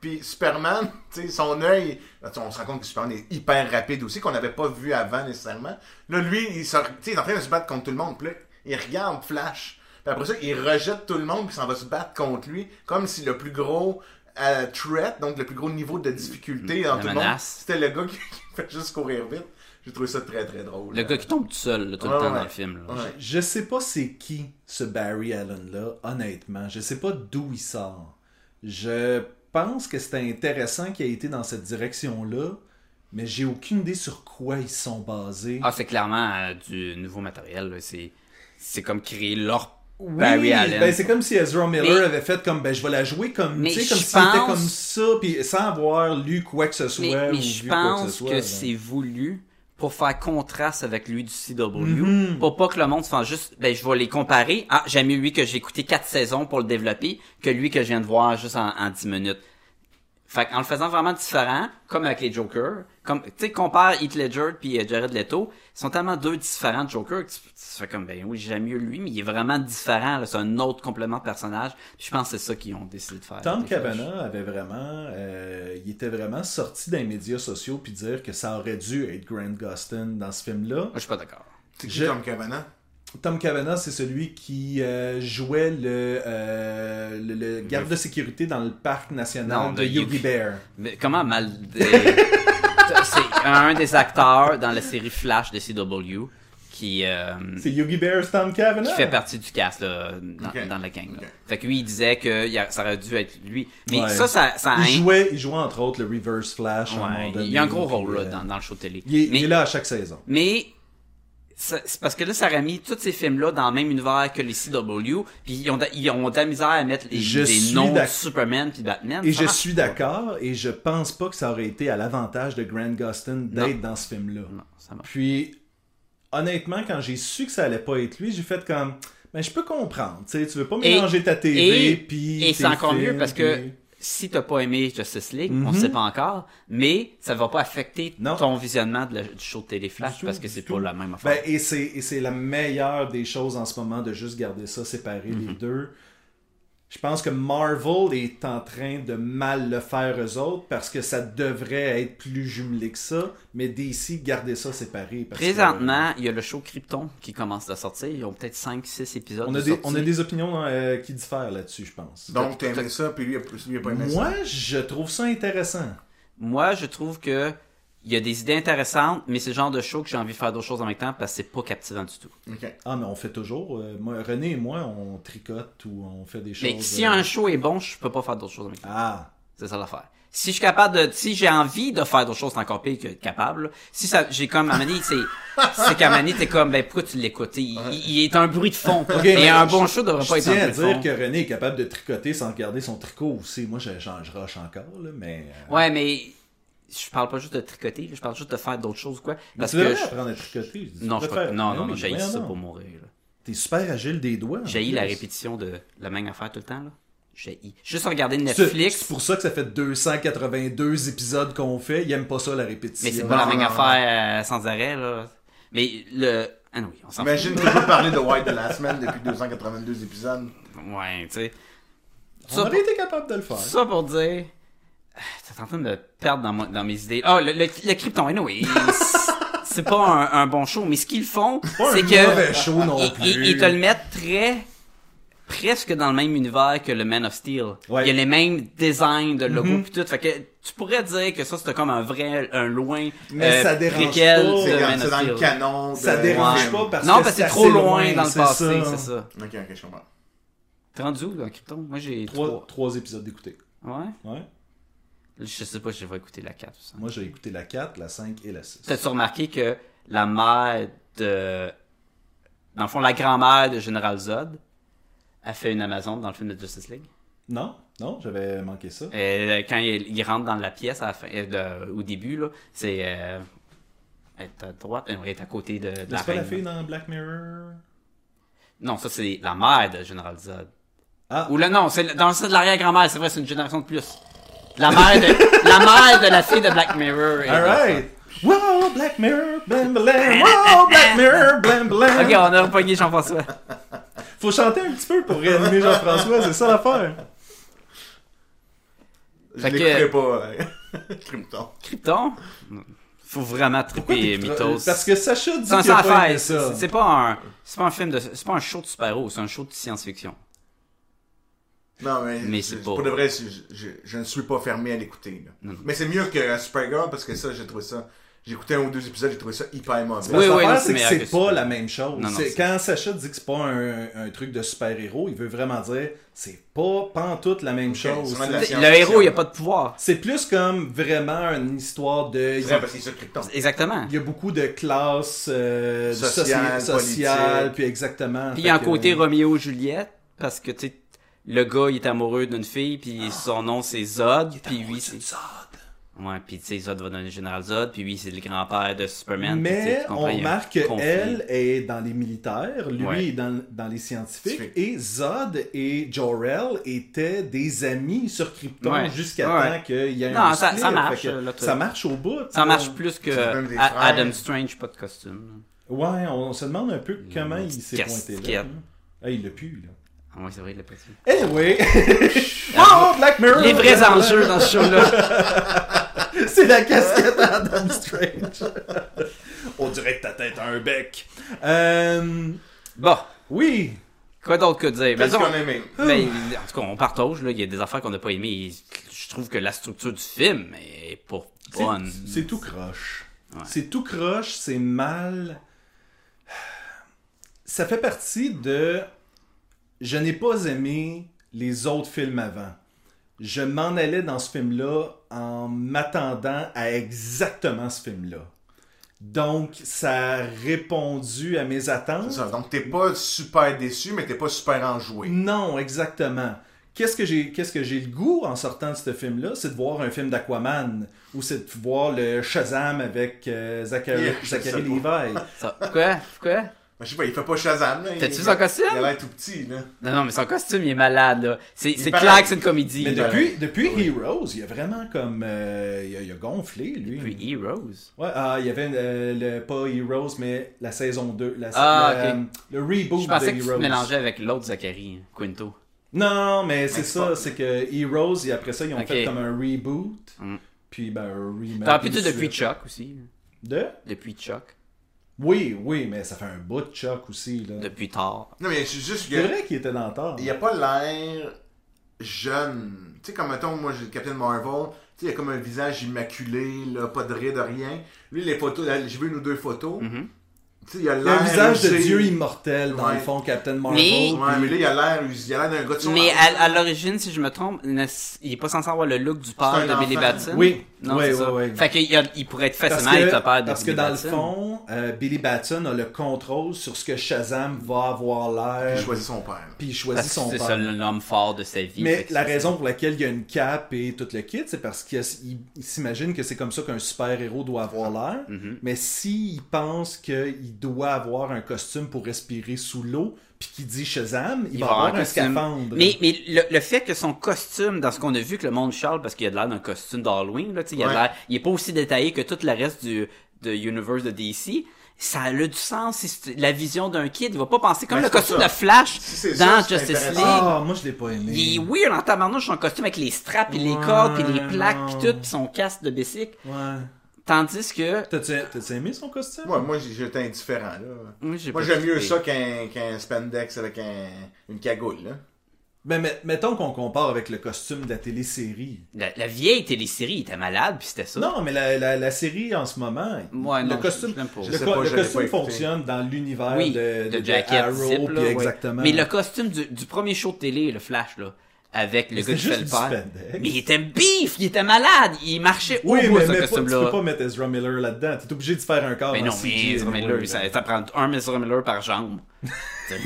Speaker 4: Puis Superman, tu sais, son œil, ben, on se rend compte que Superman est hyper rapide aussi, qu'on n'avait pas vu avant nécessairement. Là, lui, il, sort, tu sais, il est en train de se battre contre tout le monde. Puis là, il regarde Flash. Puis après ça, il rejette tout le monde, puis s'en va se battre contre lui, comme si le plus gros euh, threat, donc le plus gros niveau de difficulté dans
Speaker 5: Mm, La
Speaker 4: tout le monde,
Speaker 5: menace.
Speaker 4: c'était le gars qui, qui fait juste courir vite. J'ai trouvé ça très très drôle.
Speaker 5: Le gars qui tombe tout seul là, tout
Speaker 4: Ouais,
Speaker 5: le temps
Speaker 4: ouais.
Speaker 5: dans le film. là.
Speaker 4: Ouais.
Speaker 3: Je sais pas c'est qui ce Barry Allen-là, honnêtement. Je sais pas d'où il sort. Je pense que c'était intéressant qu'il ait été dans cette direction-là, mais j'ai aucune idée sur quoi ils sont basés.
Speaker 5: Ah c'est clairement euh, du nouveau matériel. là. C'est c'est comme créer leur
Speaker 3: Oui,
Speaker 5: Barry Allen.
Speaker 3: ben, c'est comme si Ezra Miller
Speaker 5: Mais-
Speaker 3: avait fait comme ben je vais la jouer comme
Speaker 5: Mais
Speaker 3: tu sais
Speaker 5: je
Speaker 3: comme s'il était
Speaker 5: pense-
Speaker 3: comme ça puis sans avoir lu quoi que ce soit
Speaker 5: mais, mais
Speaker 3: ou
Speaker 5: je
Speaker 3: vu quoi que ce
Speaker 5: pense
Speaker 3: soit. ben.
Speaker 5: que
Speaker 3: là.
Speaker 5: c'est voulu pour faire contraste avec lui du CW,
Speaker 3: Mhm.
Speaker 5: pour pas que le monde se fasse juste, ben je vais les comparer. Ah, j'aime mieux lui que j'ai écouté quatre saisons pour le développer que lui que je viens de voir juste en, en 10 minutes. Fait qu'en le faisant vraiment différent, comme avec les Jokers, comme tu sais compare Heath Ledger puis euh, Jared Leto, ils sont tellement deux différents de Joker que tu, tu fais comme ben oui j'aime mieux lui, mais il est vraiment différent. là. C'est un autre complément de personnage. Puis je pense que c'est ça qu'ils ont décidé de faire.
Speaker 3: Tom
Speaker 5: Des fois, je-
Speaker 3: Cavanaugh avait vraiment, euh, il était vraiment sorti dans les médias sociaux puis dire que ça aurait dû être Grant Gustin dans ce film-là.
Speaker 5: Moi, je suis pas d'accord.
Speaker 4: C'est qui
Speaker 3: Je-
Speaker 4: Tom Cavanaugh
Speaker 3: Tom Cavanaugh, c'est celui qui euh, jouait le, euh, le, le garde de sécurité dans le parc national
Speaker 5: Non,
Speaker 3: de
Speaker 5: de
Speaker 3: Yogi
Speaker 5: Yogi.
Speaker 3: Bear.
Speaker 5: Mais comment mal... c'est un des acteurs dans la série Flash de CW qui, euh,
Speaker 3: C'est Yogi Bear, c'est Tom
Speaker 5: qui
Speaker 3: Cavanaugh.
Speaker 5: fait partie du cast là, dans,
Speaker 4: Ok.
Speaker 5: dans la gang. là.
Speaker 4: Ok.
Speaker 5: Fait que lui, il disait que il a- ça aurait dû être lui. Mais
Speaker 3: Ouais.
Speaker 5: ça, ça... ça hein.
Speaker 3: Il jouait, il jouait entre autres le Reverse Flash. à un
Speaker 5: Ouais,
Speaker 3: moment donné,
Speaker 5: il y a un gros rôle
Speaker 3: puis,
Speaker 5: là,
Speaker 3: euh,
Speaker 5: dans, dans le show de télé.
Speaker 3: Il est,
Speaker 5: mais
Speaker 3: il est là à chaque saison.
Speaker 5: mais ça- c'est parce que là, ça aurait mis tous ces films-là dans le même univers que les CW, puis ils ont, de- ils ont de la misère à mettre les,
Speaker 3: Je
Speaker 5: les
Speaker 3: suis
Speaker 5: noms de
Speaker 3: d'ac-
Speaker 5: Superman puis Batman.
Speaker 3: Et
Speaker 5: Ça
Speaker 3: je
Speaker 5: marche
Speaker 3: suis
Speaker 5: pas.
Speaker 3: d'accord, et je pense pas que ça aurait été à l'avantage de Grant Gustin d'être dans ce film-là.
Speaker 5: Non, ça marche.
Speaker 3: Puis, honnêtement, quand j'ai su que ça allait pas être lui, j'ai fait comme, ben je peux comprendre, tu sais, tu veux pas
Speaker 5: Et-
Speaker 3: mélanger ta TV,
Speaker 5: et-
Speaker 3: puis
Speaker 5: Et c'est
Speaker 3: tes
Speaker 5: encore
Speaker 3: films,
Speaker 5: mieux parce
Speaker 3: puis-
Speaker 5: que si t'as pas aimé Justice League, on sait pas encore, mais ça va pas affecter
Speaker 3: Mhm. Non.
Speaker 5: ton visionnement de la- du show de
Speaker 3: Du
Speaker 5: Téléflash
Speaker 3: tout,
Speaker 5: parce que c'est
Speaker 3: du
Speaker 5: pas
Speaker 3: tout.
Speaker 5: la même
Speaker 3: Ben,
Speaker 5: affaire.
Speaker 3: et c'est et c'est la meilleure des choses en ce moment de juste garder ça séparé
Speaker 5: Mhm.
Speaker 3: les deux. Je pense que Marvel est en train de mal le faire eux autres parce que ça devrait être plus jumelé que ça, mais DC garder ça séparé. parce que- euh,
Speaker 5: Présentement, il y a le show Krypton qui commence à sortir. Ils ont peut-être 5-6 épisodes.
Speaker 3: On
Speaker 5: de
Speaker 3: a, des,
Speaker 5: sortie.
Speaker 3: on a des opinions euh, qui diffèrent là-dessus, je pense.
Speaker 4: Donc, t'as aimé ça, puis lui, lui, il a pas aimé ça.
Speaker 3: Moi, je trouve ça intéressant.
Speaker 5: Moi, je trouve que il y a des idées intéressantes, mais c'est le genre de show que j'ai envie de faire d'autres choses en même temps parce que c'est pas captivant du tout.
Speaker 4: Ok.
Speaker 3: Ah, mais on fait toujours. euh, moi, René et moi, on tricote ou on fait des choses.
Speaker 5: Mais si
Speaker 3: euh,
Speaker 5: un show est bon, je peux pas faire d'autres choses en même temps.
Speaker 3: Ah,
Speaker 5: C'est ça l'affaire. Si je suis capable de, si j'ai envie de faire d'autres choses, c'est encore pire que être capable. là. Si ça, j'ai comme, à un moment donné, c'est, c'est qu'à un moment donné, t'es comme, ben, pourquoi tu l'écoutes? Il, il- il est un bruit de fond.
Speaker 3: Ok,
Speaker 5: Et
Speaker 3: mais
Speaker 5: un
Speaker 3: je-
Speaker 5: bon show devrait
Speaker 3: je
Speaker 5: pas être un
Speaker 3: tiens à
Speaker 5: bruit de fond.
Speaker 3: dire que René est capable de tricoter sans regarder son tricot aussi. Moi, je, j'en- je rush encore, là, mais... euh,
Speaker 5: Ouais, mais, je parle pas juste de tricoter, là, je parle juste de faire d'autres choses, quoi.
Speaker 3: mais
Speaker 5: Parce
Speaker 3: tu
Speaker 5: que,
Speaker 3: devrais
Speaker 5: je-
Speaker 3: apprendre à tricoter. Tu
Speaker 5: non, je
Speaker 3: devrais
Speaker 5: pas,
Speaker 3: faire-
Speaker 5: non,
Speaker 3: Mais
Speaker 5: non,
Speaker 3: oui,
Speaker 5: non, j'ai
Speaker 3: voyons
Speaker 5: ça
Speaker 3: donc.
Speaker 5: pour mourir, là.
Speaker 3: T'es super agile des doigts. hein. en
Speaker 5: J'ai la
Speaker 3: plus.
Speaker 5: répétition de la même affaire tout le temps, là. J'ai Juste regarder
Speaker 3: C'est-
Speaker 5: Netflix.
Speaker 3: C'est pour ça que ça fait 282 épisodes qu'on fait. Il aime pas ça, la répétition.
Speaker 5: Mais c'est pas la
Speaker 4: Non,
Speaker 5: même
Speaker 4: non,
Speaker 5: affaire euh, sans arrêt, là. Mais le. Ah non, oui, on s'en fout.
Speaker 4: Imagine toujours parler de White de la semaine depuis 282 épisodes.
Speaker 5: Ouais, tu sais.
Speaker 3: On
Speaker 5: Ça,
Speaker 3: aurait été capable de le
Speaker 5: pour-
Speaker 3: faire.
Speaker 5: ça pour dire. Ah, T'es en train de me perdre dans, mon- dans mes idées. Ah, le, le, le Krypton, anyway, il- c'est- c'est pas un, un bon show, mais ce qu'ils font, c'est que.
Speaker 3: mauvais show non
Speaker 5: ils-
Speaker 3: plus.
Speaker 5: Ils ils te le mettent très. presque dans le même univers que le Man of Steel.
Speaker 3: Ouais. Mm-hmm.
Speaker 5: Il y a les mêmes designs de logo pis tout. Fait que tu pourrais dire que ça c'était comme un vrai, un loin. euh,
Speaker 3: Mais ça dérange
Speaker 5: préquel
Speaker 3: pas.
Speaker 5: de Man
Speaker 4: C'est quand-
Speaker 5: of
Speaker 4: c'est dans
Speaker 5: Steel.
Speaker 4: le canon. De...
Speaker 3: Ça dérange
Speaker 5: Ouais.
Speaker 3: pas parce
Speaker 5: non,
Speaker 3: que
Speaker 5: parce que
Speaker 3: c'est
Speaker 5: c'est trop
Speaker 3: assez
Speaker 5: loin,
Speaker 3: loin,
Speaker 5: dans le
Speaker 3: c'est
Speaker 5: passé,
Speaker 3: ça.
Speaker 5: c'est ça.
Speaker 4: Ok, ok, je comprends.
Speaker 5: T'es rendu où dans Krypton? Moi j'ai
Speaker 3: Trois,
Speaker 5: trois.
Speaker 3: trois épisodes d'écouter.
Speaker 5: Ouais?
Speaker 3: Ouais.
Speaker 5: Je sais pas, je vais écouter la 4. ça.
Speaker 3: Moi, j'ai écouté la 4, la 5 et la 6.
Speaker 5: T'as-tu remarqué que la mère de. Dans le fond, la grand-mère de Général Zod a fait une Amazon dans le film de Justice League?
Speaker 3: Non, non, j'avais manqué ça.
Speaker 5: Euh, quand il, il rentre dans la pièce à la fin- euh, de- au début, là, c'est euh, être à droite, euh, être à côté de, de la
Speaker 3: C'est pas
Speaker 5: reine.
Speaker 3: la fille dans Black Mirror?
Speaker 5: Non, ça c'est la mère de Général Zod.
Speaker 3: Ah.
Speaker 5: Ou là non, c'est le- dans le sens de l'arrière-grand-mère, c'est vrai, c'est une génération de plus. La mère de la mère de la fille de Black Mirror. est dans
Speaker 3: Alright! Wow, Black Mirror, blam blam! Wow, Black Mirror, blam
Speaker 5: ça.
Speaker 3: blam!
Speaker 5: Ok, on a repogné Jean-François.
Speaker 3: Faut chanter un petit peu pour réanimer Jean-François, c'est ça l'affaire.
Speaker 4: Je
Speaker 5: Fait que-
Speaker 4: l'écouterai pas. euh, Krypton.
Speaker 5: Krypton. Faut vraiment triper Mythos.
Speaker 3: Parce que Sacha dit
Speaker 5: C'est un
Speaker 3: qu'il a
Speaker 5: sans
Speaker 3: pas aimé
Speaker 5: faire.
Speaker 3: ça.
Speaker 5: C'est c'est pas un, c'est pas un film de, c'est pas un show de super-héros, c'est un show de science-fiction.
Speaker 4: Non, mais,
Speaker 5: Mais
Speaker 4: je-
Speaker 5: c'est pas-
Speaker 4: pour de vrai, je, je- je ne suis pas fermé à l'écouter. là. Mais c'est mieux que Supergirl parce que ça, j'ai trouvé ça. J'ai écouté un ou deux épisodes, j'ai trouvé ça hyper mauvais.
Speaker 5: Oui, oui,
Speaker 3: L'affaire,
Speaker 5: non, c'est
Speaker 3: c'est que
Speaker 5: meilleur que
Speaker 3: c'est
Speaker 5: ça.
Speaker 3: pas la même chose.
Speaker 5: Non, non,
Speaker 3: C'est-
Speaker 5: c'est-
Speaker 3: quand Sacha dit que c'est pas un, un truc de super-héros, il veut vraiment dire c'est pas pantoute la même chose.
Speaker 4: c'est vraiment de la
Speaker 3: C'est-
Speaker 4: science.
Speaker 5: Le héros, il a pas de pouvoir.
Speaker 3: C'est plus comme vraiment une histoire de.
Speaker 4: C'est vrai, parce que c'est ça, Krypton.
Speaker 5: Exactement.
Speaker 3: Il y a beaucoup de classes euh, de
Speaker 4: Sociales,
Speaker 3: soci- sociales,
Speaker 4: politiques.
Speaker 3: puis exactement.
Speaker 5: Puis il
Speaker 3: Fait
Speaker 5: y a un
Speaker 3: que-
Speaker 5: côté Roméo et Juliette parce que tu sais le gars il est amoureux d'une fille puis son nom c'est Zod puis lui c'est
Speaker 3: Zod.
Speaker 5: ouais puis tu sais Zod va donner le général Zod puis lui c'est le grand-père de Superman puis, tu sais,
Speaker 3: Mais
Speaker 5: tu comprends,
Speaker 3: on
Speaker 5: il y a un
Speaker 3: remarque que
Speaker 5: conflit.
Speaker 3: elle est dans les militaires, lui
Speaker 5: Ouais.
Speaker 3: est dans, dans les scientifiques,
Speaker 4: Scientifique.
Speaker 3: et Zod et Jor-El étaient des amis sur Krypton
Speaker 5: Ouais.
Speaker 3: jusqu'à
Speaker 5: Ouais.
Speaker 3: temps qu'il y ait un
Speaker 5: Non, ça-
Speaker 3: split.
Speaker 5: ça marche,
Speaker 3: Fait que
Speaker 5: là, tout.
Speaker 3: ça marche au bout.
Speaker 5: ça marche plus que
Speaker 4: C'est même des
Speaker 5: A-
Speaker 4: frères.
Speaker 5: Adam Strange pas de costume
Speaker 3: Ouais, on, on se demande un peu comment il s'est
Speaker 5: casquette.
Speaker 3: pointé là. hein. Ah, il l'a pu, là.
Speaker 5: ah ouais c'est vrai il l'a pas dit.
Speaker 3: Anyway! oh, Black Mirror!
Speaker 5: Ah, les vrais enjeux dans ce show
Speaker 3: euh,
Speaker 5: là
Speaker 3: C'est la casquette à Adam Strange. on dirait que ta tête a un bec. Euh,
Speaker 5: bon
Speaker 3: oui!
Speaker 5: quoi d'autre que dire Ben,
Speaker 4: Qu'est-ce
Speaker 5: disons-
Speaker 4: qu'on a aimé?
Speaker 5: Ben, en tout cas, on partage, là. Il y a des affaires qu'on n'a pas aimées. Je trouve que la structure du film est pour
Speaker 3: C'est-
Speaker 5: bonne.
Speaker 3: C'est tout croche. C'est tout croche, c'est mal. Ça fait partie de. Je n'ai pas aimé les autres films avant. Je m'en allais dans ce film-là en m'attendant à exactement ce film-là. Donc, ça a répondu à mes
Speaker 4: C'est
Speaker 3: attentes.
Speaker 4: ça. Donc, t'es pas super déçu, mais t'es pas super enjoué.
Speaker 3: Non, exactement. Qu'est-ce que j'ai qu'est-ce que j'ai le goût en sortant de ce film là, c'est de voir un film d'Aquaman ou c'est de voir le Shazam avec euh, Zachary,
Speaker 4: Yeah, je
Speaker 3: Zachary
Speaker 4: sais
Speaker 3: Levi.
Speaker 5: Ça- Quoi? Quoi?
Speaker 4: Ben, je sais pas, il fait pas Shazam. là.
Speaker 5: T'as-tu
Speaker 4: Il-
Speaker 5: son costume?
Speaker 4: Il a l'air tout petit, là.
Speaker 5: Non, non, mais son costume, il est malade, là. C'est, c'est
Speaker 4: paraît.
Speaker 5: clair que c'est une comédie.
Speaker 3: Mais
Speaker 5: là.
Speaker 3: depuis depuis Heroes, il a vraiment comme euh, il, a, il a gonflé lui.
Speaker 5: Puis Heroes.
Speaker 3: Ouais, ah, il y avait euh, le pas Heroes mais la saison 2, la-
Speaker 5: Ah,
Speaker 3: la-
Speaker 5: ok.
Speaker 3: le reboot
Speaker 5: Je pensais
Speaker 3: de
Speaker 5: que tu te
Speaker 3: Heroes.
Speaker 5: mélangeais avec l'autre Zachary, hein, Quinto.
Speaker 3: Non, mais c'est
Speaker 4: Mais c'est
Speaker 3: ça,
Speaker 4: pas-
Speaker 3: c'est que Heroes et après ça ils ont
Speaker 5: Ok.
Speaker 3: fait comme un reboot.
Speaker 5: Mm.
Speaker 3: Puis ben un remake.
Speaker 5: T'as plus
Speaker 3: une
Speaker 5: depuis
Speaker 3: suite.
Speaker 5: Chuck aussi. là.
Speaker 3: De
Speaker 5: Depuis Chuck.
Speaker 3: Oui, oui, mais ça fait un bout de choc aussi. Là.
Speaker 5: Depuis Thor.
Speaker 4: Non, mais c'est juste
Speaker 3: C'est
Speaker 4: que.
Speaker 3: vrai qu'il était dans tort.
Speaker 4: Il a pas l'air jeune. Tu sais, comme mettons, moi j'ai le Captain Marvel, tu sais, il a comme un
Speaker 5: Mhm.
Speaker 4: visage immaculé, là, pas de ride, rien. Lui, les photos, là, j'ai vu une ou deux photos. Tu sais, il a
Speaker 3: Il y a
Speaker 4: l'air.
Speaker 3: un visage de
Speaker 4: usé.
Speaker 3: Dieu immortel, dans
Speaker 4: Ouais.
Speaker 3: le fond, Captain Marvel.
Speaker 5: Mais-
Speaker 4: Ouais, mais là, il a l'air usé. Il a l'air d'un gars de son
Speaker 5: Mais
Speaker 4: âge.
Speaker 5: à, à l'origine, si je me trompe, ne- il est pas censé avoir le look du
Speaker 4: C'est
Speaker 5: père
Speaker 4: un
Speaker 5: de Billy
Speaker 4: enfant.
Speaker 5: Batson.
Speaker 3: Oui.
Speaker 5: Non,
Speaker 3: Ouais, ouais,
Speaker 5: c'est ça.
Speaker 3: ouais.
Speaker 5: Fait qu'il y a- il pourrait être
Speaker 3: Parce
Speaker 5: facilement
Speaker 3: que,
Speaker 5: être le père de
Speaker 3: parce que
Speaker 5: Billy
Speaker 3: dans
Speaker 5: Batson.
Speaker 3: le fond, euh, Billy Batson a le contrôle sur ce que Shazam va avoir l'air.
Speaker 4: Il choisit son père.
Speaker 3: Puis il
Speaker 5: Parce
Speaker 3: choisit
Speaker 5: que
Speaker 3: son
Speaker 5: c'est
Speaker 3: père.
Speaker 5: ça l'homme fort de sa vie. Fait
Speaker 3: Mais
Speaker 5: que
Speaker 3: la
Speaker 5: c'est-
Speaker 3: raison pour laquelle il y a une cape et tout le kit, c'est parce qu'il il- il s'imagine que c'est comme ça qu'un super-héros doit avoir
Speaker 5: Ah.
Speaker 3: l'air.
Speaker 5: Mm-hmm.
Speaker 3: Mais s'il pense qu'il doit avoir un costume pour respirer sous l'eau, puis qu'il dit Shazam, il, va avoir un
Speaker 5: costume.
Speaker 3: scaphandre.
Speaker 5: Mais, mais le, le fait que son costume, dans ce qu'on a vu que le monde charle, parce qu'il a de l'air d'un costume d'Halloween, là, tu sais, il, a de
Speaker 4: Ouais.
Speaker 5: l'air- il est pas aussi détaillé que tout le reste du de universe de DC. Ça a du sens, si c'est la vision d'un kid. Il va pas penser comme
Speaker 4: Ben,
Speaker 5: le
Speaker 4: c'est pour
Speaker 5: costume
Speaker 4: ça.
Speaker 5: de Flash
Speaker 4: Si c'est
Speaker 5: dans
Speaker 4: ça, c'est
Speaker 5: Justice League.
Speaker 4: intéressant.
Speaker 3: Ah, moi je l'ai pas aimé.
Speaker 5: Il est weird en tabarnouche son costume avec les straps, puis les
Speaker 3: Ouais,
Speaker 5: cordes, puis les plaques, puis
Speaker 3: non.
Speaker 5: tout, puis son casque de bicycle.
Speaker 3: Ouais.
Speaker 5: Tandis que...
Speaker 3: T'as-tu t'as-tu aimé son costume?
Speaker 4: Moi, moi j'ai- j'étais indifférent, là.
Speaker 5: Moi, j'ai
Speaker 4: Moi,
Speaker 5: pas
Speaker 4: j'aime mieux
Speaker 5: trippé.
Speaker 4: ça qu'un qu'un spandex avec un- une cagoule, là.
Speaker 3: Ben, mais- mettons qu'on compare avec le costume de la télésérie.
Speaker 5: La, la vieille télésérie était malade, puis c'était ça.
Speaker 3: Non, mais la, la, la série en ce moment,
Speaker 5: Ouais,
Speaker 3: le
Speaker 5: non,
Speaker 3: costume,
Speaker 5: je l'aime pas.
Speaker 3: le
Speaker 5: Je
Speaker 4: sais
Speaker 3: co-
Speaker 4: pas,
Speaker 3: le
Speaker 4: je l'ai
Speaker 3: costume
Speaker 4: pas écouté.
Speaker 3: fonctionne dans l'univers
Speaker 5: oui,
Speaker 3: de, de, de
Speaker 5: jacket
Speaker 3: Arrow,
Speaker 5: zip, là,
Speaker 3: puis
Speaker 5: ouais.
Speaker 3: exactement.
Speaker 5: Mais le costume du, du premier show de télé, le Flash, là, avec le gars
Speaker 3: c'était
Speaker 5: qui fait
Speaker 3: juste
Speaker 5: le
Speaker 3: du
Speaker 5: père.
Speaker 3: spandex.
Speaker 5: Mais il était bif, il était malade, il marchait
Speaker 3: oui,
Speaker 5: au bout
Speaker 3: mais,
Speaker 5: ce
Speaker 3: mais pas- tu peux
Speaker 5: costume-là.
Speaker 3: pas mettre Ezra Miller là-dedans. T'es obligé de faire un corps.
Speaker 5: Mais
Speaker 3: en
Speaker 5: non, mais
Speaker 3: CG,
Speaker 5: Ezra
Speaker 3: anyway,
Speaker 5: Miller,
Speaker 3: là.
Speaker 5: ça, ça prend un Ezra Miller par jambe. T'sais.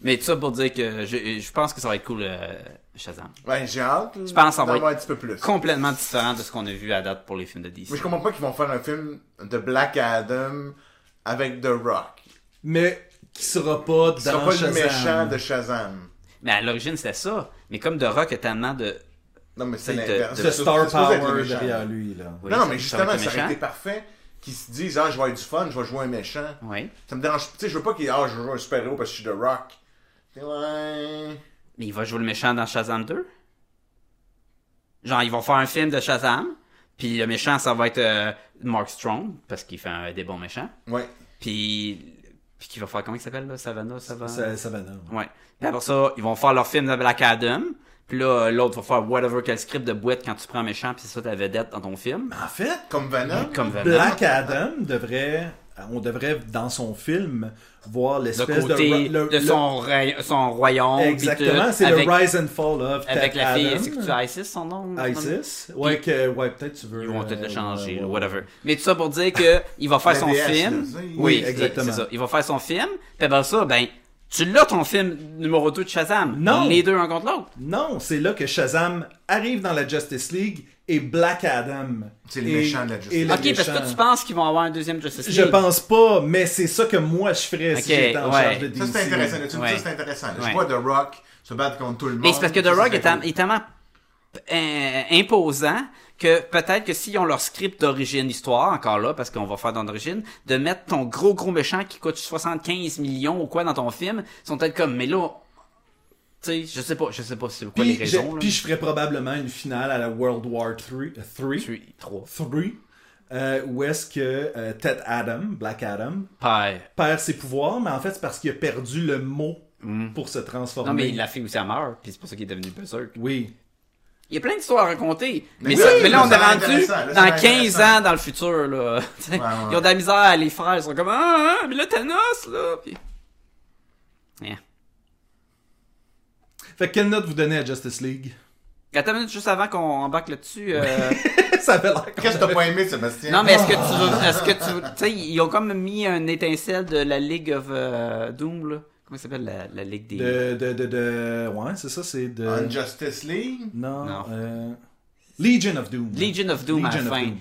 Speaker 5: mais tout ça pour dire que je, je pense que ça va être cool, euh, Shazam.
Speaker 4: Ben, j'ai hâte. Je
Speaker 5: penses en vrai?
Speaker 4: un petit peu plus.
Speaker 5: Complètement différent de ce qu'on a vu à date pour les films de DC.
Speaker 4: Mais je comprends pas qu'ils vont faire un film de Black Adam avec The Rock.
Speaker 3: Mais qui sera pas
Speaker 4: Ce
Speaker 3: dans
Speaker 4: sera pas
Speaker 3: Shazam.
Speaker 4: le méchant de Shazam.
Speaker 5: Mais à l'origine, c'était ça. Mais comme The Rock a tellement de...
Speaker 4: Non, mais c'est
Speaker 5: C'est de-
Speaker 4: l'inverse.
Speaker 3: Ce
Speaker 4: C'est
Speaker 3: star
Speaker 4: supposé être le
Speaker 3: power
Speaker 4: méchant.
Speaker 3: derrière lui, là.
Speaker 5: Oui,
Speaker 4: Non, non,
Speaker 5: ça-
Speaker 4: mais
Speaker 5: ça va
Speaker 4: justement,
Speaker 5: être
Speaker 4: ça
Speaker 5: le
Speaker 4: aurait été
Speaker 5: méchant.
Speaker 4: parfait qu'ils se disent, ah, je vais avoir du fun, je vais jouer un méchant.
Speaker 5: Oui.
Speaker 4: Ça me dérange. Tu sais, je veux pas qu'ils, ah, je veux jouer un super-héros parce que je suis The Rock. Ouais.
Speaker 5: Mais il va jouer le méchant dans Shazam 2? Genre, ils vont faire un film de Shazam, puis le méchant, ça va être euh, Mark Strong, parce qu'il fait un des bons méchants.
Speaker 4: Ouais.
Speaker 5: Puis, puis qu'il va faire, comment il s'appelle, là? Savannah, Savannah?
Speaker 3: Ça, ça va, non.
Speaker 5: Ouais. Puis après ça, ils vont faire leur film de Black Adam, puis là, euh, l'autre va faire whatever quel script de boîte quand tu prends un méchant, puis c'est ça ta vedette dans ton film.
Speaker 3: En fait,
Speaker 4: Comme Venom.
Speaker 5: Comme Venom.
Speaker 3: Black Adam devrait... On devrait, dans son film, voir
Speaker 5: Le
Speaker 3: l'espèce de...
Speaker 5: côté
Speaker 3: le-
Speaker 5: de
Speaker 3: le-
Speaker 5: son, ray- son royaume. puis
Speaker 3: Exactement,
Speaker 5: tout,
Speaker 3: c'est
Speaker 5: avec,
Speaker 3: le rise and fall of
Speaker 5: avec
Speaker 3: Ted
Speaker 5: la fille,
Speaker 3: Adam.
Speaker 5: c'est que tu as Isis, son nom? son nom?
Speaker 3: ISIS. Ouais, que, ouais peut-être tu veux.
Speaker 5: Ils vont peut-être
Speaker 3: euh,
Speaker 5: le changer,
Speaker 3: ouais, ouais.
Speaker 5: whatever. Mais tout ça pour dire que il va faire
Speaker 4: La
Speaker 5: son
Speaker 4: DS,
Speaker 5: film.
Speaker 4: là, tu sais.
Speaker 5: Oui,
Speaker 3: Oui, exactement.
Speaker 5: C'est ça. Il va faire son film. Puis après ça, ben, tu l'as ton film numéro 2 de Shazam.
Speaker 3: Non.
Speaker 5: Les deux un contre l'autre.
Speaker 3: Non, c'est là que Shazam arrive dans la Justice League et Black Adam.
Speaker 4: C'est le
Speaker 3: est-
Speaker 4: méchant de la Justice
Speaker 3: est
Speaker 4: League.
Speaker 3: le
Speaker 5: Ok, parce
Speaker 3: méchant.
Speaker 5: que toi, tu penses qu'ils vont avoir un deuxième Justice League.
Speaker 3: Je pense pas, mais c'est ça que moi je ferais si
Speaker 5: Ok,
Speaker 3: j'étais en
Speaker 5: ouais.
Speaker 3: charge de
Speaker 4: Ça,
Speaker 3: DC.
Speaker 4: c'est intéressant. là. Tu me
Speaker 5: Ouais.
Speaker 4: dis, ça, c'est intéressant. là.
Speaker 5: Ouais.
Speaker 4: Je vois The Rock se battre contre tout le monde.
Speaker 5: Mais c'est parce que The
Speaker 4: Ça,
Speaker 5: Rock
Speaker 4: c'est
Speaker 5: est, tam-
Speaker 4: cool.
Speaker 5: est tellement euh, imposant que peut-être que s'ils ont leur script d'origine histoire, encore là, parce qu'on va faire dans l'origine, de mettre ton gros gros méchant qui coûte 75 millions ou quoi dans ton film, ils sont peut-être comme, mais là, tu sais, je sais pas, je sais pas c'est quoi
Speaker 3: Puis,
Speaker 5: les raisons.
Speaker 3: je,
Speaker 5: là.
Speaker 3: puis je ferais probablement une finale à la World War euh, 3,
Speaker 5: Three, trois.
Speaker 3: où est-ce que euh, Ted Adam, Black Adam,
Speaker 5: Père.
Speaker 3: perd ses pouvoirs, mais en fait c'est parce qu'il a perdu le mot pour se transformer.
Speaker 5: Mm. Non, mais la fille aussi, elle meurt, puis c'est pour ça qu'il est devenu berserk.
Speaker 3: Oui.
Speaker 5: Il y a plein d'histoires à raconter. Mais,
Speaker 4: oui,
Speaker 5: ça- mais là,
Speaker 4: mais
Speaker 5: on
Speaker 4: ça
Speaker 5: est
Speaker 4: a l'air
Speaker 5: rendu
Speaker 4: intéressant, là, ça a
Speaker 5: dans
Speaker 4: l'air
Speaker 5: 15
Speaker 4: intéressant.
Speaker 5: ans dans le futur, là. Tu sais, Ils
Speaker 4: ouais.
Speaker 5: ont de la misère à les faire. Ils sont comme, ah, ah, mais là, Thanos, là. Puis... Yeah.
Speaker 3: Fait que quelle note vous donnez à Justice League
Speaker 5: Attends une minute, juste avant qu'on embarque là-dessus. euh,
Speaker 3: Ça avait l'air
Speaker 4: Qu'est-ce que t'as pas aimé, Sébastien?
Speaker 5: non, mais est-ce que tu veux- Est-ce que tu veux- Tu sais, ils ont comme mis un étincelle de la Ligue of euh, Doom, là. Comment ça s'appelle la, la Ligue des.
Speaker 3: De, de, de, de... Ouais, c'est ça, c'est de...
Speaker 4: On Justice League?
Speaker 3: Non.
Speaker 5: Non.
Speaker 3: euh, Legion of Doom.
Speaker 5: Legion of Doom à
Speaker 3: Legion
Speaker 5: la
Speaker 3: of
Speaker 5: fin.
Speaker 3: Doom.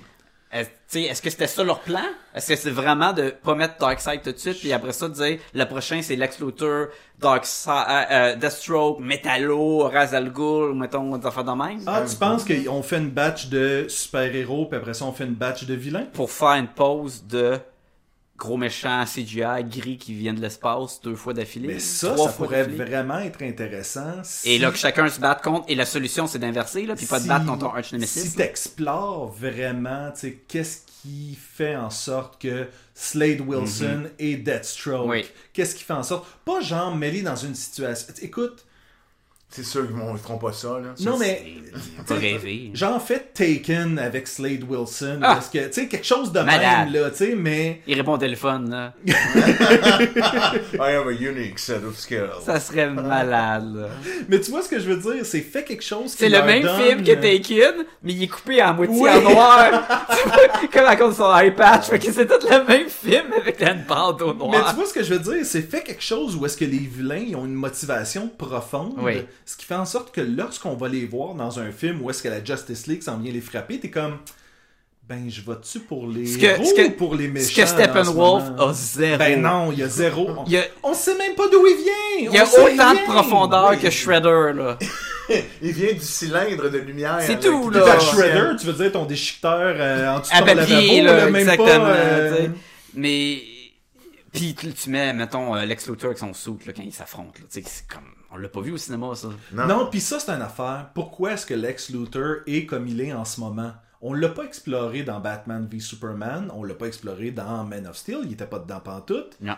Speaker 5: Est-ce tu sais, est-ce que c'était ça leur plan? Est-ce que c'est vraiment de pas mettre Darkseid tout de suite, puis après ça de dire le prochain c'est Lex Luthor, Darkseid, euh, euh, Deathstroke, Metallo, Razal Ghul, mettons des affaires de même?
Speaker 3: Ah, tu penses qu'on fait une batch de super-héros, puis après ça, on fait une batch de vilains?
Speaker 5: Pour faire une pause de gros méchants CGI gris qui viennent de l'espace deux fois d'affilée.
Speaker 3: Mais ça,
Speaker 5: trois
Speaker 3: ça
Speaker 5: fois
Speaker 3: pourrait
Speaker 5: d'affilée.
Speaker 3: vraiment être intéressant si...
Speaker 5: Et là que chacun se batte contre, et la solution c'est d'inverser, là, puis pas de
Speaker 3: si-
Speaker 5: battre contre ton arch nemesis.
Speaker 3: Si t'explores vraiment, tu sais, qu'est-ce qui fait en sorte que Slade Wilson et Deathstroke,
Speaker 5: Oui.
Speaker 3: qu'est-ce qui fait en sorte... Pas genre mêlé dans une situation... Écoute,
Speaker 4: C'est sûr qu'ils vont- ils feront pas ça, là.
Speaker 3: Non, mais.
Speaker 5: On peut rêver.
Speaker 3: J'en fait Taken avec Slade Wilson.
Speaker 5: Ah!
Speaker 3: Parce que, tu sais, quelque chose de
Speaker 5: Malade.
Speaker 3: même, là, tu sais, mais.
Speaker 5: Il répond au téléphone, là.
Speaker 4: I have a unique set of skills.
Speaker 5: Ça serait malade, là.
Speaker 3: Mais tu vois ce que je veux dire? C'est fait quelque chose qui
Speaker 5: C'est le
Speaker 3: leur
Speaker 5: même
Speaker 3: donne- euh,
Speaker 5: film que Taken, mais il est coupé en moitié
Speaker 3: Oui.
Speaker 5: en noir. Comme à cause de son iPad. Fait que c'est tout le même film avec une bande au
Speaker 3: euh, Mais tu
Speaker 5: noir.
Speaker 3: vois ce que je veux dire? C'est fait quelque chose où est-ce que les vilains ils ont une motivation profonde.
Speaker 5: Oui.
Speaker 3: Ce qui fait en sorte que lorsqu'on va les voir dans un film où est-ce que la Justice League s'en vient les frapper, t'es comme. Ben, je vote-tu pour les
Speaker 5: Ce que-
Speaker 3: héros
Speaker 5: ce que-
Speaker 3: ou pour les méchants?
Speaker 5: Ce que
Speaker 3: en
Speaker 5: Steppenwolf
Speaker 3: moment?
Speaker 5: a zéro.
Speaker 3: Ben non, il y a zéro. On,
Speaker 5: Il y a-
Speaker 3: on sait même pas d'où il vient!
Speaker 5: Il y a
Speaker 3: on sait
Speaker 5: autant
Speaker 3: rien.
Speaker 5: de profondeur que
Speaker 3: Oui.
Speaker 5: Shredder, là.
Speaker 4: Il vient du cylindre de lumière.
Speaker 5: C'est
Speaker 4: avec-
Speaker 5: tout,
Speaker 4: qui
Speaker 5: là.
Speaker 3: Fait que
Speaker 4: est artificiel.
Speaker 3: Shredder, tu veux dire ton déchiqueteur euh, en dessous de
Speaker 5: Ah, à
Speaker 3: ton
Speaker 5: papier,
Speaker 3: lavabo, là,
Speaker 5: là,
Speaker 3: même
Speaker 5: exactement.
Speaker 3: pas... euh,
Speaker 5: tu sais. Mais puis tu, tu mets, mettons, euh, Lex Luthor avec son soute là, quand ils s'affrontent. là, tu sais, C'est comme, on l'a pas vu au cinéma, ça.
Speaker 4: Non.
Speaker 3: Non, puis ça, c'est une affaire. Pourquoi est-ce que Lex Luthor est comme il est en ce moment? On l'a pas exploré dans Batman v Superman, on l'a pas exploré dans Man of Steel, il était pas dedans pantoute.
Speaker 5: Non.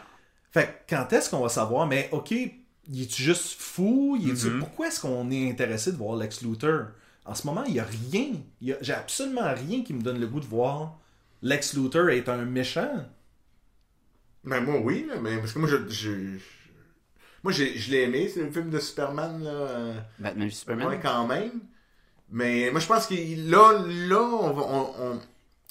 Speaker 3: Fait que quand est-ce qu'on va savoir, mais ok, il est juste fou? Il
Speaker 5: Mm-hmm.
Speaker 3: est-tu- Pourquoi est-ce qu'on est intéressé de voir Lex Luthor? En ce moment, il y a rien. Il y a- J'ai absolument rien qui me donne le goût de voir Lex Luthor être un méchant.
Speaker 4: Ben, moi, oui, là, mais parce que moi, je. je- je- Moi, j'ai- je l'ai aimé, c'est le film de Superman, là. euh,
Speaker 5: Batman v Superman.
Speaker 4: Ouais, quand même. Mais moi, je pense que là, là on va- on- on-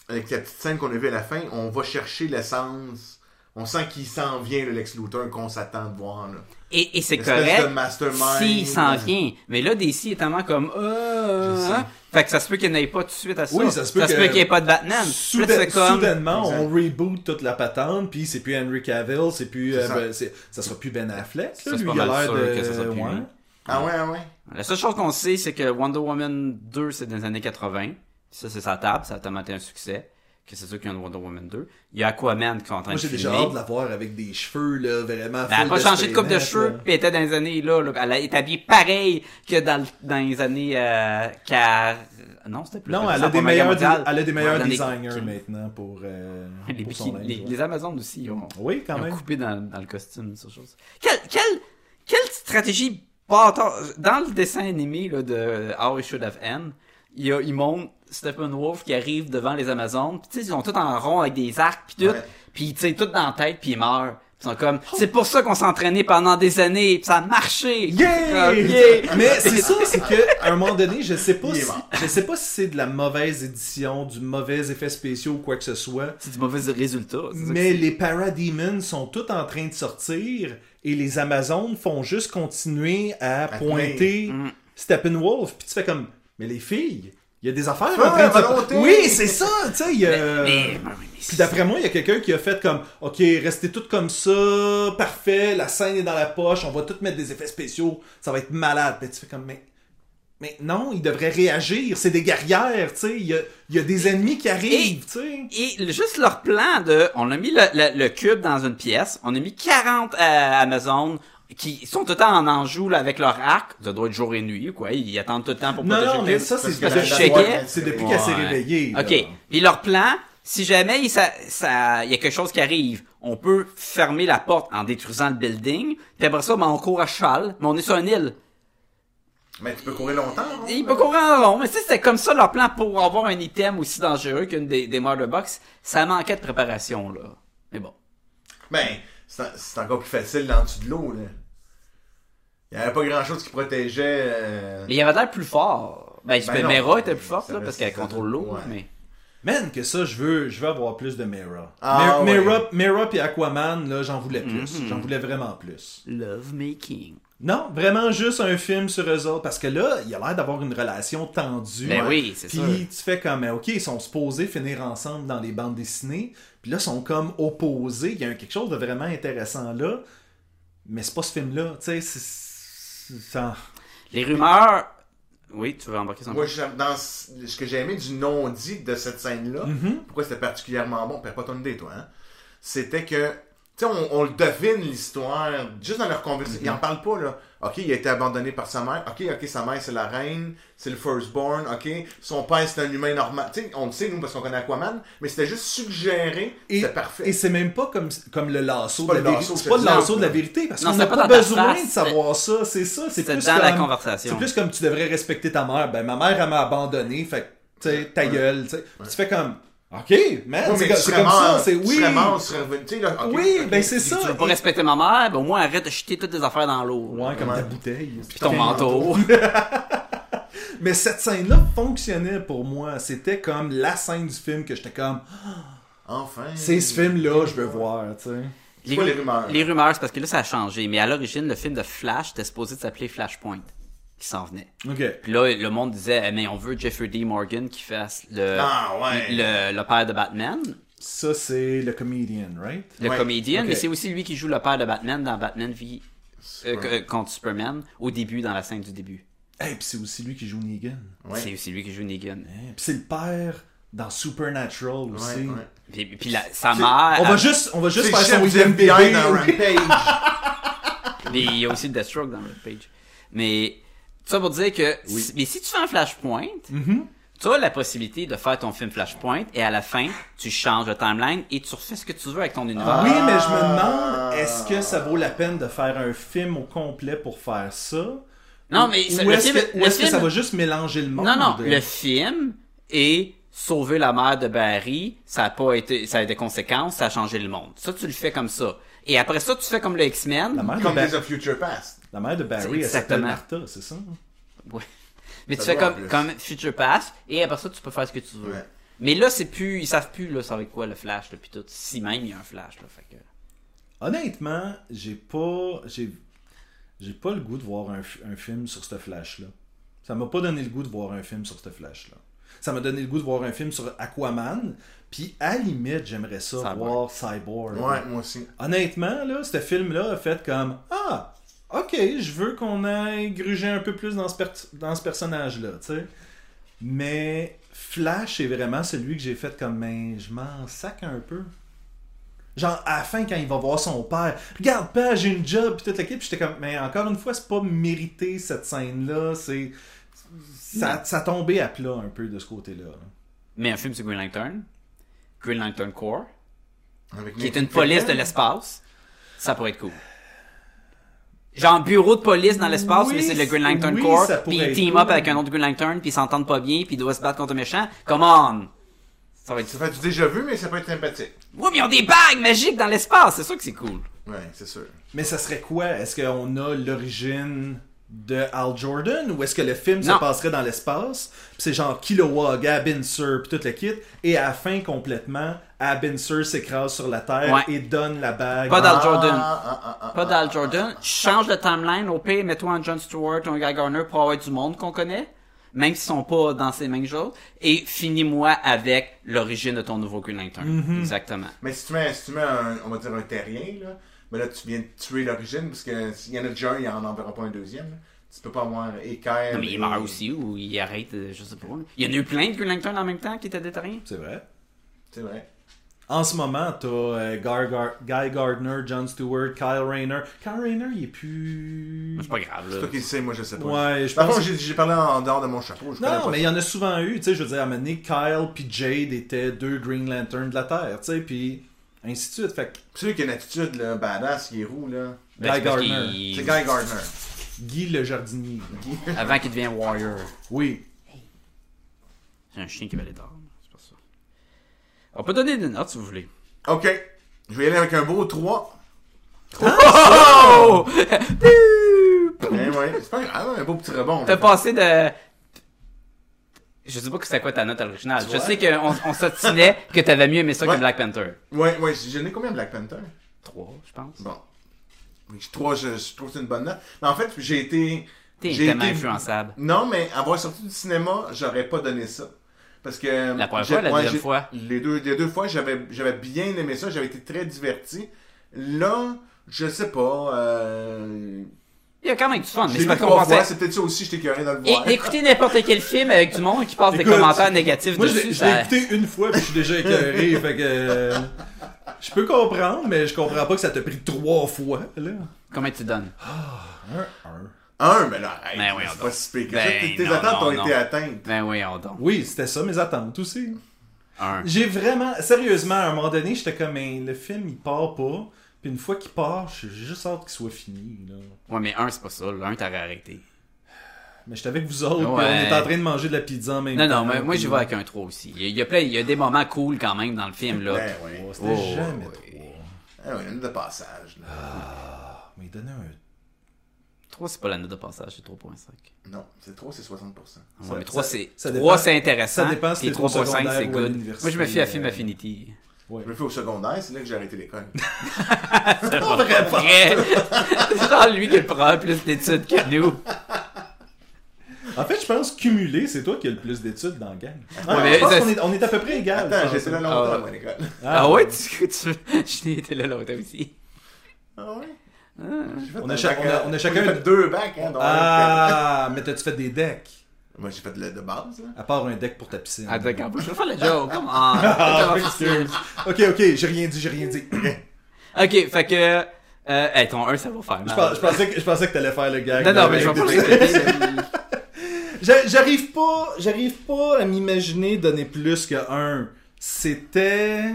Speaker 4: avec la petite scène qu'on a vue à la fin, on va chercher l'essence. On sent qu'il s'en vient, le Lex Luthor, qu'on s'attend de voir. Là.
Speaker 5: et et c'est
Speaker 4: L'espèce
Speaker 5: correct.
Speaker 4: de mastermind.
Speaker 5: S'il
Speaker 3: euh,
Speaker 5: s'en vient. Mais là, DC est tellement comme, euh,
Speaker 4: Je
Speaker 5: euh,
Speaker 4: sais.
Speaker 5: hein. Fait que ça se peut qu'il n'y ait pas tout de suite à ça.
Speaker 3: Oui, ça se peut que-
Speaker 5: qu'il n'y ait pas de Batman. Puis là,
Speaker 3: Soudain-
Speaker 5: c'est comme,
Speaker 3: Soudainement,
Speaker 4: Exact.
Speaker 3: on reboot toute la patente, puis c'est plus Henry Cavill, c'est plus. euh,
Speaker 4: C'est ça.
Speaker 3: ben, c'est- ça. sera plus Ben Affleck.
Speaker 5: Ça,
Speaker 3: là,
Speaker 5: c'est
Speaker 3: lui,
Speaker 5: pas
Speaker 3: il a
Speaker 5: mal
Speaker 3: l'air
Speaker 5: sûr
Speaker 3: de.
Speaker 5: que ça sera plus
Speaker 3: ouais.
Speaker 5: lui.
Speaker 4: Ah ouais, ah ouais.
Speaker 5: La seule chose qu'on sait, c'est que Wonder Woman 2, c'est dans les années 80. Ça, c'est sa table. Ça a tellement été un succès. Que c'est sûr qu'il y a une Wonder Woman 2. Il y a Aquaman qui sont en train
Speaker 3: Moi,
Speaker 5: de
Speaker 3: j'ai
Speaker 5: filmer.
Speaker 3: déjà hâte de la voir avec des cheveux, là, vraiment.
Speaker 5: Ben, elle a
Speaker 3: full
Speaker 5: pas changé de coupe de
Speaker 3: stainless,
Speaker 5: cheveux,
Speaker 3: là.
Speaker 5: puis elle était dans les années là, là. Elle a été habillée pareil que dans, le- dans les années euh, car non, c'était plus
Speaker 3: Non,
Speaker 5: la
Speaker 3: elle a, des
Speaker 5: Première
Speaker 3: meilleurs,
Speaker 5: Guerre mondiale.
Speaker 3: elle a des meilleurs
Speaker 5: Dans les-
Speaker 3: designers maintenant pour, euh,
Speaker 5: Les,
Speaker 3: pour son
Speaker 5: bikini-
Speaker 3: linge,
Speaker 5: les,
Speaker 3: ouais.
Speaker 5: les Amazones aussi ont,
Speaker 3: Oui, quand
Speaker 5: ils ont
Speaker 3: même.
Speaker 5: coupé dans, dans le costume, ces choses. Quelle, quelle, quelle stratégie bâtard. Dans le dessin animé là, de How It Should Have End, il, y a, il montre Steppenwolf qui arrive devant les Amazones, pis tu sais, ils sont tous en rond avec des arcs pis tout,
Speaker 4: Ouais.
Speaker 5: pis tu sais, tout dans la tête pis ils meurent. Ils sont comme,
Speaker 3: Oh.
Speaker 5: c'est pour ça qu'on s'entraînait pendant des années, pis ça a marché!
Speaker 3: Yeah!
Speaker 5: Comme, yeah!
Speaker 3: Mais c'est ça, c'est que à un moment donné, je sais pas
Speaker 4: Il est
Speaker 3: si,
Speaker 4: mort.
Speaker 3: je sais pas si c'est de la mauvaise édition, du mauvais effet spéciaux ou quoi que ce soit.
Speaker 5: C'est du mauvais résultat. c'est ça que
Speaker 3: Mais les Parademons sont tous en train de sortir et les Amazones font juste continuer à
Speaker 4: À
Speaker 3: pointer
Speaker 5: Mm.
Speaker 3: Steppenwolf. Puis tu fais comme, mais les filles, il y a des affaires
Speaker 4: Ouais,
Speaker 3: en train de se-
Speaker 4: volonté.
Speaker 3: Oui, c'est ça, tu sais. il y a-
Speaker 5: c'est. Mais, mais- mais
Speaker 3: Puis d'après moi, il y a quelqu'un qui a fait comme, ok, restez toutes comme ça, parfait, la scène est dans la poche, on va toutes mettre des effets spéciaux, ça va être malade. Puis tu fais comme, mais. Mais non, ils devraient réagir, c'est des guerrières, tu sais, il y a, il y a des ennemis qui arrivent, tu sais.
Speaker 5: Et le- juste leur plan de, on a mis le, le- le cube dans une pièce, on a mis 40 à Amazon qui sont tout le temps en enjou là, avec leur arc. Ça doit être jour et nuit, quoi. Ils attendent tout le temps pour
Speaker 3: Non,
Speaker 5: protéger
Speaker 3: non,
Speaker 5: le
Speaker 3: mais
Speaker 5: cube.
Speaker 3: ça, c'est
Speaker 4: Parce que
Speaker 3: parce
Speaker 5: la-
Speaker 3: que je
Speaker 5: la-
Speaker 3: checkais,
Speaker 4: la-
Speaker 3: c'est depuis qu'elle s'est
Speaker 5: Ouais.
Speaker 3: réveillée. là.
Speaker 5: OK. Puis leur plan, si jamais il ça, ça, il y a quelque chose qui arrive, on peut fermer la porte en détruisant le building. Puis après ça, ben, on court à cheval, mais on est sur une île.
Speaker 4: Mais tu peux courir longtemps. hein? non?
Speaker 5: Il peut courir en rond, mais tu sais, c'était comme ça leur plan pour avoir un item aussi dangereux qu'une des, des Murderbox. Ça manquait de préparation, là. Mais bon.
Speaker 4: Ben, c'est en- c'est encore plus facile dans le dessous de l'eau. là. Il n'y avait pas grand chose qui protégeait. euh,
Speaker 5: Mais il avait l'air plus fort. Ben, je
Speaker 4: Ben
Speaker 5: ben
Speaker 4: non.
Speaker 5: Mera était plus forte,
Speaker 4: Ça
Speaker 5: là,
Speaker 4: reste-
Speaker 5: parce qu'elle
Speaker 4: ça
Speaker 5: contrôle
Speaker 4: reste-
Speaker 5: l'eau,
Speaker 4: ouais.
Speaker 5: mais...
Speaker 3: Man, que ça, je veux, je veux avoir plus de Mera.
Speaker 4: Ah,
Speaker 3: Mer-
Speaker 4: ouais.
Speaker 3: Mera, Mera puis Aquaman, là, j'en voulais plus.
Speaker 5: Mhm.
Speaker 3: J'en voulais vraiment plus.
Speaker 5: Love making.
Speaker 3: Non, vraiment juste un film sur eux autres. Parce que là, il a l'air d'avoir une relation tendue.
Speaker 5: Ben oui, c'est
Speaker 3: Puis
Speaker 5: sûr.
Speaker 3: tu fais comme, ok, ils sont supposés finir ensemble dans les bandes dessinées. Puis là, ils sont comme opposés. Il y a quelque chose de vraiment intéressant là. Mais c'est pas ce film-là. Tu sais, c'est. c'est- ça-
Speaker 5: Les rumeurs... Oui, tu veux embarquer son
Speaker 4: Moi, j'aime- dans ce ce que j'ai aimé du
Speaker 3: Mhm.
Speaker 4: non-dit de cette scène-là, pourquoi c'était particulièrement bon, perds pas ton idée, toi, hein, c'était que, tu sais, on, on le devine l'histoire juste dans leur
Speaker 3: Mhm.
Speaker 4: conversation. Ils en parlent pas, là. Ok, il a été abandonné par sa mère. Ok, ok, sa mère c'est la reine, c'est le firstborn. Ok, son père c'est un humain normal. Tu sais, on le sait nous parce qu'on connaît Aquaman, mais c'était juste suggéré.
Speaker 3: Et,
Speaker 4: C'était parfait.
Speaker 3: et c'est même pas comme, comme le lasso
Speaker 4: C'est
Speaker 3: de
Speaker 4: pas
Speaker 3: la
Speaker 4: le
Speaker 3: vérité.
Speaker 4: lasso,
Speaker 3: C'est pas le
Speaker 4: c'est
Speaker 3: lasso
Speaker 4: ça.
Speaker 3: de la vérité parce
Speaker 5: Non,
Speaker 3: qu'on
Speaker 5: c'est
Speaker 3: n'a
Speaker 5: pas
Speaker 3: pas,
Speaker 5: dans ta
Speaker 3: besoin
Speaker 5: face,
Speaker 3: de savoir ça. C'est ça. C'est
Speaker 5: C'est
Speaker 3: plus
Speaker 5: dans la
Speaker 3: comme-
Speaker 5: conversation.
Speaker 3: C'est plus comme tu devrais respecter ta mère. Ben, ma mère, elle m'a abandonné. Fait que, tu sais, ta gueule. tu sais. Puis Tu fais comme, OK, man,
Speaker 4: Ouais,
Speaker 3: c'est
Speaker 4: mais
Speaker 3: comme
Speaker 4: tu
Speaker 3: c'est
Speaker 4: serais
Speaker 3: comme ça.
Speaker 4: mort,
Speaker 3: C'est
Speaker 4: tu
Speaker 3: oui.
Speaker 4: serais mort, tu serais revenu. Tu sais, là, ok,
Speaker 3: Oui,
Speaker 4: ok.
Speaker 3: ben, c'est ça.
Speaker 5: Tu veux pas
Speaker 3: Et-
Speaker 5: respecter ma mère, ben au moins arrête de jeter toutes tes affaires dans l'eau.
Speaker 3: Ouais, comme ta
Speaker 4: Ouais.
Speaker 3: bouteille.
Speaker 5: Puis ton manteau.
Speaker 3: Mais cette scène-là fonctionnait pour moi. C'était comme la scène du film que j'étais comme,
Speaker 4: Enfin.
Speaker 3: c'est ce film-là, je veux voir, tu sais.
Speaker 5: Les,
Speaker 4: pas les rumeurs.
Speaker 5: Les rumeurs, c'est parce que là, ça a changé. Mais à l'origine, le film de Flash était supposé de s'appeler Flashpoint, qui s'en venait.
Speaker 3: OK.
Speaker 5: Puis là, le monde disait, Eh, mais on veut Jeffrey D. Morgan qui fasse le,
Speaker 4: Ah, ouais.
Speaker 5: le, le père de Batman,
Speaker 3: Ça, c'est le comedian, right?
Speaker 5: le
Speaker 4: Ouais.
Speaker 5: comédien,
Speaker 3: Ok.
Speaker 5: mais c'est aussi lui qui joue le père de Batman dans Batman v euh, que- contre Superman au début, dans la scène du début.
Speaker 3: Et puis c'est aussi lui qui joue Negan.
Speaker 4: Ouais.
Speaker 5: C'est aussi lui qui joue Negan.
Speaker 3: Hey, Puis c'est le père dans Supernatural
Speaker 4: Ouais,
Speaker 3: aussi.
Speaker 4: ouais.
Speaker 5: Puis, puis la- sa mère, euh,
Speaker 3: On va
Speaker 5: elle-
Speaker 3: juste, on va juste
Speaker 4: C'est
Speaker 3: faire
Speaker 4: le
Speaker 3: son
Speaker 4: chef du
Speaker 3: IMDb.
Speaker 4: FBI dans
Speaker 3: oui.
Speaker 4: Rampage.
Speaker 5: mais il y a aussi Deathstroke dans le page. Mais ça pour dire que, si- mais si tu fais un Flashpoint,
Speaker 3: Mm-hmm.
Speaker 5: tu as la possibilité de faire ton film Flashpoint et à la fin, tu changes le timeline et tu refais ce que tu veux avec ton univers.
Speaker 3: Ah. Oui, mais je me
Speaker 4: Ah.
Speaker 3: demande, est-ce que ça vaut la peine de faire un film au complet pour faire ça?
Speaker 5: Non, mais c'est-
Speaker 3: Ou
Speaker 5: le
Speaker 3: est-ce
Speaker 5: film-
Speaker 3: que, ou
Speaker 5: le
Speaker 3: est-ce que
Speaker 5: film-
Speaker 3: ça va juste mélanger le monde?
Speaker 5: Non, non, le film est sauver la mère de Barry, ça a pas été, ça a des conséquences, ça a changé le monde. Ça, tu le fais comme ça. Et après ça, tu fais comme le
Speaker 3: La
Speaker 5: X-Men.
Speaker 3: mère,
Speaker 4: Comme
Speaker 3: de Ba-
Speaker 4: Days of Future Past.
Speaker 3: la mère de Barry, elle s'appelle
Speaker 5: Exactement.
Speaker 3: Martha, c'est ça?
Speaker 5: Ouais. Mais
Speaker 4: Ça
Speaker 5: tu fais
Speaker 4: doit, en
Speaker 5: comme,
Speaker 4: plus.
Speaker 5: comme Future Past, et après ça, tu peux faire ce que tu veux.
Speaker 4: Ouais.
Speaker 5: Mais là, c'est plus, ils savent plus, là, ça va être quoi le flash, là, pis tout. Si même il y a un flash, là, fait que.
Speaker 3: Honnêtement, j'ai pas, j'ai, j'ai pas le goût de voir un, f- un film sur ce flash-là. Ça m'a pas donné le goût de voir un film sur ce flash-là. Ça m'a donné le goût de voir un film sur Aquaman, puis à la limite, j'aimerais ça
Speaker 5: Cyborg.
Speaker 3: voir Cyborg.
Speaker 4: Ben Ouais, moi aussi.
Speaker 3: Honnêtement, là, ce film-là a fait comme Ah, ok, je veux qu'on aille gruger un peu plus dans ce, per- dans ce personnage-là, tu sais. Mais Flash est vraiment celui que j'ai fait comme Mais je m'en sac un peu. Genre, à la fin, quand il va voir son père, regarde, père, j'ai une job, pis toute l'équipe, j'étais comme, mais encore une fois, c'est pas mérité cette scène-là, c'est. Ça, ça tombait à plat un peu de ce côté-là.
Speaker 5: Mais un film sur Green Lantern. Green Lantern Corps.
Speaker 4: Avec
Speaker 5: qui est
Speaker 4: Nathan
Speaker 5: une police de
Speaker 4: Fillion.
Speaker 5: l'espace, ça pourrait être cool. Genre bureau de police dans l'espace,
Speaker 3: Oui,
Speaker 5: mais c'est le Green Lantern
Speaker 3: oui,
Speaker 5: Corps,
Speaker 3: ça
Speaker 5: puis
Speaker 3: pourrait
Speaker 5: ils
Speaker 3: être
Speaker 5: team
Speaker 3: cool.
Speaker 5: up avec un autre Green Lantern, puis ils s'entendent pas bien, puis ils doivent se battre contre un méchant. Come on! Ça va être
Speaker 4: Ça fait du déjà vu, mais ça peut être sympathique.
Speaker 5: Oui, mais ils ont des bagues magiques dans l'espace, c'est sûr que c'est cool.
Speaker 4: Ouais, c'est sûr.
Speaker 3: Mais ça serait quoi Est-ce qu'on a l'origine de Al Jordan ou est-ce que le film
Speaker 5: Non.
Speaker 3: se passerait dans l'espace Puis c'est genre Killua, Gabinser, puis tout le kit, et à la fin complètement, Abinser s'écrase sur la Terre
Speaker 5: Ouais.
Speaker 3: et donne la bague.
Speaker 5: Pas
Speaker 3: Ah,
Speaker 5: d'Al Jordan.
Speaker 4: Ah, ah, ah, ah,
Speaker 5: Pas d'Al Jordan. Change de timeline, au pire, mets-toi un John Stewart ou un Guy Garner pour avoir du monde qu'on connaît, même s'ils sont pas dans ces mêmes choses. Et finis-moi avec l'origine de ton nouveau Green Lantern.
Speaker 3: Mhm.
Speaker 5: Exactement.
Speaker 4: Mais si tu mets, si tu mets un, on va dire un terrien, là, ben là, tu viens de tuer l'origine, parce que s'il y en a déjà un, il en enverra pas un deuxième. là. Tu peux pas avoir équerre.
Speaker 5: Non, Ah, mais il meurt aussi ou il arrête, euh, je sais pas. Il y en a eu plein de Green Lantern en même temps qui étaient des terriens.
Speaker 3: C'est vrai.
Speaker 4: C'est vrai.
Speaker 3: En ce moment, t'as euh, Gar- Gar- Guy Gardner, John Stewart, Kyle Rayner. Kyle Rayner, il est plus.
Speaker 5: C'est pas grave, là.
Speaker 4: Toi qui le sais, moi je sais pas.
Speaker 3: Ouais, je
Speaker 4: Par
Speaker 3: pense-
Speaker 4: contre, j'ai- j'ai parlé en dehors de mon chapeau. Je connais
Speaker 3: Non,
Speaker 4: pas
Speaker 3: mais
Speaker 4: ça.
Speaker 3: il y en a souvent eu, tu sais, je veux dire, à un moment donné, Kyle puis Jade étaient deux Green Lantern de la Terre, tu sais, puis ainsi de suite. Fait que
Speaker 4: Celui qui a une attitude là, badass, il est roux, là.
Speaker 5: Ben, c'est
Speaker 3: Guy
Speaker 5: parce
Speaker 3: Gardner.
Speaker 5: qu'il-
Speaker 4: C'est Guy Gardner.
Speaker 3: Guy le jardinier.
Speaker 5: Avant qu'il devienne Warrior.
Speaker 3: Oui.
Speaker 5: C'est un chien qui va les dormir. C'est pas ça. On peut donner des notes si vous voulez.
Speaker 4: Ok. Je vais y aller avec un beau 3.
Speaker 5: Oh!
Speaker 4: Eh ouais, c'est pas grave, un beau petit rebond.
Speaker 5: T'as
Speaker 4: là.
Speaker 5: passé de. Je sais pas que c'était quoi ta note originale. Je sais qu'on on s'attinait que t'avais mieux aimé ça que
Speaker 4: Ouais.
Speaker 5: Black Panther.
Speaker 4: Ouais, ouais, j'ai donné combien Black Panther
Speaker 5: 3, je pense.
Speaker 4: Bon. Oui, Je trouve, je, je trouve que c'est une bonne note. Mais en fait, j'ai été.
Speaker 5: T'es
Speaker 4: j'ai
Speaker 5: tellement
Speaker 4: été-
Speaker 5: influençable.
Speaker 4: Non, mais avoir sorti du cinéma, j'aurais pas donné ça. Parce que.
Speaker 5: La première
Speaker 4: j'ai-
Speaker 5: fois, la
Speaker 4: ouais,
Speaker 5: deuxième
Speaker 4: j'ai-
Speaker 5: fois?
Speaker 4: Les deux, les deux fois, j'avais, j'avais bien aimé ça, j'avais été très diverti. Là, je sais pas. Euh...
Speaker 5: Il y a quand même du fun, mais
Speaker 4: J'ai
Speaker 5: c'est
Speaker 4: vu
Speaker 5: pas
Speaker 4: trois
Speaker 5: compensé.
Speaker 4: fois, c'est peut-être ça aussi, j'étais curé dans le
Speaker 5: Et
Speaker 4: voir.
Speaker 5: d'écouter n'importe quel film avec du monde qui passe des
Speaker 3: Écoute,
Speaker 5: commentaires négatifs
Speaker 3: Moi, je
Speaker 5: dessus,
Speaker 3: l'ai je
Speaker 5: ça-
Speaker 3: l'ai écouté une fois, puis je suis déjà écœuré, fait que... euh, Je peux comprendre, mais je comprends pas que ça t'a pris trois fois, là.
Speaker 5: Combien tu donnes?
Speaker 3: Un, un.
Speaker 4: Un, mais là, hey,
Speaker 5: Ben oui, on
Speaker 4: c'est pas
Speaker 5: donne.
Speaker 4: si pire que ça.
Speaker 5: Ben
Speaker 4: Tes- Tes
Speaker 5: non,
Speaker 4: attentes
Speaker 5: non,
Speaker 4: ont
Speaker 5: non.
Speaker 4: été atteintes.
Speaker 5: Ben oui, on donne.
Speaker 3: Oui, c'était ça mes attentes aussi.
Speaker 5: Un.
Speaker 3: J'ai vraiment, sérieusement, à un moment donné, j'étais comme, mais le film, il part pas. Puis une fois qu'il part, j'ai juste hâte qu'il soit fini, là.
Speaker 5: Ouais, mais un, c'est pas ça. là. Un, t'aurais arrêté.
Speaker 3: Mais j'étais avec vous autres, puis
Speaker 5: Ouais.
Speaker 3: on est en train de manger de la pizza en même
Speaker 5: Non,
Speaker 3: temps.
Speaker 5: non, mais moi,
Speaker 3: puis-
Speaker 5: j'y vais avec un 3 aussi. Il y a- il y a plein, il y a des moments cool quand même dans le film, là.
Speaker 4: Ben oui.
Speaker 3: Oh, C'était
Speaker 5: Oh,
Speaker 3: jamais
Speaker 5: ouais.
Speaker 3: trois.
Speaker 4: Ah oui, une de passage. là.
Speaker 3: Mais donnez un...
Speaker 5: 3, c'est pas la note de passage, c'est 3.5.
Speaker 4: Non, c'est trop, c'est 60%.
Speaker 5: Ouais,
Speaker 3: Ça-
Speaker 5: mais 3,
Speaker 3: ça-
Speaker 5: c'est
Speaker 3: ça
Speaker 5: 3,
Speaker 3: dépend-
Speaker 5: c'est intéressant.
Speaker 3: ça dépend si
Speaker 5: et
Speaker 3: t'es au
Speaker 5: 3.5, c'est
Speaker 3: secondaire ou à
Speaker 5: good.
Speaker 3: l'université,
Speaker 5: Moi, je me fie à Film
Speaker 3: euh,
Speaker 5: Affinity.
Speaker 4: Je me fais au secondaire, c'est là que j'ai arrêté l'école.
Speaker 3: Ah,
Speaker 5: C'est genre lui qui le prend plus d'études que nous.
Speaker 3: En fait, je pense cumulé, c'est toi qui as le plus d'études dans la gang. Ah,
Speaker 5: Ouais,
Speaker 3: je
Speaker 5: mais
Speaker 3: pense
Speaker 5: ça-
Speaker 3: qu'on est, on est à peu près égal. je
Speaker 4: Attends,
Speaker 3: pense.
Speaker 4: j'étais là
Speaker 5: Ah.
Speaker 4: longtemps, moi, à l'école.
Speaker 5: Ah, ouais, tu, tu... Je n'ai été là longtemps aussi.
Speaker 4: Ah ouais? J'ai fait
Speaker 3: On
Speaker 4: un
Speaker 3: a cha-
Speaker 4: bac
Speaker 3: on a-
Speaker 4: à-
Speaker 3: on a chacun-
Speaker 4: fait deux bacs, hein, donc-
Speaker 3: Ah, mais t'as-tu fait des decks?
Speaker 4: Moi, j'ai fait le de base, là.
Speaker 3: À part un deck pour ta piscine.
Speaker 5: Ah, d'accord, je vais faire le joke, come on.
Speaker 3: Ah, excuse. ok, ok, j'ai rien dit, j'ai rien dit. je,
Speaker 5: ok, fait que... Euh, hey, ton 1, ça va faire mal.
Speaker 3: pens- je pensais que, je pensais que t'allais faire le gag.
Speaker 5: Non, non, mais je vais
Speaker 3: Avec
Speaker 5: pas
Speaker 3: des-
Speaker 5: l'expliquer.
Speaker 3: J'a- J'arrive pas, j'arrive pas à m'imaginer donner plus que un. C'était.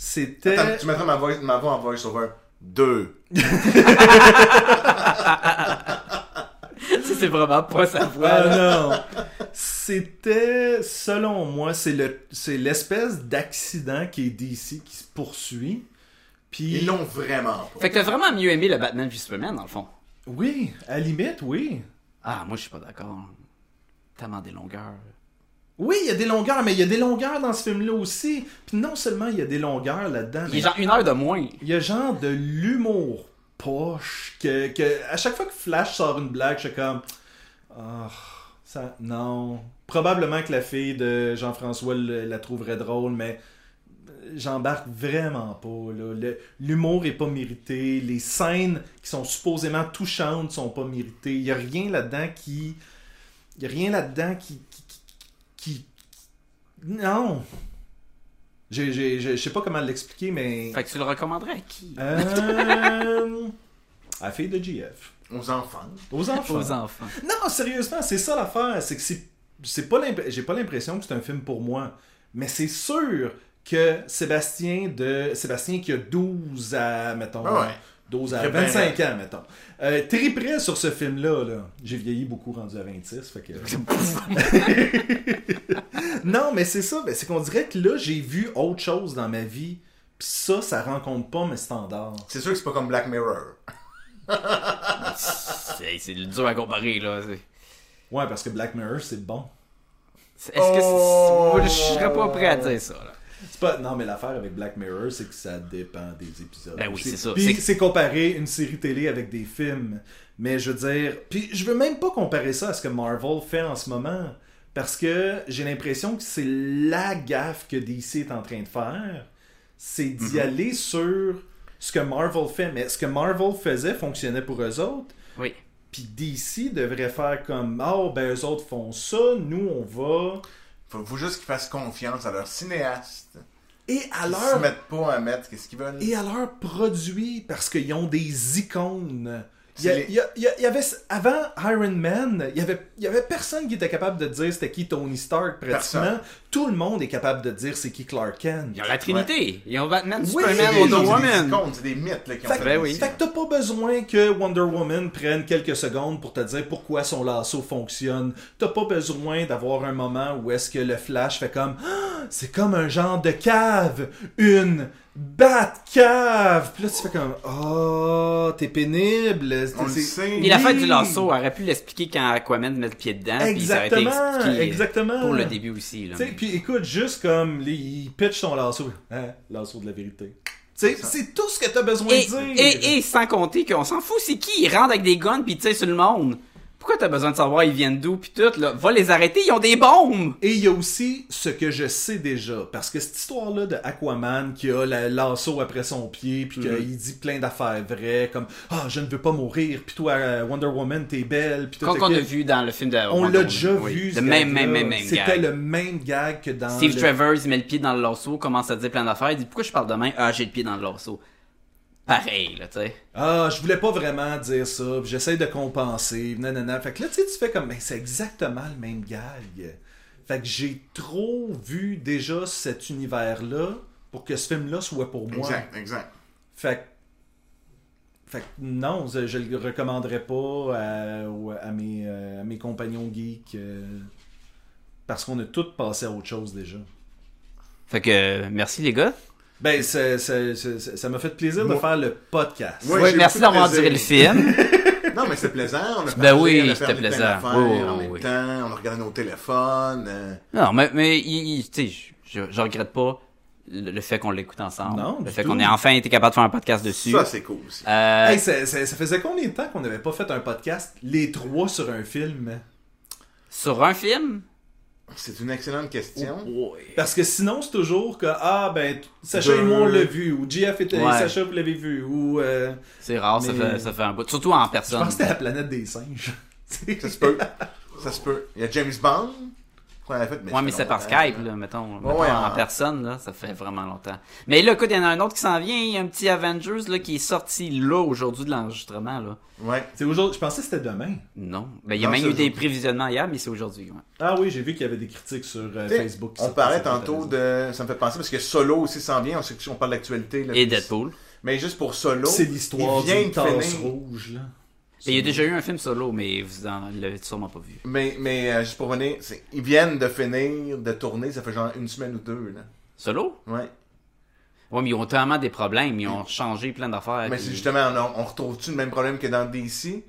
Speaker 3: C'était.
Speaker 4: Attends, tu mettras ma voix, ma voix en voice-over. Deux.
Speaker 5: Ça, c'est vraiment pas sa voix. là.
Speaker 3: Ah non. C'était, selon moi, c'est le, c'est l'espèce d'accident qui est DC qui se poursuit. Puis
Speaker 4: Ils l'ont vraiment pas.
Speaker 5: Fait que t'as vraiment mieux aimé le Batman v Superman, dans le fond.
Speaker 3: oui, à la limite, oui.
Speaker 5: Ah, moi, je suis pas d'accord. Tellement des longueurs.
Speaker 3: Oui, il y a des longueurs, mais il y a des longueurs dans ce film-là aussi. Puis non seulement il y a des longueurs là-dedans,
Speaker 5: Il
Speaker 3: mais
Speaker 5: est genre une heure de moins.
Speaker 3: il y a genre de l'humour poche que, que à chaque fois que Flash sort une blague, je suis comme Ah, ça non. Probablement que la fille de Jean-François le- la trouverait drôle, mais j'embarque vraiment pas là. Le- L'humour est pas mérité, les scènes qui sont supposément touchantes sont pas méritées. Il y a rien là-dedans qui il y a rien là-dedans qui qui, qui- qui- non. J'ai- j'ai- Je je sais pas comment l'expliquer, mais...
Speaker 5: Fait que tu le recommanderais à qui?
Speaker 3: Euh, à la fille de GF.
Speaker 4: Aux enfants.
Speaker 3: Aux enfants.
Speaker 5: Aux enfants.
Speaker 3: Non, sérieusement, c'est ça l'affaire. C'est que c'est, c'est pas l'imp- j'ai pas l'impression que c'est un film pour moi. Mais c'est sûr que Sébastien de Sébastien qui a 12 à mettons
Speaker 4: Ah ouais.
Speaker 3: 12 à
Speaker 4: Très bien
Speaker 3: 25 ans mettons. Euh, triperait sur ce film là là. J'ai vieilli beaucoup rendu à 26 fait que Non, mais c'est ça, ben, c'est qu'on dirait que là j'ai vu autre chose dans ma vie. Puis ça ça rencontre pas mes standards.
Speaker 4: C'est sûr que c'est pas comme Black Mirror.
Speaker 5: C'est c'est dur à comparer, là. C'est-
Speaker 3: Ouais, parce que Black Mirror c'est bon.
Speaker 5: c'est- Est-ce que c'est-
Speaker 4: Oh!
Speaker 5: moi, je serais pas prêt à dire ça, là.
Speaker 3: C'est pas... Non, mais l'affaire avec Black Mirror, c'est que ça dépend des épisodes.
Speaker 5: Ben oui,
Speaker 3: Aussi.
Speaker 5: c'est ça.
Speaker 3: Puis
Speaker 5: C'est-
Speaker 3: c'est comparer une série télé avec des films. Mais je veux dire... Puis je veux même pas comparer ça à ce que Marvel fait en ce moment. Parce que j'ai l'impression que c'est la gaffe que DC est en train de faire. C'est d'y
Speaker 5: Mhm.
Speaker 3: aller sur ce que Marvel fait. Mais ce que Marvel faisait fonctionnait pour eux autres.
Speaker 5: Oui.
Speaker 3: Puis DC devrait faire comme... Ah, ben eux autres font ça. Nous, on va...
Speaker 4: Faut, faut juste qu'ils fassent confiance à leurs cinéastes.
Speaker 3: Et à
Speaker 4: Ils
Speaker 3: leur
Speaker 4: se mettent pas à mettre qu'est-ce qu'ils veulent.
Speaker 3: et à leurs produits parce qu'ils ont des icônes. Il y, a-
Speaker 4: C'est les-
Speaker 3: il y a- il y a- il y avait avant Iron Man, il y avait il y avait personne qui était capable de dire c'était qui Tony Stark pratiquement.
Speaker 4: Personne.
Speaker 3: Tout le monde est capable de dire c'est qui Clark Kent.
Speaker 5: Ils ont la Trinité. Ils ont Batman,
Speaker 3: Oui,
Speaker 5: Superman,
Speaker 4: C'est des-
Speaker 5: Wonder
Speaker 4: C'est des
Speaker 5: Woman.
Speaker 4: icônes, c'est des mythes là, qui ont
Speaker 3: Fait,
Speaker 4: fait
Speaker 5: Ben
Speaker 4: ça.
Speaker 5: oui.
Speaker 3: fait que t'as pas besoin que Wonder Woman prenne quelques secondes pour te dire pourquoi son lasso fonctionne. T'as pas besoin d'avoir un moment où est-ce que le Flash fait comme Ah, c'est comme un genre de cave, une batte cave. Puis là tu fais comme oh t'es pénible.
Speaker 4: On le
Speaker 3: C'est-
Speaker 4: sait.
Speaker 5: Et la fête
Speaker 3: Oui.
Speaker 5: du lasso aurait pu l'expliquer quand Aquaman met le pied dedans. puis ça aurait été
Speaker 3: Exactement,
Speaker 5: expliqué
Speaker 3: exactement.
Speaker 5: Pour le début aussi, là.
Speaker 3: Tu sais,
Speaker 5: Mais-
Speaker 3: puis écoute, juste comme les- il pitch son lasso, hein, lasso de la vérité. Tu sais, c'est tout ce que t'as besoin
Speaker 5: Et,
Speaker 3: de dire.
Speaker 5: et, et sans compter qu'on s'en fout, c'est qui? Ils rentrent avec des guns pis tirent sur le monde. Pourquoi pourquoi t'as besoin de savoir ils viennent d'où pis tout, là? Va les arrêter, ils ont des bombes!
Speaker 3: Et il y a aussi ce que je sais déjà, parce que cette histoire-là de Aquaman qui a la- l'assaut après son pied, puis
Speaker 5: Mm-hmm.
Speaker 3: qu'il dit plein d'affaires vraies, comme « Ah, je ne veux pas mourir, puis toi, euh, Wonder Woman, t'es belle, puis tout.
Speaker 5: Quand
Speaker 3: le
Speaker 5: on a
Speaker 3: kit.
Speaker 5: vu dans le film de.
Speaker 3: On l'a déjà
Speaker 5: Oui.
Speaker 3: vu, ce
Speaker 5: Le même,
Speaker 3: gag-là.
Speaker 5: même, même, même
Speaker 3: C'était
Speaker 5: gag.
Speaker 3: le même gag que dans...
Speaker 5: Steve
Speaker 3: le-
Speaker 5: Trevor, il met le pied dans le lasso, commence à dire plein d'affaires, il dit pourquoi je parle demain? Ah, j'ai le pied dans le lasso. Pareil, là, tu sais.
Speaker 3: Ah, je voulais pas vraiment dire ça, puis j'essaie de compenser, nanana. Fait que là, tu sais, tu fais comme, ben, c'est exactement le même gag. Fait que j'ai trop vu déjà cet univers-là pour que ce film-là soit pour moi.
Speaker 4: Exact, exact.
Speaker 3: Fait que- fait que non, je, je le recommanderais pas à, ou à mes, euh, à mes compagnons geeks euh, parce qu'on a tous passé à autre chose déjà.
Speaker 5: Fait que, euh, merci les gars.
Speaker 3: Ben, ça ça- ça- ça m'a fait plaisir de
Speaker 4: Moi-
Speaker 3: faire le podcast.
Speaker 4: Ouais,
Speaker 5: oui,
Speaker 4: j'ai
Speaker 5: merci
Speaker 4: beaucoup de
Speaker 5: d'avoir
Speaker 4: plaisir.
Speaker 5: duré le film.
Speaker 4: Non, mais c'est plaisant. On a
Speaker 5: Ben oui,
Speaker 4: on a
Speaker 5: c'était
Speaker 4: parlé de plein
Speaker 5: plaisant.
Speaker 4: d'affaires
Speaker 5: Oui, oui,
Speaker 4: en
Speaker 5: oui,
Speaker 4: même
Speaker 5: oui.
Speaker 4: temps, on a regardé nos téléphones. euh,
Speaker 5: non, mais, mais il- il- tu sais, je, je- je regrette pas le, le fait qu'on l'écoute ensemble.
Speaker 3: Non,
Speaker 5: le
Speaker 3: du
Speaker 5: fait
Speaker 3: tout.
Speaker 5: qu'on ait enfin été capable de faire un podcast dessus.
Speaker 4: ça, c'est cool aussi.
Speaker 5: Euh,
Speaker 3: Hey, ça, ça- ça faisait combien de temps qu'on n'avait pas fait un podcast, les trois sur un film?
Speaker 5: Sur un film?
Speaker 4: C'est une excellente question.
Speaker 5: Oh,
Speaker 3: Parce que sinon, c'est toujours que, ah, ben, t- Sacha et
Speaker 4: Deux.
Speaker 3: moi, on l'a vu, ou JF et et
Speaker 5: Ouais.
Speaker 3: Sacha, vous l'avez vu, ou... euh,
Speaker 5: C'est rare, ça,
Speaker 3: Mais-
Speaker 5: fait, ça fait un bout. Surtout en
Speaker 3: je
Speaker 5: personne.
Speaker 3: pense que c'était La Planète des Singes.
Speaker 5: oh.
Speaker 4: Ça se peut. Ça se peut. Il y a James Bond. qu'on avait fait,
Speaker 5: Ouais, mais
Speaker 4: ça
Speaker 5: c'est
Speaker 4: fait
Speaker 5: par
Speaker 4: longtemps.
Speaker 5: Skype, là, mettons. Mettons,
Speaker 4: ouais,
Speaker 5: en
Speaker 4: en-
Speaker 5: personne, là, ça fait vraiment longtemps. Mais là, écoute, il y en a un autre qui s'en vient. Il y a un petit Avengers là, qui est sorti là aujourd'hui de l'enregistrement. là.
Speaker 4: Ouais.
Speaker 3: C'est aujourd'hui, je pensais que c'était demain.
Speaker 5: Non. Ben, il y a
Speaker 4: Non,
Speaker 5: même
Speaker 4: c'est
Speaker 5: eu des
Speaker 4: aujourd'hui.
Speaker 5: prévisionnements hier, mais c'est aujourd'hui. ouais.
Speaker 3: Ah oui, j'ai vu qu'il y avait des critiques sur euh,
Speaker 4: T'sais,
Speaker 3: Facebook. qui
Speaker 4: On
Speaker 3: sortaient
Speaker 4: parlait
Speaker 3: cette
Speaker 4: tantôt
Speaker 3: comparaison.
Speaker 4: de. Ça me fait penser parce que Solo aussi s'en vient. On, sait que- on parle d'actualité. là.
Speaker 5: Et Deadpool.
Speaker 4: Mais juste pour Solo.
Speaker 3: C'est l'histoire
Speaker 4: il vient
Speaker 3: d'une
Speaker 4: de
Speaker 3: tasse
Speaker 4: finir.
Speaker 3: rouge, là.
Speaker 5: Et il y a déjà eu un film solo, mais vous en l'avez sûrement pas vu.
Speaker 4: Mais, mais euh, juste pour venir, c'est- ils viennent de finir de tourner, ça fait genre une semaine ou deux. Là.
Speaker 5: Solo?
Speaker 4: Ouais.
Speaker 5: Ouais, mais ils ont tellement des problèmes. Ils ont changé plein d'affaires.
Speaker 4: Mais
Speaker 5: puis-
Speaker 4: c'est justement, on, on retrouve-tu le même problème que dans DC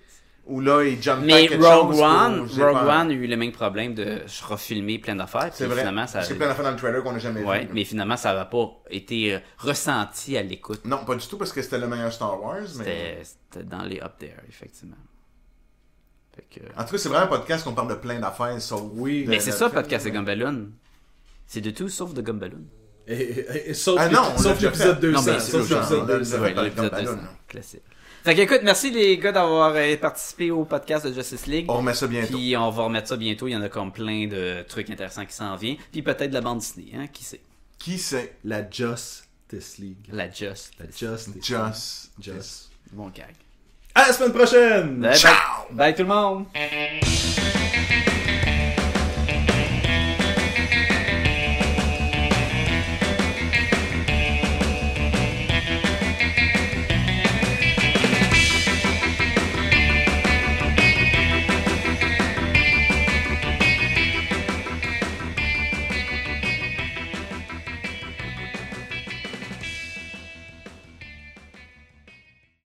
Speaker 4: Où là, ils jumpent
Speaker 5: Mais
Speaker 4: quelque
Speaker 5: Rogue
Speaker 4: chose
Speaker 5: One,
Speaker 4: pour- j'ai
Speaker 5: Rogue
Speaker 4: pas-
Speaker 5: One a eu le même problème de se refilmer plein d'affaires.
Speaker 4: C'est
Speaker 5: puis
Speaker 4: vrai.
Speaker 5: Finalement, ça.
Speaker 4: Parce qu'il y a plein d'affaires dans le trailer qu'on n'a jamais
Speaker 5: Ouais,
Speaker 4: vu.
Speaker 5: mais finalement, ça n'a pas été euh, ressenti à l'écoute.
Speaker 4: Non, pas du tout parce que c'était le meilleur Star Wars. Mais...
Speaker 5: C'était c'était dans les up there, effectivement. Fait que-
Speaker 4: En tout cas, c'est vraiment un podcast qu'on parle de plein d'affaires, sauf. Oui,
Speaker 5: Mais c'est ça, podcast de Gumballoon. C'est de tout sauf de Gumballoon.
Speaker 3: Et, et- et sauf
Speaker 4: Ah non, on l'a
Speaker 3: sauf
Speaker 4: déjà
Speaker 3: l'épisode
Speaker 4: fait.
Speaker 3: 200.
Speaker 5: Non, mais c'est
Speaker 3: sauf
Speaker 5: l'autre
Speaker 3: l'épisode 200.
Speaker 4: genre, là, Ouais, dans
Speaker 5: l'épisode
Speaker 4: Gumballoon,
Speaker 5: 200,
Speaker 4: hein.
Speaker 5: classique. Fait que, écoute, merci les gars d'avoir euh, participé au podcast de Justice League.
Speaker 4: On remet ça bientôt.
Speaker 5: Puis on va remettre ça bientôt. Il y en a comme plein de trucs intéressants qui s'en viennent. Puis peut-être de la bande dessinée, hein, qui sait.
Speaker 4: Qui c'est
Speaker 3: La Justice League.
Speaker 5: La Just.
Speaker 3: La Justice.
Speaker 4: Just.
Speaker 3: Just.
Speaker 5: Bon gag.
Speaker 3: À la semaine prochaine!
Speaker 5: Bye, bye.
Speaker 4: Ciao!
Speaker 5: Bye tout le monde!